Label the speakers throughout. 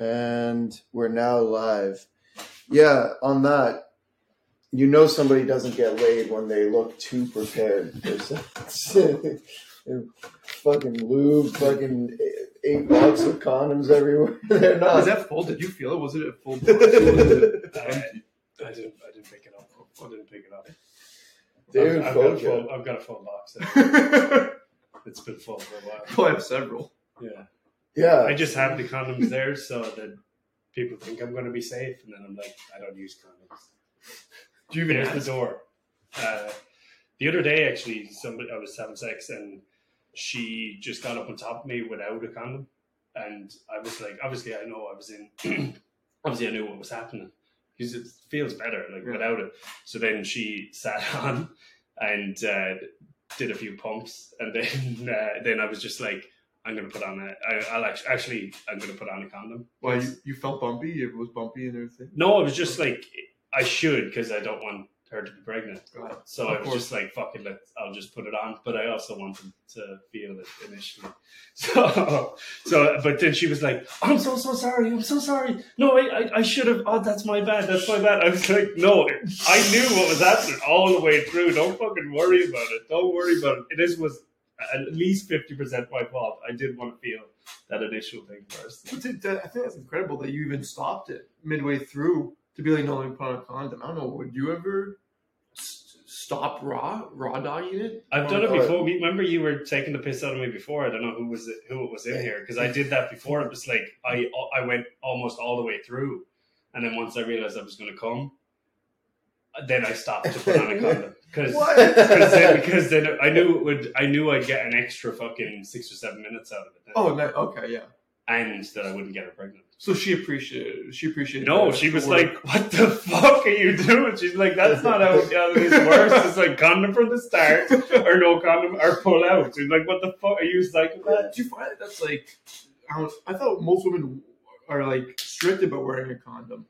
Speaker 1: And we're now live. Yeah, on that, you know somebody doesn't get laid when they look too prepared. They're so- they're fucking lube, fucking eight box of condoms everywhere. They're not.
Speaker 2: Was that full? Did you feel it? Was it a full? blast? Was it
Speaker 3: I,
Speaker 2: empty?
Speaker 3: I didn't. I didn't pick it up. I didn't pick it up.
Speaker 1: Dude,
Speaker 3: I've, I've, got a
Speaker 1: fuck
Speaker 3: full,
Speaker 1: it.
Speaker 3: I've got a full box. It's been full for a while.
Speaker 2: oh, I have several.
Speaker 3: Yeah. I
Speaker 1: yeah.
Speaker 3: just have the condoms there so that people think I'm going to be safe, and then I'm like, I don't use condoms.
Speaker 2: Do you even
Speaker 3: There's
Speaker 2: ask?
Speaker 3: the door. Uh, the other day, actually, somebody I was having sex, and she just got up on top of me without a condom, and I was like, obviously, I know I was in. obviously, I knew what was happening because it feels better like
Speaker 2: Yeah.
Speaker 3: without it. So then she sat on and uh, did a few pumps, and then uh, then I was just like, I'm gonna put on a. I, I'll actually, actually, I'm gonna put on a condom.
Speaker 2: Why you, you felt bumpy? It was bumpy and everything.
Speaker 3: No, I was just like, I should because I don't want her to be pregnant.
Speaker 2: God. Of
Speaker 3: So I was
Speaker 2: course.
Speaker 3: just like, fuck it, let, I'll just put it on. But I also wanted to feel it initially. So, so, but then she was like, I'm so, so sorry. I'm so sorry. No, I, I, I should have. Oh, that's my bad. That's my bad. I was like, no, I knew what was happening all the way through. Don't fucking worry about it. Don't worry about it. This was at least 50% my fault. I did want to feel that initial thing first.
Speaker 2: But th- that- I think that's incredible that you even stopped it midway through to be like, no, let me put on a condom. I don't know. Would you ever s- stop raw raw dogging it?
Speaker 3: I've done
Speaker 1: Oh,
Speaker 3: it
Speaker 1: all right.
Speaker 3: before. Remember, you were taking the piss out of me before. I don't know who was it, who it was in here because I did that before. It was like I I went almost all the way through, and then once I realized I was going to come, then I stopped to put on a condom because then, because then I knew it would I knew I'd get an extra fucking six or seven minutes out of it, then,
Speaker 2: Oh, no, okay, yeah.
Speaker 3: and that I wouldn't get her pregnant.
Speaker 2: So she appreciated. She appreciated.
Speaker 3: No,
Speaker 2: that
Speaker 3: she was
Speaker 2: work.
Speaker 3: like, "What the fuck are you doing?" She's like, "That's not how, how this works. It's like condom from the start, or no condom, or pull out." She's like, "What the fuck are you psychopath?"
Speaker 2: Uh, Do you find that that's like? I, don't, I thought most women are like strict about wearing a condom.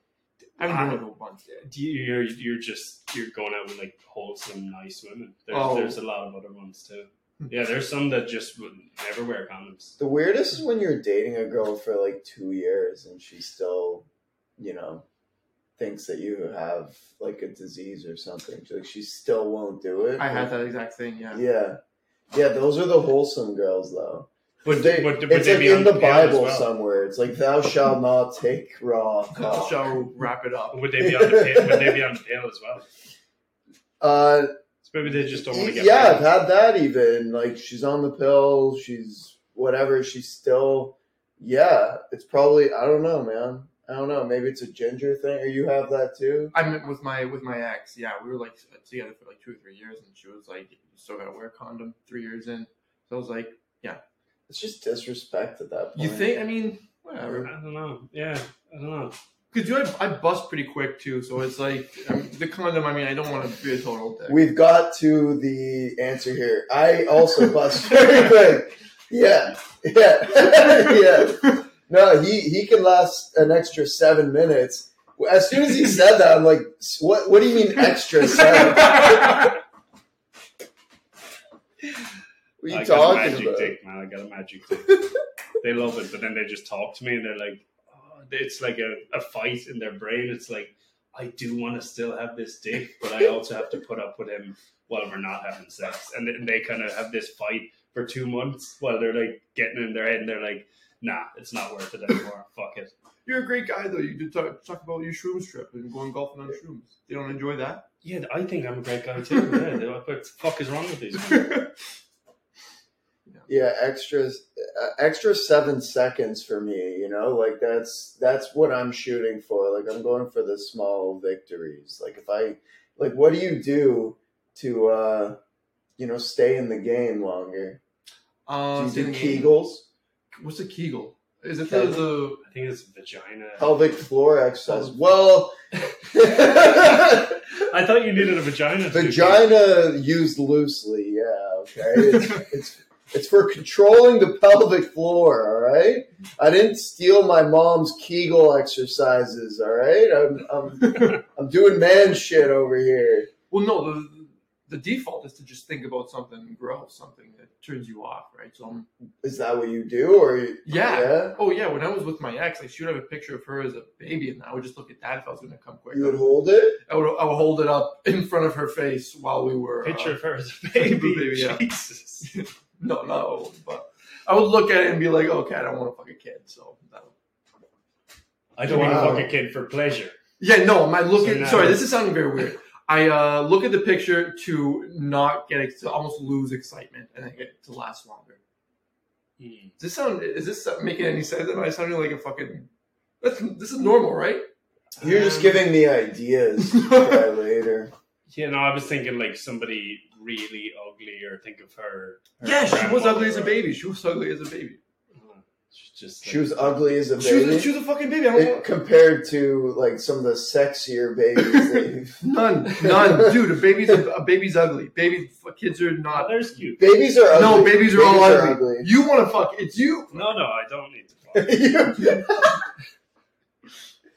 Speaker 2: I haven't done it with once yet.
Speaker 3: Do you- You're you're just you're going out with like wholesome, nice women. There's
Speaker 2: Oh.
Speaker 3: there's a lot of other ones too. Yeah, there's some that just would never wear condoms.
Speaker 1: The weirdest is when you're dating a girl for like two years and she still, you know, thinks that you have like a disease or something. She, like she still won't do it.
Speaker 2: I had that exact thing. Yeah.
Speaker 1: Yeah, yeah. Those are the wholesome girls, though.
Speaker 3: Would
Speaker 1: They-
Speaker 3: would, would
Speaker 1: it's
Speaker 3: they
Speaker 1: like
Speaker 3: be
Speaker 1: in
Speaker 3: on
Speaker 1: the
Speaker 3: the pill as
Speaker 1: Bible
Speaker 3: well?
Speaker 1: somewhere. It's like thou shalt not take raw. cock."
Speaker 2: Shall wrap it up.
Speaker 3: Would they be on the pill? Would they be on the pill as well?
Speaker 1: Uh,
Speaker 3: So maybe they just don't want to get.
Speaker 1: yeah, I've
Speaker 3: pregnant.
Speaker 1: had that even. Like she's on the pill, she's whatever, she's still yeah, it's probably I don't know, man. I don't know. Maybe it's a ginger thing, or you have that too.
Speaker 2: I met with my with my ex. Yeah, we were like together for like two or three years, and she was like, "You still gotta wear a condom three years in." So I was like,
Speaker 1: It's just disrespect at that point.
Speaker 2: "You think? I mean, whatever."
Speaker 3: I don't know. Yeah, I don't know.
Speaker 2: Because you, I, I bust pretty quick too, so it's like I mean, the condom. I mean, I don't want to be a total dick.
Speaker 1: We've got to the answer here. I also bust very quick. Yeah, yeah, yeah. No, he he can last an extra seven minutes. As soon as he said that, I'm like, "S- what? What do you mean extra seven? What are you
Speaker 3: I got a
Speaker 1: talking
Speaker 3: magic
Speaker 1: about?
Speaker 3: dick, man. I got a magic dick. they love it, but then they just talk to me and they're like, oh, it's like a, a fight in their brain. It's like, I do want to still have this dick, but I also have to put up with him while we're not having sex. And then they kind of have this fight for two months while they're like getting in their head and they're like, nah, it's not worth it anymore. Fuck it.
Speaker 2: You're a great guy though. You did talk, talk about your shrooms trip and going golfing on shrooms. They don't enjoy that.
Speaker 3: Yeah, I think I'm a great guy too. Yeah, they- what the fuck is wrong with these men?
Speaker 1: yeah extra uh, extra seven seconds for me you know like that's that's what i'm shooting for like i'm going for the small victories like if i like what do you do to uh you know stay in the game longer do
Speaker 2: Um,
Speaker 1: you do
Speaker 2: standing eight.
Speaker 1: kegels
Speaker 2: What's a Kegel? Is it the, the
Speaker 3: I think it's vagina.
Speaker 1: pelvic floor exercise
Speaker 2: Oh.
Speaker 1: well
Speaker 3: I thought you needed a vagina. to do
Speaker 1: vagina used loosely yeah okay it's, it's it's for controlling the pelvic floor all right i didn't steal my mom's kegel exercises all right i'm i'm, I'm doing man shit over here
Speaker 2: well, no, the, the default is to just think about something and grow something that turns you off, right? So I'm
Speaker 1: Is that what you do, or
Speaker 2: Yeah.
Speaker 1: yeah?
Speaker 2: Oh yeah, when I was with my ex, like she would have a picture of her as a baby, and I would just look at that if I was going to come quick.
Speaker 1: You would hold it.
Speaker 2: I would, I would hold it up in front of her face while we were uh,
Speaker 3: Picture of her as a baby.
Speaker 2: Baby, yeah.
Speaker 3: Jesus.
Speaker 2: no, no, but I would look at it and be like, okay, I don't want to fuck a kid, so. That
Speaker 3: I don't
Speaker 1: Wow.
Speaker 3: want to fuck a kid for pleasure.
Speaker 2: yeah, no, my look
Speaker 3: So
Speaker 2: at
Speaker 3: now-
Speaker 2: sorry, this is sounding very weird. I uh, look at the picture to not get ex- to almost lose excitement and then get to last longer.
Speaker 3: Hmm.
Speaker 2: Does this sound is this making any sense? Am I sounding like a fucking? That's, this is normal, right?
Speaker 1: You're just
Speaker 3: Um,
Speaker 1: giving me ideas to try later.
Speaker 3: You know, I was thinking like somebody really ugly, or think of her. her
Speaker 2: Yeah, she was
Speaker 3: grandmother
Speaker 2: ugly as a
Speaker 3: or-
Speaker 2: baby. She was ugly as a baby.
Speaker 3: Uh, she's just
Speaker 1: She
Speaker 3: like-
Speaker 1: was ugly as a
Speaker 2: She was, she
Speaker 1: baby.
Speaker 2: was a fucking baby. I don't
Speaker 1: It,
Speaker 2: want
Speaker 1: compared to like some of the sexier babies that you've
Speaker 2: none, none, dude. A baby's a, a baby's ugly. Baby f- kids are
Speaker 3: Oh,
Speaker 2: not.
Speaker 3: there's cute.
Speaker 1: Babies are ugly.
Speaker 2: No, babies are all ugly. You want to fuck? It's you.
Speaker 3: No, no, I don't need to. Fuck.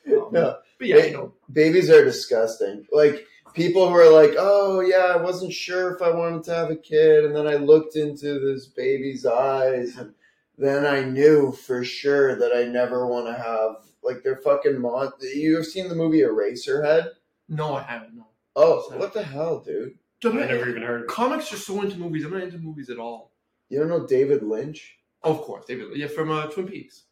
Speaker 1: You-
Speaker 2: Um,
Speaker 1: No.
Speaker 2: But yeah, you know,
Speaker 1: babies are disgusting. Like people who are like, "Oh yeah, I wasn't sure if I wanted to have a kid, and then I looked into this baby's eyes, and then I knew for sure that I never want to have." Like they're fucking mon. You've seen the movie Eraserhead?
Speaker 2: no, I haven't. No,
Speaker 1: Oh, what the hell, dude?
Speaker 3: I
Speaker 2: Dude, I'm not-
Speaker 3: never even heard.
Speaker 2: comics are so into movies. I'm not into movies at all.
Speaker 1: You don't know David Lynch?
Speaker 2: Of course, David. Yeah, from uh, Twin Peaks.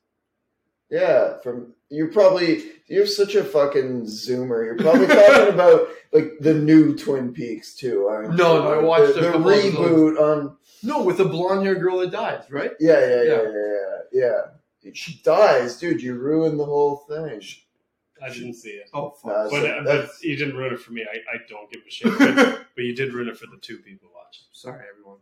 Speaker 1: Yeah, from you're probably you're such a fucking zoomer. You're probably talking about like the new Twin Peaks too, aren't you?
Speaker 2: No, no, I watched
Speaker 1: the,
Speaker 2: a
Speaker 1: the
Speaker 2: couple of those.
Speaker 1: reboot on.
Speaker 2: No, with the blonde-haired girl that dies, right?
Speaker 1: Yeah, yeah, yeah,
Speaker 2: Yeah.
Speaker 1: yeah, yeah, yeah. She dies, dude. You ruined the whole thing.
Speaker 3: I didn't see it.
Speaker 2: Oh fuck.
Speaker 1: Nah, so
Speaker 3: But, but
Speaker 1: that's-
Speaker 3: you didn't ruin it for me. I, I don't give a shit. But, but you did ruin it for the two people watching.
Speaker 2: Sorry, everyone.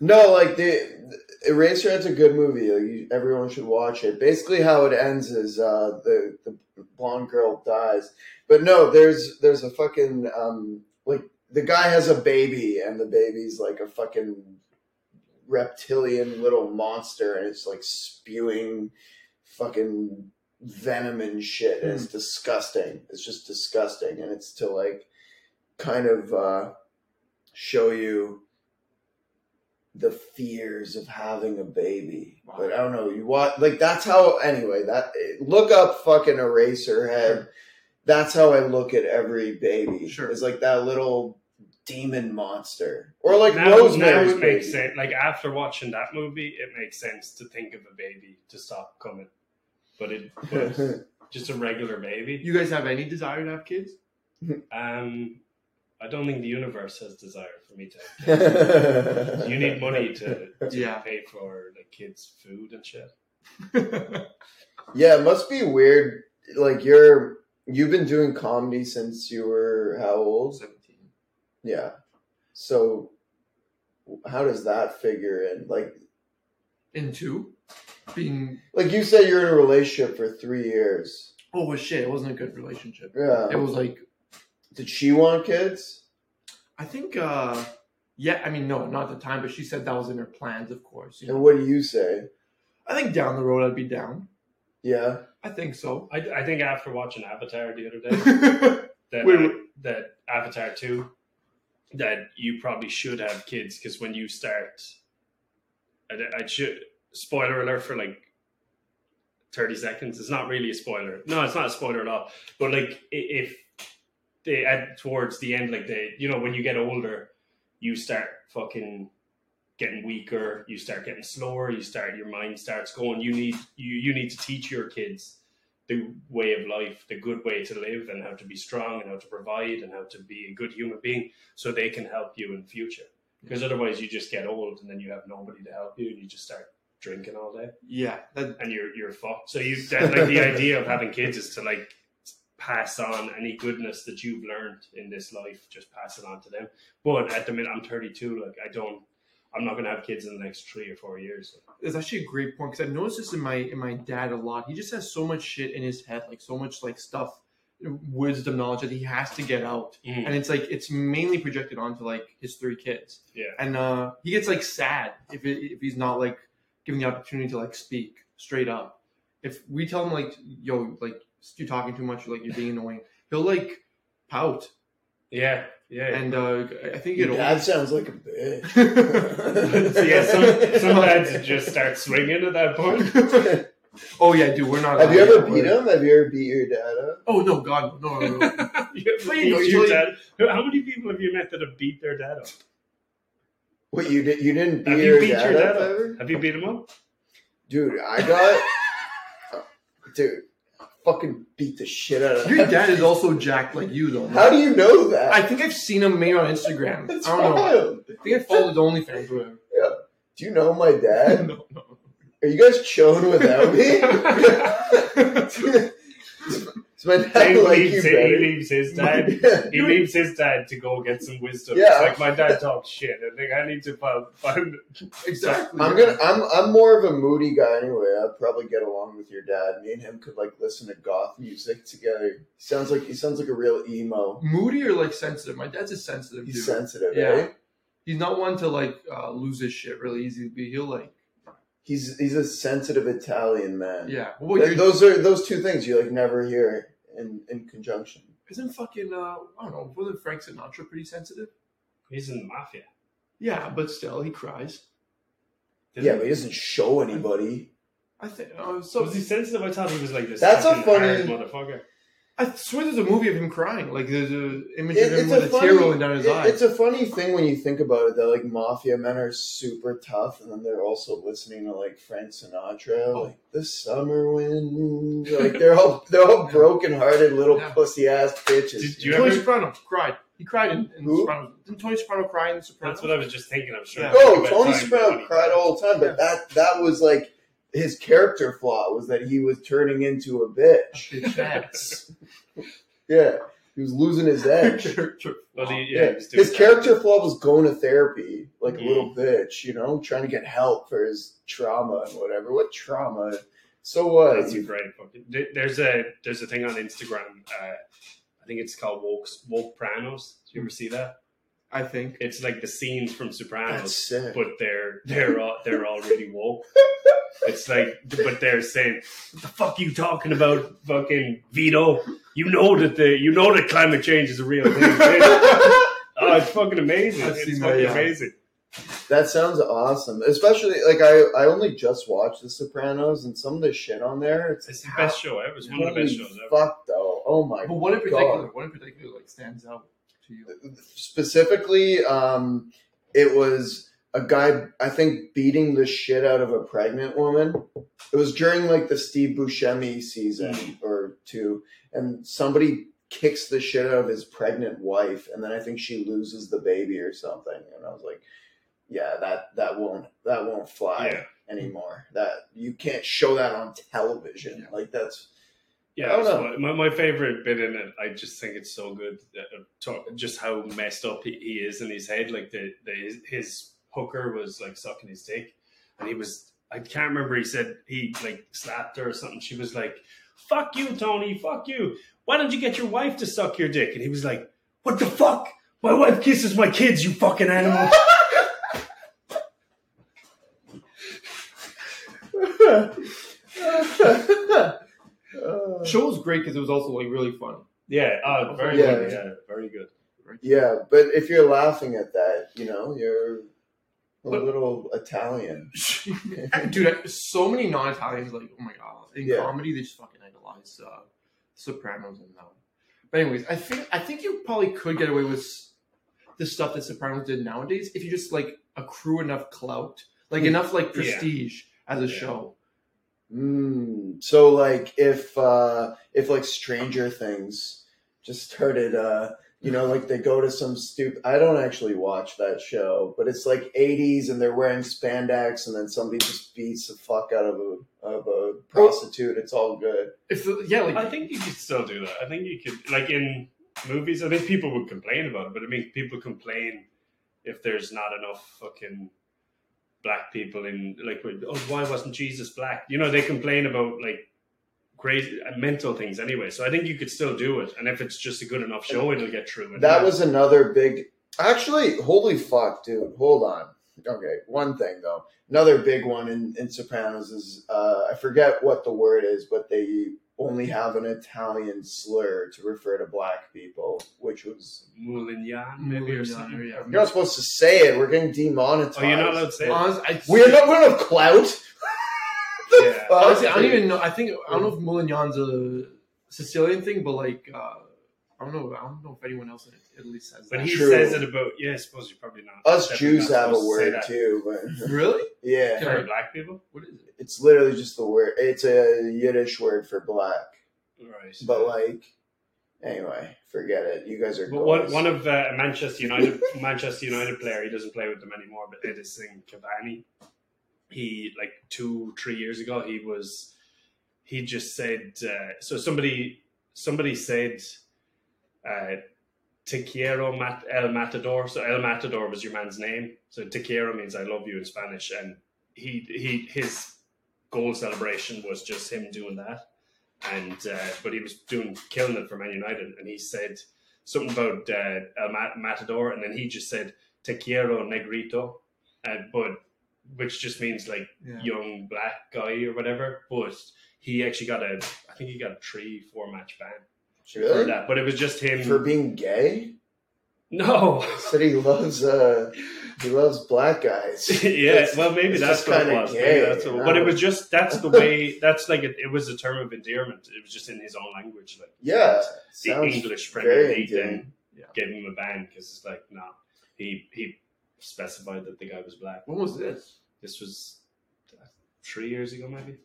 Speaker 1: no, like the Eraserhead's a good movie. Like you, everyone should watch it. Basically, how it ends is uh, the the blonde girl dies, but no, there's there's a fucking um like the guy has a baby and the baby's like a fucking reptilian little monster and it's like spewing fucking venom and shit and it's disgusting it's just disgusting and it's to like kind of uh show you the fears of having a baby
Speaker 2: Wow.
Speaker 1: but i don't know you want like that's how anyway that look up fucking eraser head that's how i look at every baby
Speaker 2: Sure.
Speaker 1: it's like that little demon monster or like
Speaker 3: now,
Speaker 1: rosemary's
Speaker 3: now it makes
Speaker 1: Baby.
Speaker 3: sense. Like after watching that movie, it makes sense to think of a baby to stop coming. But it but just a regular baby.
Speaker 2: You guys have any desire to have kids?
Speaker 3: Um, I don't think the universe has desire for me to.
Speaker 1: you
Speaker 3: You need money to, to
Speaker 2: Yeah.
Speaker 3: pay for like kids' food and shit.
Speaker 1: Yeah, it must be weird. Like you're you've been doing comedy since you were how old?
Speaker 2: Seventeen.
Speaker 1: Yeah. So how does that figure in? Like
Speaker 2: And two, being
Speaker 1: like you said you're in a relationship for 3 years.
Speaker 2: oh shit, it wasn't a good relationship. It
Speaker 1: Yeah.
Speaker 2: was like
Speaker 1: Did she want kids?
Speaker 2: I think, uh yeah, I mean, no, not at the time, but she said that was in her plans, of course. You know?
Speaker 1: And what do you say?
Speaker 2: I think down the road I'd be down.
Speaker 1: Yeah.
Speaker 2: I think so.
Speaker 3: I, I think after watching Avatar the other day,
Speaker 2: yeah,
Speaker 3: that
Speaker 2: Wait, wait.
Speaker 3: that Avatar two, that you probably should have kids because when you start, I, I should spoiler alert for like thirty seconds. It's not really a spoiler. No, it's not a spoiler at all. But like i- if they at towards the end, like they, you know, when you get older, you start fucking getting weaker. You start getting slower. You start your mind starts going. You need you you need to teach your kids the way of life, the good way to live, and how to be strong, and how to provide, and how to be a good human being, so they can help you in future. Because otherwise, you just get old, and then you have nobody to help you, and you just start drinking all day,
Speaker 2: that,
Speaker 3: and you're you're fucked. So you that, like the idea of having kids is to like pass on any goodness that you've learned in this life, just pass it on to them. But at the minute, I'm 32. Like I don't, I'm not gonna have kids in the next three or four years.
Speaker 2: that's actually a great point because I've noticed this in my in my dad a lot. He just has so much shit in his head, like so much like stuff, wisdom, knowledge that he has to get out. and it's like it's mainly projected onto like his three kids.
Speaker 3: Yeah.
Speaker 2: And uh, he gets like sad if it, if he's not like given the opportunity to like speak straight up. If we tell him like yo like you're talking too much, or, like you're being annoying, he'll like pout
Speaker 3: Yeah, yeah.
Speaker 2: And uh, I think it.
Speaker 1: Your dad sounds like a bitch.
Speaker 3: so yeah, some, some lads just start swinging at that point.
Speaker 2: oh yeah, dude, we're not.
Speaker 1: Have you
Speaker 2: allowed
Speaker 1: ever
Speaker 2: that
Speaker 1: beat
Speaker 2: word.
Speaker 1: him? Have you ever beat your dad up?
Speaker 2: Oh no, God, no, no, no.
Speaker 3: You
Speaker 2: Please,
Speaker 3: ever beat
Speaker 2: please.
Speaker 3: your dad? How many people have you met that have beat their dad up?
Speaker 1: What you did? You didn't beat,
Speaker 3: Have
Speaker 1: your,
Speaker 3: you beat
Speaker 1: dad
Speaker 3: your dad
Speaker 1: up,
Speaker 3: up?
Speaker 1: ever?
Speaker 3: Have you beat him up?
Speaker 1: Dude, I got. oh, dude, I fucking beat the shit out of
Speaker 2: Your dad is also jacked like you, though.
Speaker 1: How do you know that?
Speaker 2: I think I've seen him maybe on Instagram.
Speaker 1: It's
Speaker 2: I don't know.
Speaker 1: wild.
Speaker 2: I think I followed his OnlyFans. or whatever.
Speaker 1: Do you know my dad?
Speaker 2: no, no.
Speaker 1: Are you guys chilling without me? Is my dad like
Speaker 3: he,
Speaker 1: you
Speaker 3: leaves, he
Speaker 1: better?
Speaker 3: leaves his dad.
Speaker 1: Yeah.
Speaker 3: He leaves his dad to go get some wisdom.
Speaker 1: Yeah.
Speaker 3: It's like my dad talks shit. I think I need to find, find
Speaker 2: Exactly.
Speaker 1: I'm gonna. I'm. I'm more of a moody guy anyway. I'd probably get along with your dad. Me and him could like listen to goth music together. He sounds like he sounds like a real emo.
Speaker 2: moody or like sensitive. My dad's a sensitive
Speaker 1: He's
Speaker 2: dude.
Speaker 1: sensitive,
Speaker 2: Yeah.
Speaker 1: right?
Speaker 2: He's not one to like uh, lose his shit really easy. But he'll like,
Speaker 1: He's he's a sensitive Italian man.
Speaker 2: yeah. Well,
Speaker 1: Th-
Speaker 2: you're,
Speaker 1: those are those two things you like never hear in in conjunction.
Speaker 2: isn't fucking uh, I don't know. Wasn't Frank Sinatra pretty sensitive?
Speaker 3: He's in the mafia.
Speaker 2: Yeah, but still, he cries.
Speaker 3: Didn't
Speaker 1: yeah,
Speaker 3: he?
Speaker 1: but he doesn't show anybody.
Speaker 2: I think. Uh, so
Speaker 3: was he sensitive? I thought he was like this.
Speaker 1: That's a
Speaker 3: fucking
Speaker 1: funny-
Speaker 3: hard motherfucker.
Speaker 2: I swear there's a movie of him crying. Like there's a image
Speaker 1: It-
Speaker 2: of him
Speaker 1: it's
Speaker 2: with
Speaker 1: a
Speaker 2: a
Speaker 1: funny.
Speaker 2: tear rolling down his
Speaker 1: it-
Speaker 2: eye.
Speaker 1: It's a funny thing when you think about it that like mafia men are super tough, and then they're also listening to like Frank Sinatra,
Speaker 2: Oh.
Speaker 1: like the summer wind. Like they're all they're all broken hearted little
Speaker 2: Yeah.
Speaker 1: pussy ass bitches.
Speaker 3: Did you
Speaker 2: Tony
Speaker 3: ever-
Speaker 2: Soprano cried. He cried in, in
Speaker 1: Who?
Speaker 2: Soprano. Didn't Tony Soprano cry in Soprano?
Speaker 3: That's what I was just thinking. I'm sure.
Speaker 2: Yeah.
Speaker 1: Oh,
Speaker 3: About
Speaker 1: Tony
Speaker 3: time,
Speaker 1: Sprout
Speaker 3: Tony.
Speaker 1: cried all the time, but that that was like his character flaw was that he was turning into a bitch.
Speaker 2: Yes.
Speaker 1: Yeah, he was losing his edge.
Speaker 3: Well, he, yeah,
Speaker 1: Yeah,
Speaker 3: he was doing
Speaker 1: his
Speaker 3: that.
Speaker 1: character flaw was going to therapy like a
Speaker 3: Mhm.
Speaker 1: little bitch, you know, trying to get help for his trauma and whatever. What trauma? So what?
Speaker 3: That's a great fucking. there- There's a there's a thing on Instagram. Uh, I think it's called woke woke pranos. Do you ever see that?
Speaker 2: I think.
Speaker 3: It's like the scenes from
Speaker 1: That's
Speaker 3: Sopranos,
Speaker 1: sick.
Speaker 3: but they're they're all uh, they're all really woke. It's like, but they're saying, "What the fuck you talking about, fucking Vito? You know that the you know that climate change is a real thing." bitch." oh, it's fucking amazing!
Speaker 2: I've
Speaker 3: it's
Speaker 2: seen that,
Speaker 3: fucking
Speaker 2: yeah.
Speaker 3: amazing.
Speaker 1: that sounds awesome. Especially like I, I only just watched The Sopranos and some of the shit on there. It's,
Speaker 3: It's the best show ever. It's one of the best shows ever.
Speaker 1: Fuck though. Oh my
Speaker 2: But what in particular?
Speaker 1: god.
Speaker 2: What in particular like stands out to you?
Speaker 1: Specifically, um, it was a guy I think beating the shit out of a pregnant woman. It was during like the Steve Buscemi season or two, and somebody kicks the shit out of his pregnant wife, and then I think she loses the baby or something. And I was like, yeah, that that won't that won't fly
Speaker 3: Yeah.
Speaker 1: anymore. That you can't show that on television.
Speaker 2: Yeah.
Speaker 1: Like that's I
Speaker 3: Yeah,
Speaker 1: don't
Speaker 3: so
Speaker 1: know.
Speaker 3: my, my favorite bit in it, I just think it's so good. uh, talk- just how messed up he, he is in his head. Like the, the his, his hooker was like sucking his dick, and he was I can't remember. He said he like slapped her or something. She was like, "Fuck you, Tony. Fuck you. Why don't you get your wife to suck your dick?" And he was like, "What the fuck? My wife kisses my kids. You fucking animal."
Speaker 1: Uh,
Speaker 2: show was great because it was also like really funny.
Speaker 3: yeah, uh, very
Speaker 1: Yeah.
Speaker 3: good. Yeah, very good.
Speaker 1: Yeah, but if you're laughing at that, you know, you're a
Speaker 2: But-
Speaker 1: little Italian.
Speaker 2: Dude, I- so many non-Italians like, oh my god, in
Speaker 1: Yeah.
Speaker 2: comedy they just fucking idolize uh, Sopranos and them. But anyways, I think I think you probably could get away with s- the stuff that Sopranos did nowadays if you just like accrue enough clout, like enough like prestige as a
Speaker 3: Yeah.
Speaker 2: show.
Speaker 1: Mm, so like if uh if like Stranger Things just started uh you know like they go to some stupid I don't actually watch that show, but it's like 80s and they're wearing spandex and then somebody just beats the fuck out of a of a prostitute. It's all good.
Speaker 2: If the, yeah, like
Speaker 3: I think you could still do that. I think you could, like in movies, I think people would complain about it, but I mean, people complain if there's not enough fucking black people in, like, with, oh, why wasn't Jesus black? You know, they complain about like crazy uh, mental things anyway. So I think you could still do it. And if it's just a good enough show, it'll get through. And
Speaker 1: That was another big. Actually, holy fuck, dude. Hold on. Okay, one thing though. Another big one in, in Sopranos is uh, I forget what the word is, but they only have an Italian slur to refer to black people, which was
Speaker 3: Moulignan, maybe or
Speaker 2: Moulignan,
Speaker 3: something.
Speaker 2: yeah.
Speaker 1: you're not supposed to say it. We're getting demonetized.
Speaker 3: Oh, you're not allowed to say. it.
Speaker 2: Honest- I,
Speaker 1: We're not. We're not clout.
Speaker 3: Yeah.
Speaker 1: fuck?
Speaker 2: honestly, I don't even know. I think I don't know if Moulignan's a Sicilian thing, but like uh, I don't know. I don't know if anyone else in Italy says
Speaker 3: But
Speaker 2: that.
Speaker 3: he
Speaker 1: True.
Speaker 3: says it about yeah. I suppose you're probably not.
Speaker 1: Us
Speaker 3: definitely
Speaker 1: Jews
Speaker 3: not
Speaker 1: have a
Speaker 3: supposed to say
Speaker 1: word
Speaker 3: that.
Speaker 1: too, but
Speaker 2: really?
Speaker 1: yeah,
Speaker 2: Yeah.
Speaker 3: For black people,
Speaker 2: What is it?
Speaker 1: it's literally just the word. It's a Yiddish word for black,
Speaker 3: right?
Speaker 1: but like, anyway, forget it. You guys are.
Speaker 3: But one,
Speaker 1: goals.
Speaker 3: one of uh, Manchester United Manchester United player, he doesn't play with them anymore, but Edison Cavani, he like two three years ago, he was he just said uh, so somebody somebody said uh, Te quiero mat- el matador. So el matador was your man's name. So te quiero means I love you in Spanish, and he he his goal celebration was just him doing that. And uh, but he was doing killing it for Man United, and he said something about uh, El Ma- Matador, and then he just said "Te quiero negrito," uh, but which just means like
Speaker 2: Yeah.
Speaker 3: young black guy or whatever. But he actually got a, I think he got a three four match ban for
Speaker 1: really?
Speaker 3: that. But it was just him.
Speaker 1: for being gay.
Speaker 3: no,
Speaker 1: Said he loves. Uh, he loves black guys.
Speaker 3: yeah,
Speaker 1: It's-
Speaker 3: well maybe
Speaker 1: it's
Speaker 3: that's
Speaker 1: just
Speaker 3: what it
Speaker 1: kinda
Speaker 3: was.
Speaker 1: gay,
Speaker 3: Maybe that's what,
Speaker 1: you
Speaker 3: but
Speaker 1: know?
Speaker 3: it was just that's the way. That's like it, it was a term of endearment. It was just in his own language, like
Speaker 1: Yeah,
Speaker 3: the
Speaker 1: sounds
Speaker 3: English Premier
Speaker 1: very
Speaker 3: League
Speaker 1: endearing.
Speaker 3: then
Speaker 2: Yeah.
Speaker 3: gave him a ban because it's like no, he he specified that the guy was black.
Speaker 2: When was this?
Speaker 3: This was uh, three years ago, maybe.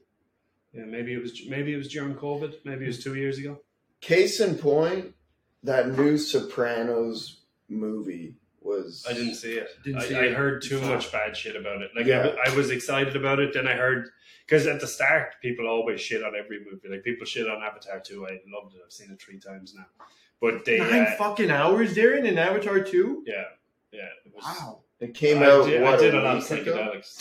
Speaker 3: Yeah, maybe it was maybe it was during COVID. Maybe it was two years ago.
Speaker 1: Case in point, that new Sopranos movie was.
Speaker 3: I didn't see it.
Speaker 2: Didn't
Speaker 3: I,
Speaker 2: see
Speaker 3: I
Speaker 2: it.
Speaker 3: heard too
Speaker 2: It's, uh,
Speaker 3: much bad shit about it. Like
Speaker 1: Yeah.
Speaker 3: I, I was excited about it, then I heard because at the start people always shit on every movie. Like people shit on Avatar too. I loved it. I've seen it three times now. But they,
Speaker 2: Nine
Speaker 3: uh,
Speaker 2: fucking hours, Darren, in Avatar Two.
Speaker 3: yeah, yeah. It was,
Speaker 2: Wow.
Speaker 1: It came
Speaker 3: I
Speaker 1: out.
Speaker 3: did,
Speaker 1: what,
Speaker 3: I did
Speaker 1: a
Speaker 3: a lot of
Speaker 1: week ago?
Speaker 3: psychedelics,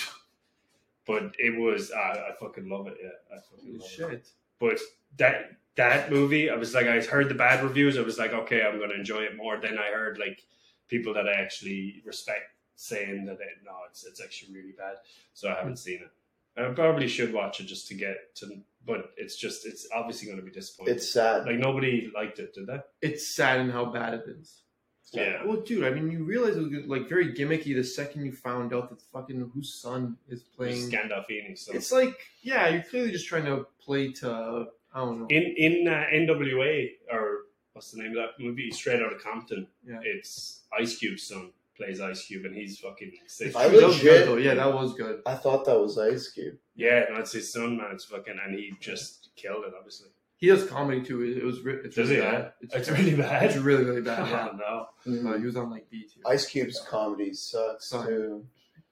Speaker 3: but it was I, I fucking love it. Yeah, I fucking
Speaker 2: Holy
Speaker 3: love it.
Speaker 2: shit.
Speaker 3: But that that movie, I was like, I heard the bad reviews. I was like, okay, I'm gonna enjoy it more. Then I heard like people that I actually respect saying that it, no, it's it's actually really bad. So I haven't seen it. I probably should watch it just to get to, but it's just it's obviously going to be disappointing.
Speaker 1: It's sad.
Speaker 3: like nobody liked it, did they?
Speaker 2: It's sad in how bad it is.
Speaker 3: Yeah.
Speaker 2: Well, dude, I mean, you realize it was like very gimmicky the second you found out that fucking whose son is playing.
Speaker 3: Gandalfini. So
Speaker 2: It's like, yeah, you're clearly just trying to play to I don't know.
Speaker 3: in in uh, NWA or what's the name of that movie? Straight Out of Compton.
Speaker 2: Yeah.
Speaker 3: It's Ice Cube's son plays Ice Cube, and he's fucking sick.
Speaker 1: I
Speaker 2: Dude, that was
Speaker 1: legit-
Speaker 2: good though. Yeah, that was good.
Speaker 1: I thought that was Ice Cube.
Speaker 3: Yeah, no, it's his son, man. It's fucking, and he just killed it. Obviously,
Speaker 2: He does comedy too. It, it was re- it's
Speaker 3: Does
Speaker 2: really
Speaker 3: he,
Speaker 2: bad.
Speaker 3: yeah? it's really bad.
Speaker 2: It's really really bad. Yeah.
Speaker 3: oh, no.
Speaker 2: Uh, he was on like B tier.
Speaker 1: Mm-hmm. Ice Cube's comedy sucks
Speaker 2: Sorry.
Speaker 1: too.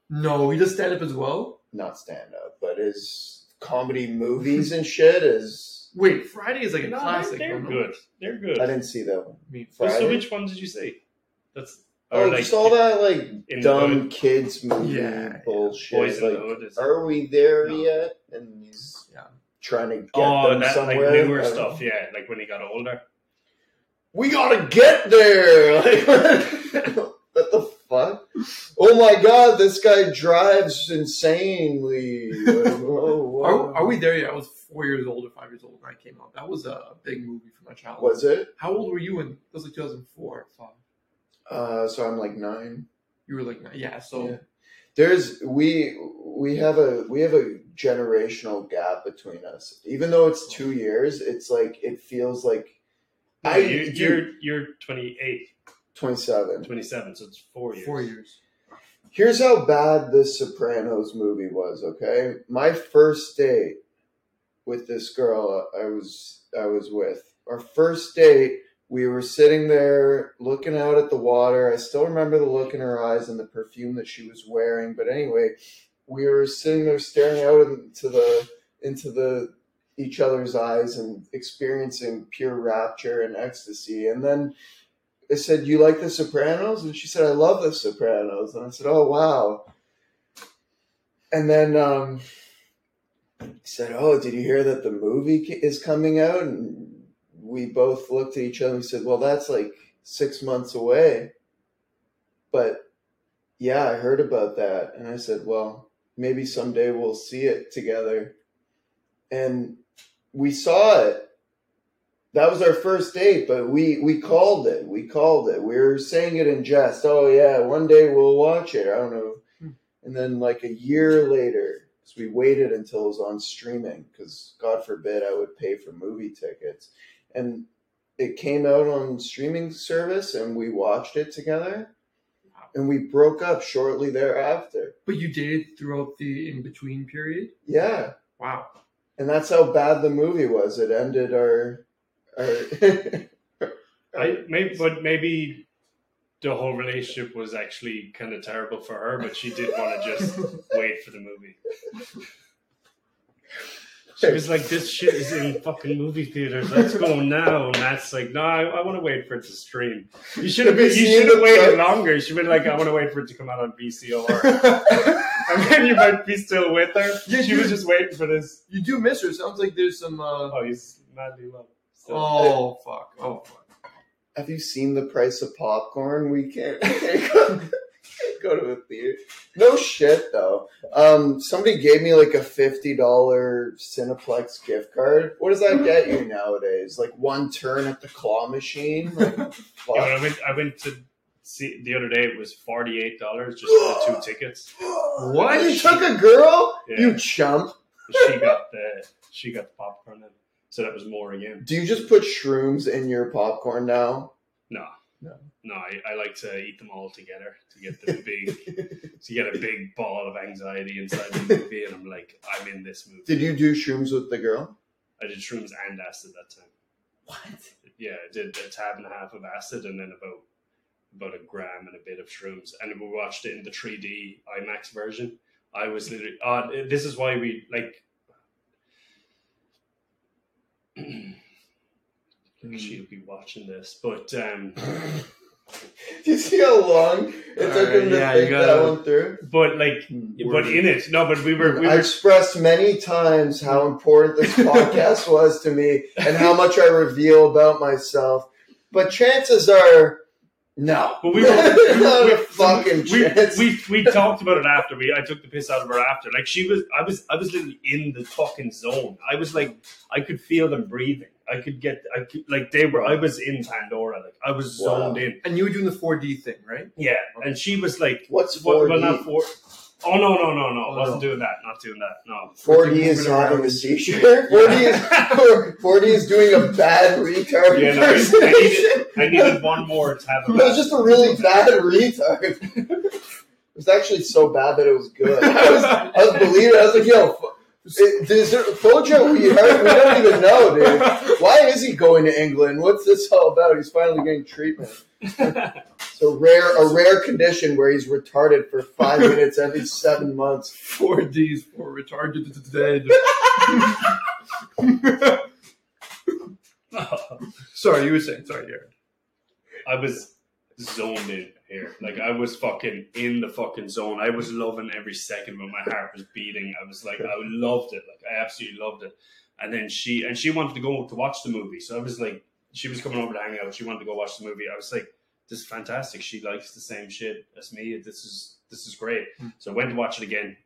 Speaker 2: No, he does stand up as well.
Speaker 1: Not stand up, but his comedy movies and shit is.
Speaker 2: Wait, Friday is like a
Speaker 3: No,
Speaker 2: classic.
Speaker 3: They're,
Speaker 2: no, no.
Speaker 3: good. They're good.
Speaker 1: I didn't see that one.
Speaker 2: I mean,
Speaker 1: Friday?
Speaker 3: So which one did you see? That's
Speaker 1: Oh,
Speaker 3: or, like,
Speaker 1: just all that like
Speaker 3: in
Speaker 1: dumb
Speaker 3: the
Speaker 1: kids movie
Speaker 2: Yeah, yeah.
Speaker 1: bullshit.
Speaker 3: Boys in
Speaker 1: like,
Speaker 3: the Hood. Is
Speaker 1: are we there
Speaker 3: No.
Speaker 1: yet? And he's
Speaker 2: Yeah.
Speaker 1: trying to get
Speaker 3: oh,
Speaker 1: them
Speaker 3: that like
Speaker 1: somewhere.
Speaker 3: newer
Speaker 1: Uh,
Speaker 3: stuff. Yeah, like when he got older.
Speaker 1: We gotta get there. Like, what the fuck? Oh my god, this guy drives insanely. Like, oh, wow.
Speaker 2: Are, are we there yet? I was four years old or five years old when I came out. That was a big movie for my childhood.
Speaker 1: Was it?
Speaker 2: How old were you when? It was like 2004. Five.
Speaker 1: Uh, so I'm like nine.
Speaker 2: You were like, yeah. So
Speaker 1: Yeah. There's we we have a we have a generational gap between us. Even though it's two years, it's like it feels like I
Speaker 3: you,
Speaker 1: dude,
Speaker 3: you're you're 28,
Speaker 1: 27.
Speaker 3: 27, so it's four years.
Speaker 2: four years.
Speaker 1: Here's how bad this Sopranos movie was, okay? My first date with this girl I was I was with. Our first date, we were sitting there looking out at the water. I still remember the look in her eyes and the perfume that she was wearing, but anyway, we were sitting there staring out into the into the each other's eyes and experiencing pure rapture and ecstasy. And then I said, "You like The Sopranos?" And she said, "I love The Sopranos." And I said, "Oh wow." And then um, I said, "Oh, did you hear that the movie ca- is coming out?" And we both looked at each other and said, "Well, that's like six months away." But yeah, I heard about that, and I said, "Well, maybe someday we'll see it together." And we saw it, that was our first date, but we we called it. We called it. We were saying it in jest. Oh yeah, one day we'll watch it. I don't know. And then like a year later, because we waited until it was on streaming, because God forbid I would pay for movie tickets, and it came out on streaming service, and we watched it together, and we broke up shortly thereafter.
Speaker 2: But you dated throughout the in between period.
Speaker 1: Yeah,
Speaker 2: Wow.
Speaker 1: and that's how bad the movie was. It ended our our.
Speaker 3: I maybe, but maybe the whole relationship was actually kind of terrible for her, but she did want to just wait for the movie. She was like, "This shit is in fucking movie theaters. Let's go now." And Matt's like, "No, I, I want to wait for it to stream. You should have.
Speaker 1: Have you
Speaker 3: You
Speaker 1: seen
Speaker 3: should have
Speaker 1: the
Speaker 3: waited
Speaker 1: trailer?
Speaker 3: longer. She would like, I want to wait for it to come out on VCR. and then you might be still with her.
Speaker 2: Yeah,
Speaker 3: she was
Speaker 2: dude.
Speaker 3: just waiting for this.
Speaker 2: You do miss her. Sounds like there's some. Uh,
Speaker 3: Oh, he's madly in love. So-
Speaker 2: oh fuck. Oh fuck.
Speaker 1: Have you seen the price of popcorn? We can't, we can't go, can't go to a theater. No shit though. Um, somebody gave me like a fifty dollar Cineplex gift card. What does that get you nowadays? Like one turn at the claw machine. Like, fuck.
Speaker 3: Yeah, when I went, I went to see the other day. It was forty eight dollars just for the two tickets.
Speaker 2: What?
Speaker 1: You took a girl?
Speaker 3: Yeah.
Speaker 1: You chump.
Speaker 3: She got the she got the popcorn, and so that was more again.
Speaker 1: Do you just put shrooms in your popcorn now?
Speaker 3: No,
Speaker 1: No.
Speaker 3: no. I, I like to eat them all together to get the big to get a big ball of anxiety inside the movie, and I'm like, I'm in this movie.
Speaker 1: Did you do shrooms with the girl?
Speaker 3: I did shrooms and acid that time.
Speaker 1: What?
Speaker 3: yeah, I did a tab and a half of acid and then about about a gram and a bit of shrooms. And we watched it in the 3D IMAX version. I was literally uh, this is why we like she'll be watching this, but um
Speaker 1: Do you see how long it took
Speaker 2: Alright,
Speaker 1: him to
Speaker 2: Uh, yeah, you
Speaker 1: think that
Speaker 2: gotta-
Speaker 1: one through?
Speaker 3: but like but in it. No, but we were we
Speaker 1: I
Speaker 3: were
Speaker 1: expressed many times how important this podcast was to me and how much I reveal about myself. But chances are, no.
Speaker 3: But we were
Speaker 1: Not
Speaker 3: we,
Speaker 1: a fucking
Speaker 3: we,
Speaker 1: chance.
Speaker 3: we, we talked about it after. We I took the piss out of her after. Like she was, I was, I was literally in the fucking zone. I was like, I could feel them breathing. I could get, I could like they were. I was in Pandora. Like I was
Speaker 1: Wow.
Speaker 3: zoned in.
Speaker 2: And you were doing the 4D thing, right?
Speaker 3: Yeah, and she was like,
Speaker 1: What's
Speaker 3: well,
Speaker 1: 4D?
Speaker 3: well, not four. Oh no no no no!
Speaker 2: Oh,
Speaker 3: I wasn't
Speaker 2: no.
Speaker 3: doing that. Not doing that. No.
Speaker 1: 4D is having a seizure. 4D is 4D is doing a bad retard
Speaker 3: Yeah, no, I- I
Speaker 1: impersonation.
Speaker 3: I needed one more to have.
Speaker 1: It was just a really bad retard. It was actually so bad that it was good. I was, I was believing. I was like, yo, Fo- it- there's a- Fojo, we, heard, we don't even know, dude. Why is he going to England? What's this all about? He's finally getting treatment. It's a rare, a rare condition where he's retarded for five minutes every seven months.
Speaker 2: 4Ds for retarded dead. sorry, you were saying. Sorry, Jared.
Speaker 3: I was zoned in here. Like I was fucking in the fucking zone. I was loving every second when my heart was beating. I was like, I loved it. Like I absolutely loved it. And then she and she wanted to go to watch the movie. So I was like, she was coming over to hang out. She wanted to go watch the movie. I was like, this is fantastic. She likes the same shit as me. This is this is great. So I went to watch it again,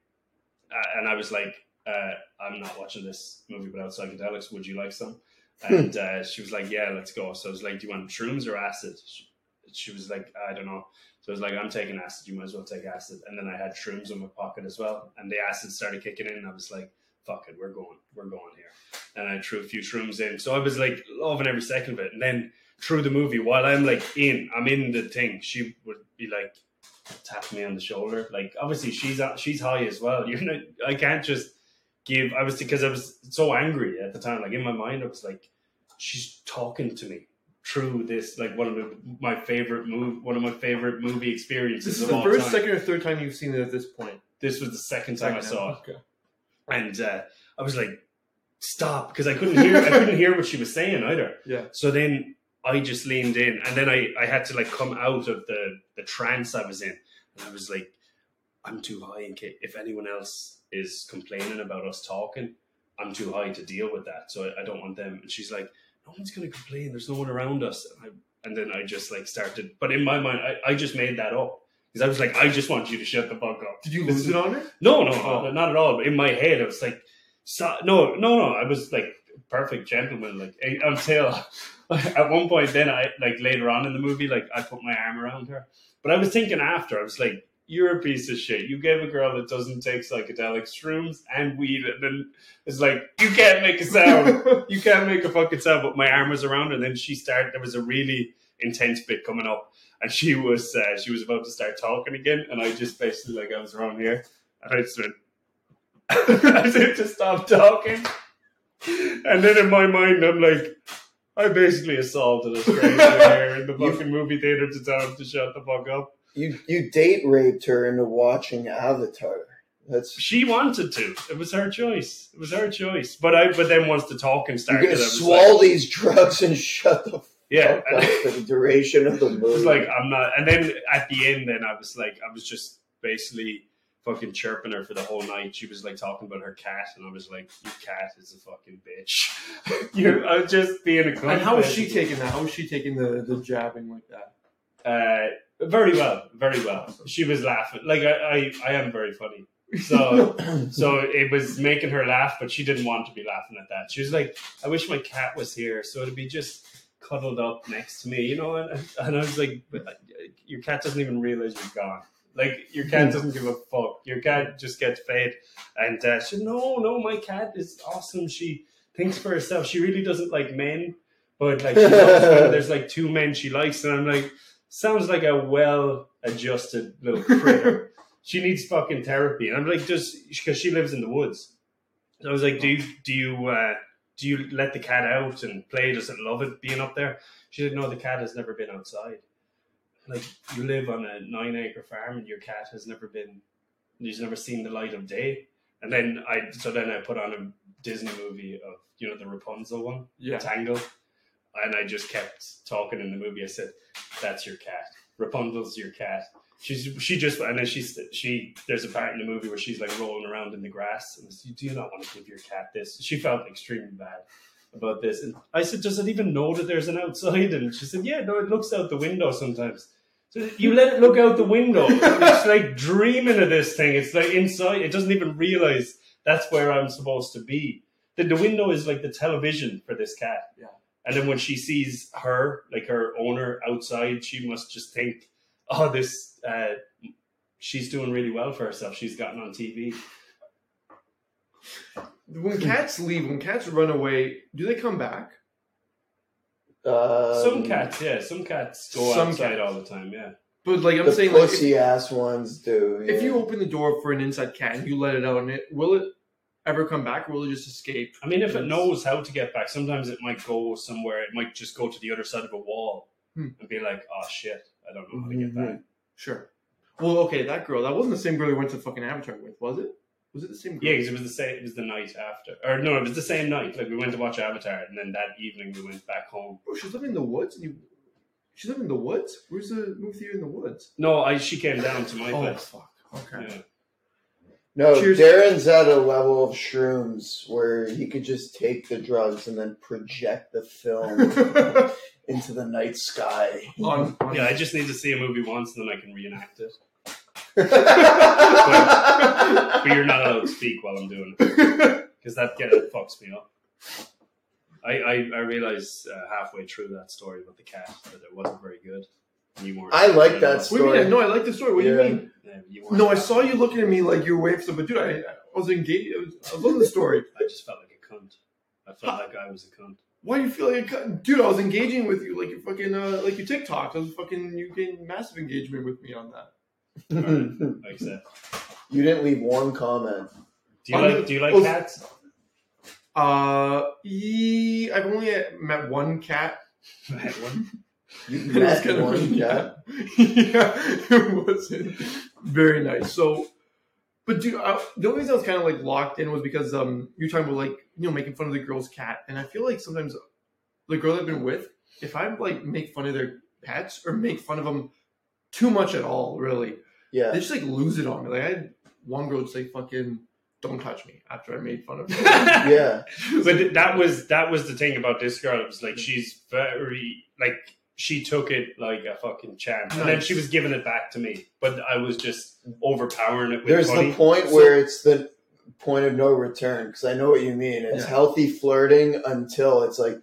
Speaker 3: uh, and I was like, uh, I'm not watching this movie without psychedelics. Would you like some? And uh, she was like, Yeah, let's go. So I was like, Do you want shrooms or acid? She, she was like, I don't know. So I was like, I'm taking acid. You might as well take acid. And then I had shrooms in my pocket as well, and the acid started kicking in. And I was like, Fuck it, we're going, we're going here. And I threw a few shrooms in. So I was like loving every second of it. And then through the movie, while I'm like in, I'm in the thing. She would be like tapping me on the shoulder. Like obviously she's she's high as well. You know, I can't just give. I was because I was so angry at the time. Like in my mind, I was like, she's talking to me through this. Like one of the, my favorite move, one of my favorite movie experiences.
Speaker 2: This
Speaker 3: of
Speaker 2: is the
Speaker 3: all
Speaker 2: first,
Speaker 3: time.
Speaker 2: second, or third time you've seen it at this point.
Speaker 3: This was the second time I saw it
Speaker 2: Okay.
Speaker 3: and uh, I was like, "Stop!" because I couldn't hear. I couldn't hear what she was saying either.
Speaker 2: Yeah.
Speaker 3: So then I just leaned in, and then I I had to like come out of the the trance I was in, and I was like, "I'm too high in case if anyone else is complaining about us talking, I'm too high to deal with that. So I, I don't want them." And she's like, "No one's gonna complain. There's no one around us." And I and then I just like started, but in my mind, I, I just made that up. Because I was like, I just want you to shut the fuck up.
Speaker 2: Did you
Speaker 3: This
Speaker 2: lose
Speaker 3: is-
Speaker 2: it on her?
Speaker 3: no, uh, no,
Speaker 2: Oh.
Speaker 3: no, not at all. But in my head, I was like, so, no, no, no. I was like, perfect gentleman. Like eh, until at one point, then I like later on in the movie, like I put my arm around her. But I was thinking after, I was like, "You're a piece of shit. You gave a girl that doesn't take psychedelic shrooms and weed, and then it's like you can't make a sound. you can't make a fucking sound." But my arm was around her, and then she started. There was a really intense bit coming up, and she was uh, she was about to start talking again, and I just basically like I was around here, and I just went. I said to stop talking. And then in my mind, I'm like, I basically assaulted a stranger there in the fucking movie theater to tell him to shut the fuck up.
Speaker 1: You you date raped her into watching Avatar. That's
Speaker 3: She wanted to. It was her choice. It was her choice. But I. But then once the talking
Speaker 1: you're
Speaker 3: started, I
Speaker 1: gonna
Speaker 3: was
Speaker 1: swallow
Speaker 3: like,
Speaker 1: these drugs and shut the
Speaker 3: yeah.
Speaker 1: fuck up for the duration of the
Speaker 3: It
Speaker 1: movie.
Speaker 3: was like I'm not. And then at the end, then I was like, I was just basically fucking chirping her for the whole night. She was like talking about her cat, and I was like, "Your cat is a fucking bitch." you, I was just being a.
Speaker 2: And how is she
Speaker 3: cunt.
Speaker 2: taking that? How is she taking the, the jabbing like that?
Speaker 3: Uh, very well, very well. She was laughing. Like I, I, I am very funny. So, so it was making her laugh, but she didn't want to be laughing at that. She was like, "I wish my cat was here, so it'd be just cuddled up next to me, you know." And, and I was like, but, like, "Your cat doesn't even realize you're gone. Like your cat doesn't give a fuck. Your cat just gets fed." And uh, she, no, no, my cat is awesome. She thinks for herself. She really doesn't like men, but like she loves when there's like two men she likes, and I'm like, sounds like a well-adjusted little critter she needs fucking therapy. And I'm like, does because she lives in the woods. So I was like, do you do you uh, do you let the cat out and play? Does it love it being up there? She said, no, the cat has never been outside. Like you live on a nine acre farm and your cat has never been, he's never seen the light of day. And then I so then I put on a Disney movie of you know the Rapunzel one.
Speaker 2: Yeah.
Speaker 3: Tango. And I just kept talking in the movie. I said, "That's your cat. Rapunzel's your cat." She's she just and then she's she. There's a part in the movie where she's like rolling around in the grass and says, "Do you not want to give your cat this?" She felt extremely bad about this, and I said, "Does it even know that there's an outside?" And she said, "Yeah, no, it looks out the window sometimes." So you let it look out the window. it's like dreaming of this thing. It's like inside. It doesn't even realize that's where I'm supposed to be the, the window is like the television for this cat.
Speaker 2: Yeah.
Speaker 3: And then when she sees her, like her owner outside, she must just think, oh, this, uh, she's doing really well for herself. She's gotten on TV.
Speaker 2: When cats leave, when cats run away, do they come back?
Speaker 1: Um,
Speaker 3: some cats, yeah, some cats go
Speaker 2: Some
Speaker 3: outside
Speaker 2: cats.
Speaker 3: all the time, yeah.
Speaker 2: But like I'm
Speaker 1: the
Speaker 2: saying, like,
Speaker 1: pussy ass ones do.
Speaker 2: if, if you
Speaker 1: yeah.
Speaker 2: open the door for an inside cat and you let it out, and it will it ever come back, or will it just escape?
Speaker 3: I mean, if it
Speaker 2: Yes.
Speaker 3: knows how to get back, sometimes it might go somewhere. It might just go to the other side of a wall
Speaker 2: Hmm. Mm-hmm.
Speaker 3: and be like, oh, shit, I don't know how to get
Speaker 1: Mhm.
Speaker 3: back.
Speaker 2: Sure. Well, okay, that girl. That wasn't the same girl we went to fucking Avatar with, was it? Was it the same girl?
Speaker 3: Yeah, because it was the same. It was the night after, or no, it was the same night. Like we went to watch Avatar, and then that evening we went back home.
Speaker 2: Bro, she's living in the woods. And you, she's living in the woods. Where's the movie theater in the woods?
Speaker 3: No, I she came down to my
Speaker 2: Oh
Speaker 3: place.
Speaker 2: fuck. Okay.
Speaker 3: Yeah.
Speaker 1: No,
Speaker 2: Cheers.
Speaker 1: Darren's at a level of shrooms where he could just take the drugs and then project the film into the night sky.
Speaker 2: on, on-
Speaker 3: yeah, I just need to see a movie once, and then I can reenact it. But you're not allowed to speak while I'm doing it because that get fucks me up. I I, I realized uh, halfway through that story about the cat that it wasn't very good. And You weren't
Speaker 1: I like that
Speaker 3: enough.
Speaker 1: story.
Speaker 2: What do you mean? No, I like the story. What do
Speaker 1: Yeah.
Speaker 2: you mean?
Speaker 3: Yeah, you weren't
Speaker 2: No, I
Speaker 3: enough.
Speaker 2: saw you looking at me like you were waiting for something, but dude, I, I was engaged. I was, I was loving the story.
Speaker 3: I just felt like a cunt. I felt like I was a cunt.
Speaker 2: Why do you feel like a cut? Dude, I was engaging with you like your fucking, uh, like your TikTok. I was fucking, you gained massive engagement with me on that.
Speaker 1: you
Speaker 3: Like I said,
Speaker 1: didn't leave one comment.
Speaker 3: do you
Speaker 2: I'm
Speaker 3: like
Speaker 2: gonna-
Speaker 3: do you like
Speaker 2: oh,
Speaker 3: cats?
Speaker 2: Uh, ye, I've only met one cat.
Speaker 1: You
Speaker 2: It was
Speaker 1: met
Speaker 2: kind of
Speaker 1: one
Speaker 2: funny,
Speaker 1: cat.
Speaker 2: yeah, it wasn't very nice. So, but dude, I, the only reason I was kind of like locked in was because um, you're talking about like you know making fun of the girl's cat, and I feel like sometimes the girl I've been with, if I like make fun of their pets or make fun of them too much at all, really, they
Speaker 1: Yeah.
Speaker 2: just like lose it on me. Like I had one girl just like fucking don't touch me after I made fun of her.
Speaker 3: yeah.
Speaker 1: Yeah.
Speaker 3: but th- that was that was the thing about this girl. It was like she's very like she took it like a fucking champ, and then
Speaker 2: Nice.
Speaker 3: she was giving it back to me. But I was just overpowering it with
Speaker 1: There's
Speaker 3: funny.
Speaker 1: the point where it's the point of no return because I know what you mean. It's
Speaker 2: Yeah.
Speaker 1: healthy flirting until it's like,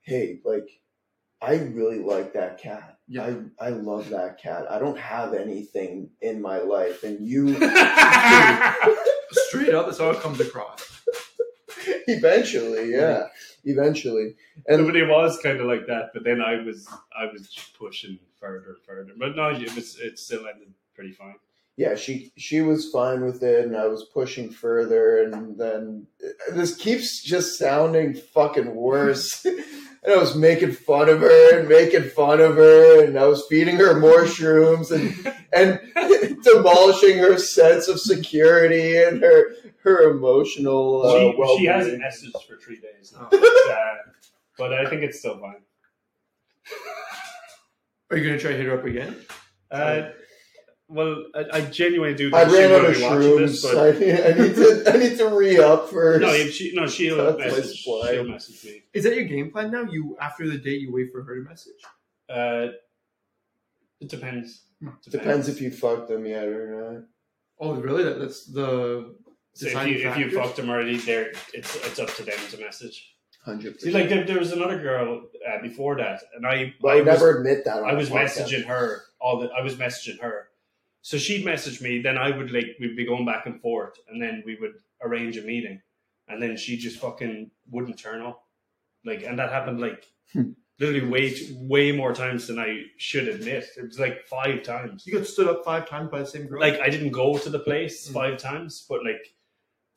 Speaker 1: hey, like I really like that cat.
Speaker 2: Yeah.
Speaker 1: I, I love that cat. I don't have anything in my life, and you
Speaker 2: Straight up, that's how it comes across.
Speaker 1: eventually, yeah, eventually, and
Speaker 3: Nobody was kind of like that, but then I was I was just pushing further and further. But no, it was it still ended pretty fine.
Speaker 1: yeah, she she was fine with it, and I was pushing further, and then this keeps just sounding fucking worse. and I was making fun of her and making fun of her, and I was feeding her more shrooms and and demolishing her sense of security and her her emotional uh,
Speaker 3: she,
Speaker 1: well
Speaker 3: she has an
Speaker 1: being.
Speaker 3: message for three days now,
Speaker 2: Oh.
Speaker 3: but, uh, but I think it's still fine.
Speaker 2: Are you gonna try to hit her up again?
Speaker 3: Uh, well, I, I genuinely do.
Speaker 1: I
Speaker 3: Think she
Speaker 1: ran out
Speaker 3: will
Speaker 1: of
Speaker 3: be watching
Speaker 1: shrooms.
Speaker 3: this, but
Speaker 1: I, I need to I need to re up first.
Speaker 3: no, if she no, she'll
Speaker 1: That's my
Speaker 3: message.
Speaker 1: supply.
Speaker 3: She'll message me.
Speaker 2: Is that your game plan now? You after the date, you wait for her to message.
Speaker 3: Uh, it depends.
Speaker 1: Depends if you fucked them yet or not.
Speaker 2: Oh, really? That, that's the
Speaker 3: So if
Speaker 2: deciding
Speaker 3: you if you
Speaker 2: factor?
Speaker 3: fucked them already, there it's it's up to them to message.
Speaker 1: Hundred
Speaker 3: See,
Speaker 1: percent.
Speaker 3: like there, there was another girl uh, before that, and I
Speaker 1: But
Speaker 3: I
Speaker 1: I
Speaker 3: was,
Speaker 1: never admit that. On
Speaker 3: I
Speaker 1: the
Speaker 3: was
Speaker 1: podcast.
Speaker 3: messaging her all the I was messaging her, so she'd message me. Then I would like we'd be going back and forth, and then we would arrange a meeting, and then she just fucking wouldn't turn up, like, and that happened like literally way t- way more times than I should admit. It was like five times
Speaker 2: You got stood up five times by the same girl.
Speaker 3: like I didn't go to the place
Speaker 2: Mm.
Speaker 3: five times, but like,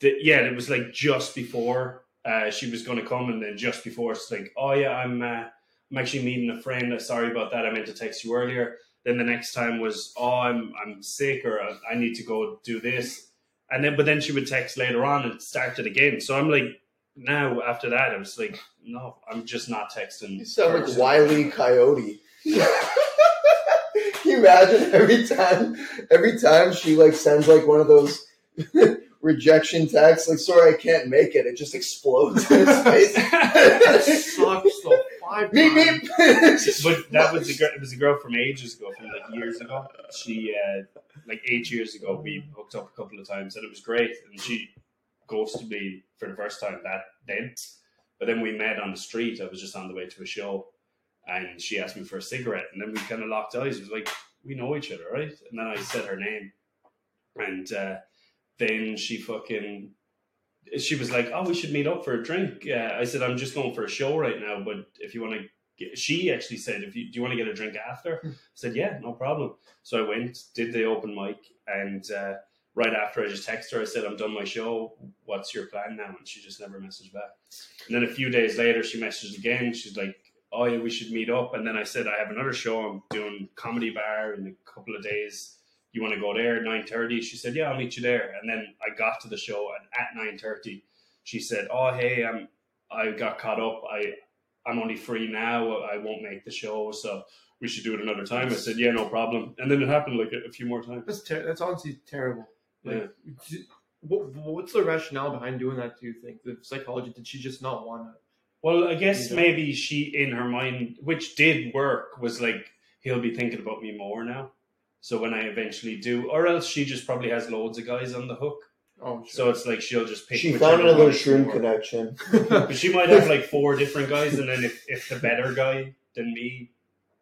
Speaker 3: the, yeah, it was like just before uh, she was going to come, and then just before it's like, oh yeah, I'm uh, I'm actually meeting a friend. Uh, Sorry about that. I meant to text you earlier. Then the next time was, oh, I'm I'm sick or uh, I, I need to go do this, and then but then she would text later on and start it again. So I'm like, now after that, I was like, no, I'm just not texting.
Speaker 1: You sound like
Speaker 3: first.
Speaker 1: Wiley Coyote. Can you imagine every time, every time she like sends like one of those rejection texts, like sorry I can't make it. It just explodes in his face.
Speaker 2: that sucks. The five
Speaker 1: meep
Speaker 2: times.
Speaker 1: meep.
Speaker 3: But that was a girl. It was a girl from ages ago, from like years ago. She, uh, like eight years ago, we hooked up a couple of times, and it was great. And she ghosted me for the first time that then. But then we met on the street. I was just on the way to a show, and she asked me for a cigarette, and then we kind of locked eyes. It was like we know each other, right? And then I said her name, and uh, then she fucking. She was like, "Oh, we should meet up for a drink." Uh, I said, "I'm just going for a show right now, but if you want to she actually said, "If you do you want to get a drink after?" I said, "Yeah, no problem." So I went, did the open mic, and uh, right after I just texted her. I said, "I'm done my show. What's your plan now?" And she just never messaged back. And then a few days later, she messaged again. She's like, "Oh yeah, we should meet up." And then I said, "I have another show. I'm doing comedy bar in a couple of days." You want to go there at nine thirty? She said, "Yeah, I'll meet you there." And then I got to the show, and at nine thirty, she said, "Oh hey, I'm I got caught up. I I'm only free now. I won't make the show, so we should do it another time. I said, yeah, no problem. And then it happened like a, a few more times.
Speaker 2: That's ter- that's honestly terrible. Like, d- what, what's the rationale behind doing that? Do you think the psychology? Did she just not want to?
Speaker 3: Well, I guess
Speaker 2: Yeah.
Speaker 3: maybe she, in her mind, which did work, was like, he'll be thinking about me more now. So when I eventually do, or else she just probably has loads of guys on the hook.
Speaker 2: Oh,
Speaker 3: So it's like she'll just pick.
Speaker 1: she
Speaker 3: whichever
Speaker 1: found another
Speaker 3: one is
Speaker 1: shroom
Speaker 3: more.
Speaker 1: connection.
Speaker 2: sure.
Speaker 3: But she might have like four different guys, and then if, if the better guy than me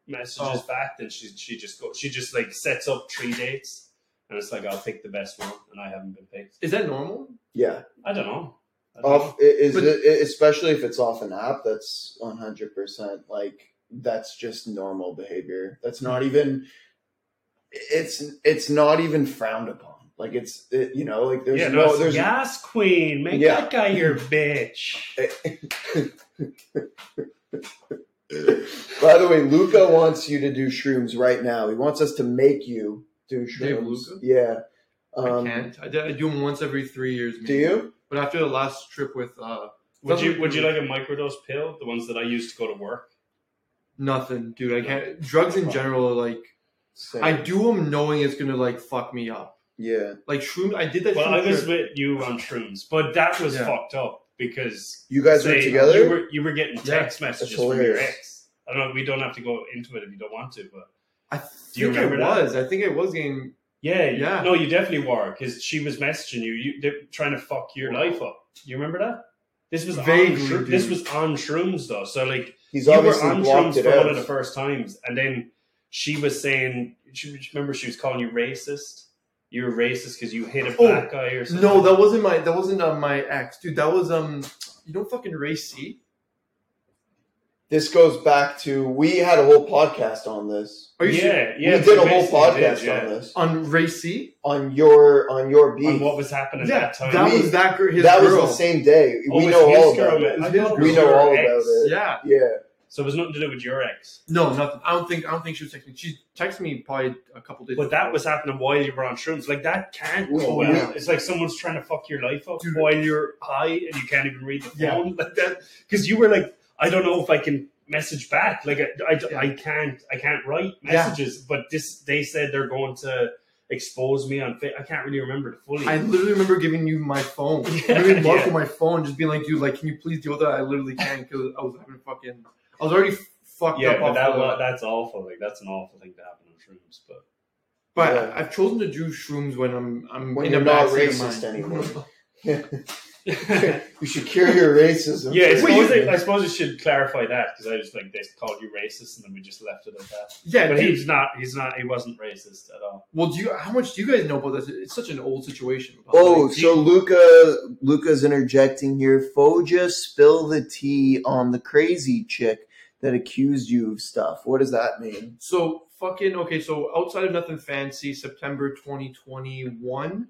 Speaker 3: messages
Speaker 2: Oh.
Speaker 3: back, then she she just go she just like sets up three dates, and it's like I'll pick the best one, and I haven't been picked.
Speaker 2: Is that normal?
Speaker 1: Yeah,
Speaker 3: I don't know. I don't
Speaker 1: off i- is
Speaker 2: But-
Speaker 1: it, especially if it's off an app. That's one hundred percent like that's just normal behavior. That's not even it's it's not even frowned upon. Like it's it, you know like
Speaker 3: know.
Speaker 1: there's
Speaker 3: yeah,
Speaker 1: no,
Speaker 3: no, it's
Speaker 1: there's
Speaker 3: yes, queen, make
Speaker 1: Yeah.
Speaker 3: that guy your bitch.
Speaker 1: By the way, Luca wants you to do shrooms right now. He wants us to make you do shrooms.
Speaker 2: Dave Luca?
Speaker 1: Yeah. Um,
Speaker 2: I can't. I, do- I do them once every three years.
Speaker 1: Do
Speaker 2: Maybe.
Speaker 1: you?
Speaker 2: But after the last trip with uh,
Speaker 3: Would
Speaker 2: Doesn't-
Speaker 3: you would you like a microdose pill? The ones that I used to go to work.
Speaker 2: nothing, dude. I can't. Drugs in general, are like
Speaker 1: Same.
Speaker 2: I do them knowing it's gonna like fuck me up.
Speaker 1: Yeah.
Speaker 2: Like shroom, I did that.
Speaker 3: Well,
Speaker 2: shroom
Speaker 3: I was
Speaker 2: trip.
Speaker 3: with you on shrooms, but that was
Speaker 2: Yeah.
Speaker 3: fucked up because
Speaker 1: You guys were
Speaker 3: Say,
Speaker 1: together?
Speaker 3: You were, you were getting
Speaker 2: Yeah.
Speaker 3: text messages
Speaker 1: That's
Speaker 3: from your
Speaker 1: hilarious.
Speaker 3: ex. I don't. We don't have to go into it if you don't want to, but
Speaker 2: I
Speaker 3: Do you
Speaker 2: think I
Speaker 3: remember that?
Speaker 2: was. I think I was getting
Speaker 3: Yeah,
Speaker 2: Yeah.
Speaker 3: yeah. No, you definitely were because she was messaging you, you they're trying to fuck your life up. You remember that? This was
Speaker 2: Vaguely,
Speaker 3: on,
Speaker 2: dude.
Speaker 3: shroo- this was on shrooms though. So like
Speaker 1: He's
Speaker 3: you were
Speaker 1: obviously
Speaker 3: on
Speaker 1: blocked
Speaker 3: shrooms
Speaker 1: it
Speaker 3: for one of the
Speaker 1: out.
Speaker 3: first times, and then she was saying, she, remember she was calling you racist. You were racist because you hit a
Speaker 2: Oh,
Speaker 3: black guy or something.
Speaker 2: No, that wasn't my that wasn't uh, my ex, dude. That was um, you know, fucking Ray C.
Speaker 1: This goes back to we had a whole podcast on this.
Speaker 2: Are you
Speaker 3: yeah,
Speaker 2: sure?
Speaker 3: yeah.
Speaker 1: we did a
Speaker 3: we
Speaker 1: whole
Speaker 3: basically
Speaker 1: podcast
Speaker 3: did, yeah.
Speaker 1: on this
Speaker 2: on Ray C?
Speaker 1: on your on your
Speaker 3: on
Speaker 1: beat.
Speaker 3: what was happening
Speaker 2: Yeah,
Speaker 3: at that time.
Speaker 2: that
Speaker 1: We-
Speaker 2: was that girl. His
Speaker 1: That was
Speaker 2: girl.
Speaker 1: the same day.
Speaker 3: Oh,
Speaker 1: we
Speaker 3: it's
Speaker 1: know
Speaker 3: his
Speaker 1: all
Speaker 3: girl,
Speaker 1: about
Speaker 3: man.
Speaker 1: it.
Speaker 3: I thought it
Speaker 1: We
Speaker 3: was
Speaker 1: know
Speaker 3: your
Speaker 1: all
Speaker 3: ex.
Speaker 1: about it.
Speaker 2: Yeah.
Speaker 1: Yeah.
Speaker 3: So it was nothing to do with your ex.
Speaker 2: No, nothing. I don't think I don't think she was texting. me. She texted me probably a couple days.
Speaker 3: But
Speaker 2: before.
Speaker 3: that was happening while you were on shrooms. Like that can't
Speaker 1: Oh,
Speaker 3: go well.
Speaker 1: yeah.
Speaker 3: It's like someone's trying to fuck your life up
Speaker 2: Dude.
Speaker 3: while you're high and you can't even read the
Speaker 2: Yeah.
Speaker 3: phone like that. Because you were like, I don't know if I can message back. Like I, I,
Speaker 2: Yeah.
Speaker 3: I can't, I can't write
Speaker 2: Yeah.
Speaker 3: messages. But this, they said they're going to expose me on. Fa- I can't really remember the fully.
Speaker 2: I literally remember giving you my phone.
Speaker 3: Yeah,
Speaker 2: I gave Marco
Speaker 3: yeah.
Speaker 2: my phone, just being like, "Dude, like, can you please deal with that? I literally can't because I was having fucking. I was already fucked
Speaker 3: yeah,
Speaker 2: up.
Speaker 3: but
Speaker 2: off
Speaker 3: that,
Speaker 2: the-
Speaker 3: wa- that's awful. Like that's an awful thing to happen on shrooms. But
Speaker 2: But
Speaker 1: Yeah.
Speaker 2: I've chosen to do shrooms when I'm I'm
Speaker 1: When
Speaker 2: in
Speaker 1: you're
Speaker 2: a
Speaker 1: not
Speaker 2: bad state of
Speaker 1: racist
Speaker 2: mind.
Speaker 1: anymore.
Speaker 3: yeah,
Speaker 1: you should cure your racism.
Speaker 3: I
Speaker 2: Wait,
Speaker 3: suppose,
Speaker 2: you-
Speaker 3: it, I suppose it should clarify that because I was like they called you racist and then we just left it at that.
Speaker 2: yeah,
Speaker 3: But
Speaker 2: dude.
Speaker 3: he's not. He's not. He wasn't racist at all.
Speaker 2: Well, do you? How much do you guys know about this? It's such an old situation. About,
Speaker 1: Oh,
Speaker 2: like,
Speaker 1: so Luca Luca's interjecting here. Foja spill the tea on the crazy chick that accused you of stuff. What does that mean?
Speaker 2: So fucking okay. So outside of nothing fancy, September 2021,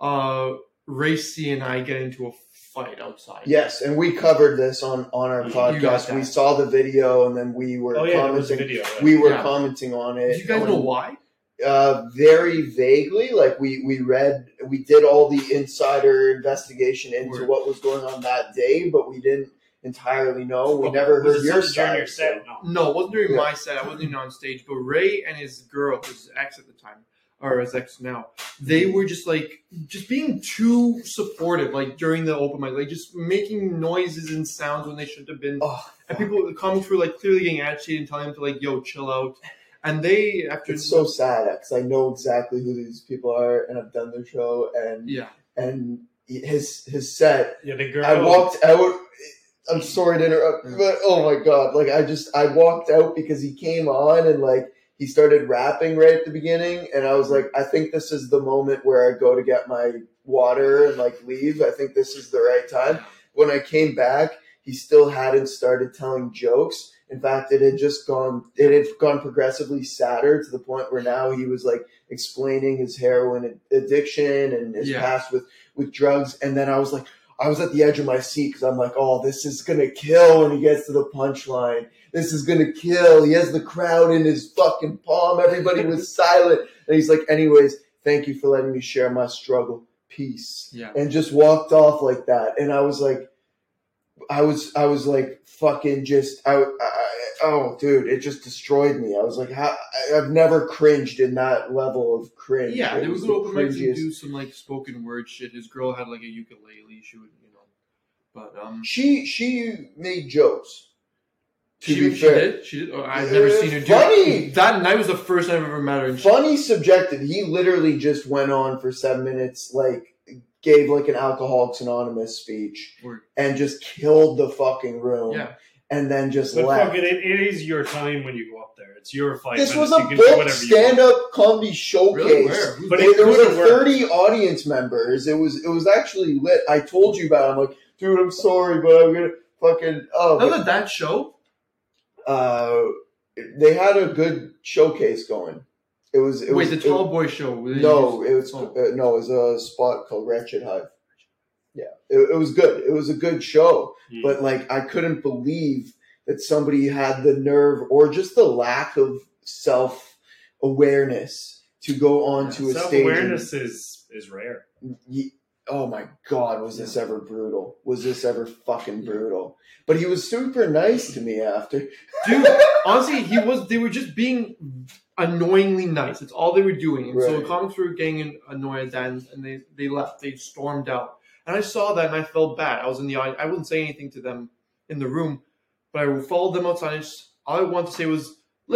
Speaker 2: uh, Racy and I get into a fight outside.
Speaker 1: Yes, and we covered this on on our
Speaker 3: You
Speaker 2: got
Speaker 1: podcast.
Speaker 2: that.
Speaker 1: We saw the video, and then we were
Speaker 3: Oh yeah, there was a
Speaker 1: commenting.
Speaker 3: video. right?
Speaker 1: We were
Speaker 2: Yeah.
Speaker 1: commenting on
Speaker 2: Do
Speaker 1: it.
Speaker 2: you guys know why?
Speaker 1: Uh, very vaguely, like we we read, we did all the insider investigation into
Speaker 2: Word.
Speaker 1: what was going on that day, but we didn't entirely know. We
Speaker 3: Oh,
Speaker 1: never
Speaker 3: was
Speaker 1: heard
Speaker 3: it
Speaker 1: your
Speaker 3: something during your
Speaker 1: side. so-
Speaker 3: set. No.
Speaker 2: No, it wasn't during
Speaker 1: Yeah.
Speaker 2: my set. I wasn't even on stage. But Ray and his girl, his ex at the time, or his ex now, they were just like just being too supportive, like during the open mic, like just making noises and sounds when they shouldn't have been.
Speaker 1: Oh,
Speaker 2: And people, the comics were like clearly getting agitated and telling them to like, "Yo, chill out." And they after
Speaker 1: It's so sad because I know exactly who these people are, and I've done their show, and
Speaker 2: yeah.
Speaker 1: and his his set.
Speaker 3: Yeah, the girl.
Speaker 1: I walked out. I'm sorry to interrupt,
Speaker 2: Mm.
Speaker 1: but oh my god! Like I just I walked out because he came on and like he started rapping right at the beginning, and I was like, I think this is the moment where I go to get my water and like leave. I think this is the right time. When I came back, he still hadn't started telling jokes. In fact, it had just gone it had gone progressively sadder to the point where now he was like explaining his heroin addiction and his
Speaker 2: Yeah.
Speaker 1: past with with drugs. And then I was like, I was at the edge of my seat because I'm like, oh, this is gonna kill when he gets to the punchline. This is gonna kill. He has the crowd in his fucking palm. Everybody was silent, and he's like, anyways, thank you for letting me share my struggle. Peace
Speaker 2: Yeah.
Speaker 1: and just walked off like that. And I was like, I was, I was like, fucking just, I, I, I- oh, dude, it just destroyed me. I was like, how, I- I've never cringed in that level of cringe.
Speaker 2: Yeah,
Speaker 1: It
Speaker 2: there was an
Speaker 1: the
Speaker 2: open mic to
Speaker 1: cringiest-
Speaker 2: do some like spoken word shit. His girl had like a ukulele. She would, you know, but um,
Speaker 1: She, she made jokes. To
Speaker 2: she,
Speaker 1: be
Speaker 2: she
Speaker 1: fair.
Speaker 2: did. She did. Oh, I've never
Speaker 1: Yeah,
Speaker 2: seen her do
Speaker 1: funny!
Speaker 2: it. That night was the first time I've ever met her. And she,
Speaker 1: Funny subjective. He literally just went on for seven minutes, like gave like an Alcoholics Anonymous speech
Speaker 2: Word.
Speaker 1: and just killed the fucking room.
Speaker 2: yeah,
Speaker 1: And then just
Speaker 3: But
Speaker 1: left.
Speaker 3: fuck it, it, it is your time when you go up there. It's your fight.
Speaker 1: this was a
Speaker 3: minutes. you can do
Speaker 1: booked
Speaker 3: whatever you want.
Speaker 1: stand-up comedy showcase.
Speaker 2: really? Where? Who's
Speaker 3: But
Speaker 2: that?
Speaker 1: There-
Speaker 3: it
Speaker 1: there was
Speaker 3: could've
Speaker 1: like
Speaker 3: worked.
Speaker 1: 30 audience members. It was it was actually lit. I told you about. It. I'm like, dude, I'm sorry, but I'm gonna fucking. Oh,
Speaker 2: Now that that show,
Speaker 1: but, uh, they had a good showcase going. It was it was
Speaker 2: wait, the
Speaker 1: it-
Speaker 2: Tall Boy show. where they
Speaker 1: no,
Speaker 2: used-
Speaker 1: it was
Speaker 2: oh.
Speaker 1: uh, no, it was a spot called Wretched Hive. Yeah, it, it was good. It was a good show,
Speaker 3: Mm.
Speaker 1: but like I couldn't believe that somebody had the nerve or just the lack of self awareness to go onto a stage. and-
Speaker 3: self-awareness is is rare.
Speaker 1: Ye- oh my god, was this ever brutal? Was this ever fucking brutal? But he was super nice to me after.
Speaker 2: dude. honestly, he was. They were just being annoyingly nice. It's all they were doing. And so
Speaker 1: Right.
Speaker 2: the comics were getting annoyed at that, and, and they they left. They stormed out. And I saw that, and I felt bad. I was in the audience. I wouldn't say anything to them in the room, but I followed them outside. And just, all I wanted to say was,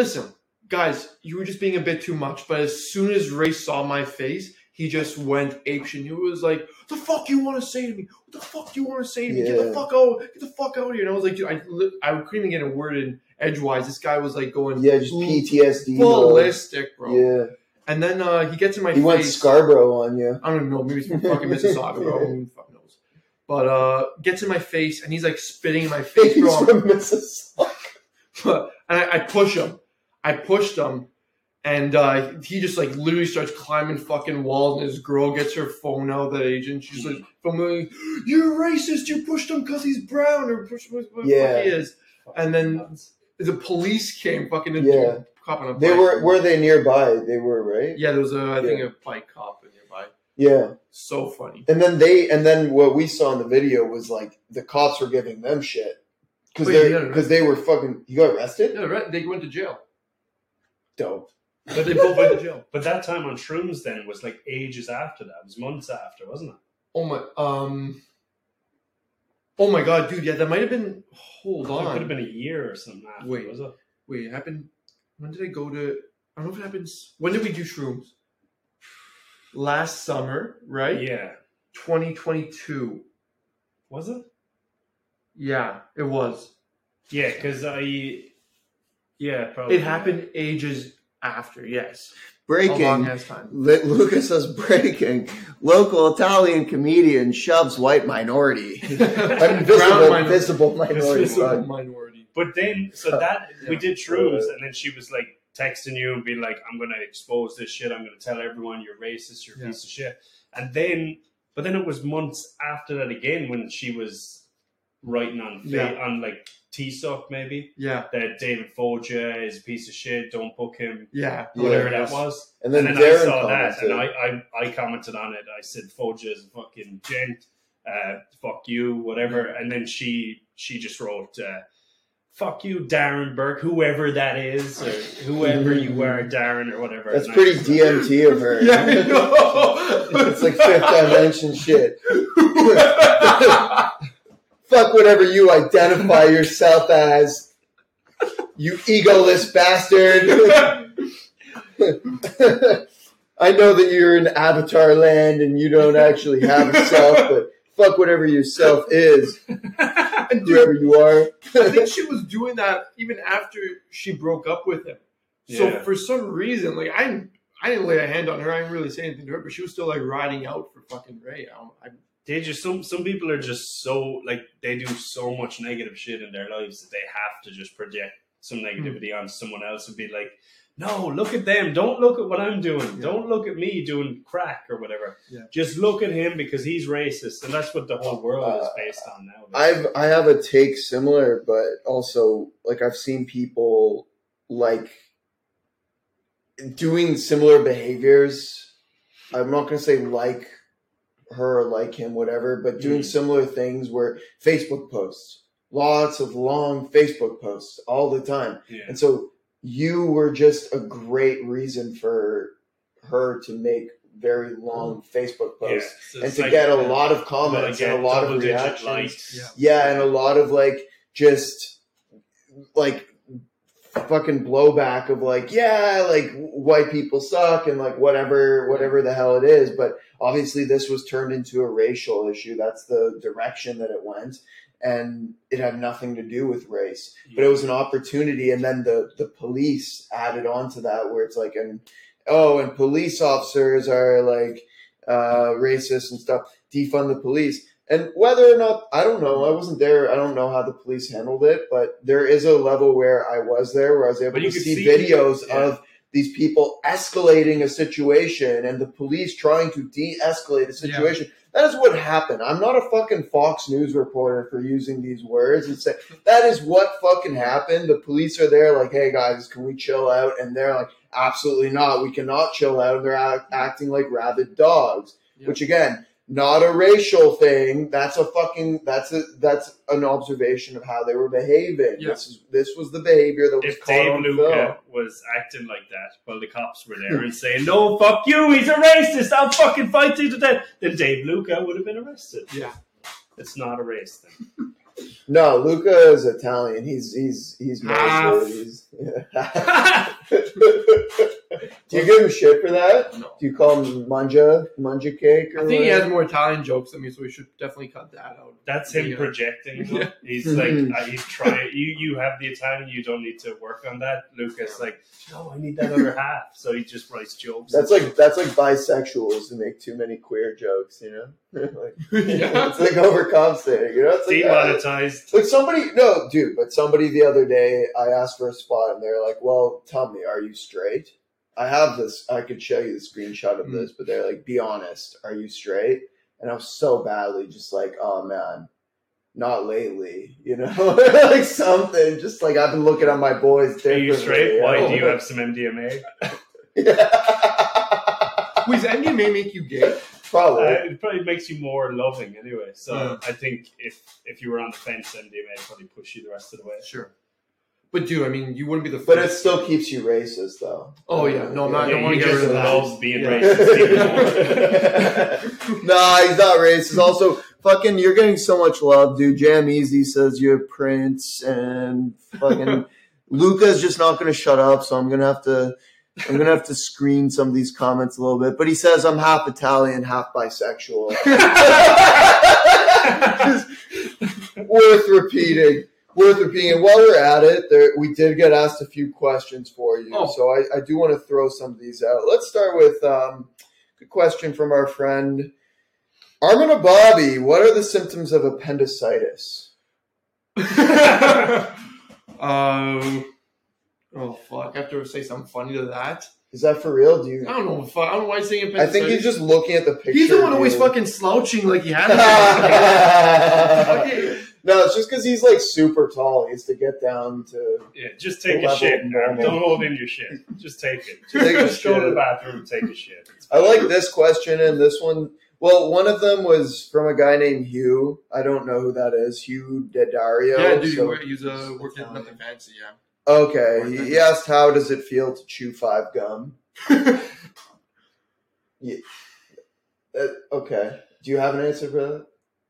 Speaker 2: "Listen, guys, you were just being a bit too much. But as soon as Ray saw my face, he just went apeshit. He was like, "The fuck you want to say to me? What the fuck do you want to say to me? Get the
Speaker 1: Yeah.
Speaker 2: fuck out! Get the fuck out of here!" And I was like, dude, I, li- I couldn't even get a word in edgewise. This guy was like going
Speaker 1: Yeah, just PTSD. mode.
Speaker 2: ballistic, bro.
Speaker 1: Yeah,
Speaker 2: And then uh, he gets in my
Speaker 1: he
Speaker 2: face.
Speaker 1: went Scarborough on you.
Speaker 2: I don't even know. Maybe it's from fucking Mississauga, bro. Who the fuck knows? But uh, gets in my face and he's like spitting in my face,
Speaker 1: He's
Speaker 2: bro.
Speaker 1: from Mississauga.
Speaker 2: and I, I push him. I pushed him, and uh, he just like literally starts climbing fucking walls. And his girl gets her phone out. That agent, she's like, from the- "You're racist. You pushed him because he's brown, or pushed what, what
Speaker 1: Yeah.
Speaker 2: yeah. he is." And then the police came, fucking
Speaker 1: Yeah.
Speaker 2: cop on a
Speaker 1: They
Speaker 2: bike.
Speaker 1: were were they nearby? They were right.
Speaker 2: yeah. There was a I think a bike cop nearby.
Speaker 1: yeah.
Speaker 2: So funny.
Speaker 1: And then they, and then what we saw in the video was like the cops were giving them shit because
Speaker 2: Wait,
Speaker 1: they
Speaker 2: you got arrested?
Speaker 1: because they were fucking. You got arrested?
Speaker 2: Yeah, right. They went to jail,
Speaker 1: Dope.
Speaker 2: but they both went to jail.
Speaker 3: But that time on Shrooms then was like ages after that. It was months after, wasn't it?
Speaker 2: Oh my, um, oh my god, dude. Yeah, that might have been. Hold
Speaker 3: It
Speaker 2: on.
Speaker 3: could have been a year or something after,
Speaker 2: Wait.
Speaker 3: was it?
Speaker 2: Wait, it happened. When did I go to? I don't know if it happens. When did we do shrooms? Last summer, right?
Speaker 3: Yeah.
Speaker 2: 2022.
Speaker 3: Was it?
Speaker 2: Yeah, it was.
Speaker 3: Yeah, because I. Yeah, probably.
Speaker 2: It happened ages after. Yes, a long
Speaker 1: Breaking.
Speaker 2: ass time.
Speaker 1: Li- Lucas says breaking. Local Italian comedian shoves white minority.
Speaker 2: Brown
Speaker 1: Invisible,
Speaker 2: minor-
Speaker 1: invisible minority.
Speaker 3: Invisible.
Speaker 1: fuck.
Speaker 2: Visible minority.
Speaker 3: But then, so that we
Speaker 2: Uh, Yeah. Uh,
Speaker 3: did shrooms, and then she was like texting you and being like, "I'm gonna expose this shit. I'm gonna tell everyone you're racist. You're a
Speaker 2: Yeah.
Speaker 3: piece of shit." And then, but then it was months after that again when she was writing on fa-
Speaker 2: Yeah.
Speaker 3: on like T-Suck maybe
Speaker 2: Yeah,
Speaker 3: that David Folger is a piece of shit. Don't book him.
Speaker 2: yeah.
Speaker 1: Yeah.
Speaker 3: Whatever
Speaker 2: Hilarious.
Speaker 3: that was.
Speaker 1: And
Speaker 3: And
Speaker 1: then
Speaker 3: then I
Speaker 1: Darren
Speaker 3: saw that,
Speaker 1: commented.
Speaker 3: and I, I I commented on it. I said Folger is a fucking gent. Uh, fuck you, whatever. And then she she just wrote. Uh, Fuck you, Darren Burke, whoever that is, or whoever you are, Darren, or whatever.
Speaker 1: Mm-hmm. That's
Speaker 3: And I
Speaker 1: pretty
Speaker 3: was like,
Speaker 1: DMT of her.
Speaker 2: Yeah, I know.
Speaker 1: it's like fifth dimension shit. Fuck whatever you identify yourself as. You egoless bastard. I know that you're in Avatar land and you don't actually have a self, but fuck whatever your self is,
Speaker 2: And dude,
Speaker 1: whoever you are.
Speaker 2: I think she was doing that even after she broke up with him. So
Speaker 3: Yeah.
Speaker 2: for some reason, like I, didn't- I didn't lay a hand on her. I didn't really say anything to her, but she was still like riding out for fucking Ray. I, don't- I,
Speaker 3: They just some some people are just so like they do so much negative shit in their lives that they have to just project some
Speaker 2: Hmm.
Speaker 3: negativity on someone else and be like, "No, look at them. Don't look at what I'm doing.
Speaker 2: Yeah.
Speaker 3: Don't look at me doing crack or whatever.
Speaker 2: Yeah.
Speaker 3: Just look at him because he's racist." And that's what the whole world is
Speaker 1: Uh,
Speaker 3: based on now.
Speaker 1: I've I have a take similar, but also like I've seen people like doing similar behaviors. I'm not gonna say like her or like him, whatever, but doing
Speaker 3: Mm.
Speaker 1: similar things where Facebook posts, lots of long Facebook posts all the time.
Speaker 3: yeah.
Speaker 1: And so you were just a great reason for her to make very long Facebook
Speaker 3: Mm. Yeah.
Speaker 1: posts
Speaker 3: So
Speaker 1: and
Speaker 3: it's
Speaker 1: to
Speaker 3: like,
Speaker 1: get a
Speaker 3: uh,
Speaker 1: lot of
Speaker 3: well,
Speaker 1: comments
Speaker 3: again,
Speaker 1: and a lot of
Speaker 3: double-digit
Speaker 1: reactions.
Speaker 3: likes.
Speaker 2: Yeah.
Speaker 1: Yeah, and a lot of like just like fucking blowback of like, yeah, like white people suck and like whatever, whatever the hell it is. But obviously, this was turned into a racial issue. That's the direction that it went. And it had nothing to do with race but it was an opportunity and then the the police added on to that where it's like and oh and police officers are like uh racist and stuff defund the police and whether or not i don't know i wasn't there i don't know how the police handled it but there is a level where i was there where i was able
Speaker 3: But
Speaker 1: to
Speaker 3: you could
Speaker 1: see,
Speaker 3: see-
Speaker 1: videos
Speaker 3: yeah.
Speaker 1: of these people escalating a situation and the police trying to de-escalate a
Speaker 2: Yeah.
Speaker 1: situation that is what happened. I'm not a fucking Fox News reporter for using these words and say that is what fucking happened. The police are there, like, hey guys, can we chill out? And they're like, absolutely not. We cannot chill out. And they're act- acting like rabid dogs,
Speaker 2: Yeah.
Speaker 1: which again, not a racial thing. That's a fucking that's a that's an observation of how they were behaving.
Speaker 2: Yeah.
Speaker 1: This is this was the behavior that was
Speaker 3: If
Speaker 1: caught
Speaker 3: Dave
Speaker 1: on film. Hmm.
Speaker 3: Luca was acting like that while the cops were there and saying, No, fuck you, he's a racist, I'll fucking fight you to death, then Dave Luca would have been arrested.
Speaker 2: yeah.
Speaker 3: It's not a race thing.
Speaker 1: No, Luca is Italian. He's he's he's
Speaker 3: Half.
Speaker 2: Ah.
Speaker 1: mostly. He's, Do you give him shit for that?
Speaker 2: No.
Speaker 1: Do you call him manja manja cake? Or
Speaker 2: I think he
Speaker 1: whatever?
Speaker 2: has more Italian jokes than me, so we should definitely cut that out.
Speaker 3: That's him
Speaker 2: Yeah.
Speaker 3: projecting. though.
Speaker 2: Yeah.
Speaker 3: He's
Speaker 1: Mhm.
Speaker 3: like, uh, he's trying. You you have the Italian. You don't need to work on that. Lucas
Speaker 2: Yeah.
Speaker 3: like, no, I need that other half. So he just writes jokes.
Speaker 1: That's like that's like bisexuals who make too many queer jokes. You know, like,
Speaker 2: yeah.
Speaker 1: it's like overcompensating. You know, it's like, uh,
Speaker 3: demonetized.
Speaker 1: Like somebody, no, dude, but somebody the other day, I asked for a spot, and they're like, "Well, tell me, are you straight?" I have this. I could show you the screenshot
Speaker 3: Hmm.
Speaker 1: of this, but they're like, "Be honest, are you straight?" And I'm so badly just like, "Oh man, not lately," you know, like something. Just like I've been looking at my boys.
Speaker 3: Are you
Speaker 1: differently,
Speaker 3: straight? Why
Speaker 1: know?
Speaker 3: do you have some MDMA?
Speaker 2: Wait, does MDMA make you gay?
Speaker 3: Uh,
Speaker 1: Probably.
Speaker 3: it probably makes you more loving anyway. So
Speaker 2: Mm.
Speaker 3: I think if if you were on the fence, MDMA would probably push you the rest of the way.
Speaker 2: Sure. But dude, I mean, you wouldn't be the first.
Speaker 1: but it still keeps you racist, though.
Speaker 2: Oh, yeah. No, I'm not- I
Speaker 3: Yeah,
Speaker 2: don't wanna
Speaker 3: you
Speaker 2: get
Speaker 3: just
Speaker 2: rid of that.
Speaker 3: love being
Speaker 2: Yeah.
Speaker 3: racist. even more.
Speaker 1: nah, he's not racist. Also, fucking, you're getting so much love, dude. Jam Easy says you're Prince, and fucking Luca's just not gonna shut up. So I'm gonna have to, I'm gonna have to screen some of these comments a little bit. But he says I'm half Italian, half bisexual. Just worth repeating. Worth repeating. And while we're at it, there, we did get asked a few questions for you,
Speaker 2: Oh.
Speaker 1: so I, I do want to throw some of these out. Let's start with um, a question from our friend Armin and Bobby. What are the symptoms of appendicitis?
Speaker 2: um, oh fuck! I have to say something funny to that.
Speaker 1: Is that for real? Do
Speaker 2: I
Speaker 1: you?
Speaker 2: don't know. Fuck, I don't know why I'm saying
Speaker 1: I think he's
Speaker 2: appendicitis.
Speaker 1: just looking at the picture.
Speaker 2: He's the one always
Speaker 1: dude.
Speaker 2: fucking slouching like he had. it.
Speaker 1: no,
Speaker 2: Okay.
Speaker 1: it's just because he's like super tall. He has to get down to.
Speaker 3: Yeah, just take a
Speaker 1: Level
Speaker 3: shit. Aaron.
Speaker 1: normal.
Speaker 3: Don't hold in your shit. Just take it.
Speaker 1: Take a
Speaker 3: Just go to
Speaker 1: shit.
Speaker 3: the bathroom and take a shit.
Speaker 1: I like this question and this one. Well, one of them was from a guy named Hugh. I don't know who that is. Hugh Daddario.
Speaker 2: yeah, dude,
Speaker 1: so-
Speaker 2: he was uh, working at nothing fancy. Yeah.
Speaker 1: okay, he, he asked, "How does it feel to chew five gum?" yeah. Uh, okay. Do you have an answer for that?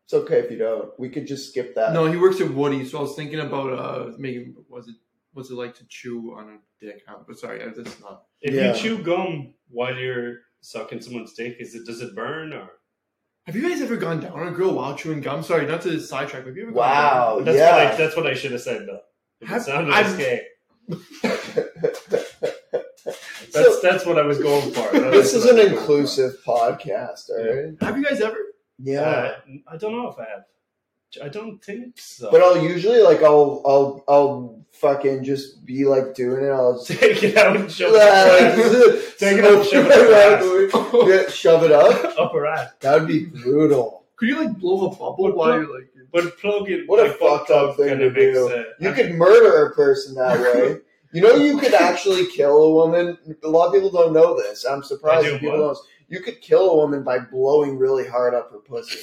Speaker 1: It's okay if you don't. We could just skip that.
Speaker 2: No, he works at Woody. So I was thinking about uh, making. Was it? What's it like to chew on a dick? Huh? But sorry, I- that's not.
Speaker 3: If
Speaker 1: Yeah.
Speaker 3: you chew gum while you're sucking someone's dick, is it does it burn or?
Speaker 2: Have you guys ever gone down on a girl while chewing gum? Sorry, not to sidetrack. But have you ever?
Speaker 1: Wow.
Speaker 2: Gone down?
Speaker 3: That's what
Speaker 1: Oh, yeah.
Speaker 3: I, that's what I should have said though. If it
Speaker 2: Have-
Speaker 3: sounded
Speaker 2: I'm-
Speaker 3: like gay. That's
Speaker 1: So-
Speaker 3: that's what I was going for. That
Speaker 1: this is
Speaker 3: was what
Speaker 1: an
Speaker 3: I was going for.
Speaker 1: inclusive podcast, all right?
Speaker 2: Have you guys ever?
Speaker 1: Yeah.
Speaker 3: Uh, I don't know if I have. I don't think so.
Speaker 1: But I'll usually like I'll I'll I'll fucking just be like doing it. I'll just
Speaker 3: take it out and shove
Speaker 1: Like,
Speaker 3: it
Speaker 1: just-
Speaker 3: Take it out, shove it up
Speaker 1: Yeah, shove it up.
Speaker 3: up upper ass.
Speaker 1: That would be brutal.
Speaker 2: Could you like blow a bubble while you're like?
Speaker 3: But plug in.
Speaker 1: What a
Speaker 3: like, butt
Speaker 1: fucked up
Speaker 3: plug
Speaker 1: thing to
Speaker 3: kinda makes,
Speaker 1: do.
Speaker 3: uh,
Speaker 1: You could murder a person that way. You know, you could actually kill a woman. A lot of people don't know this. I'm surprised
Speaker 3: I do
Speaker 1: that people
Speaker 3: what?
Speaker 1: don't. You could kill a woman by blowing really hard up her pussy.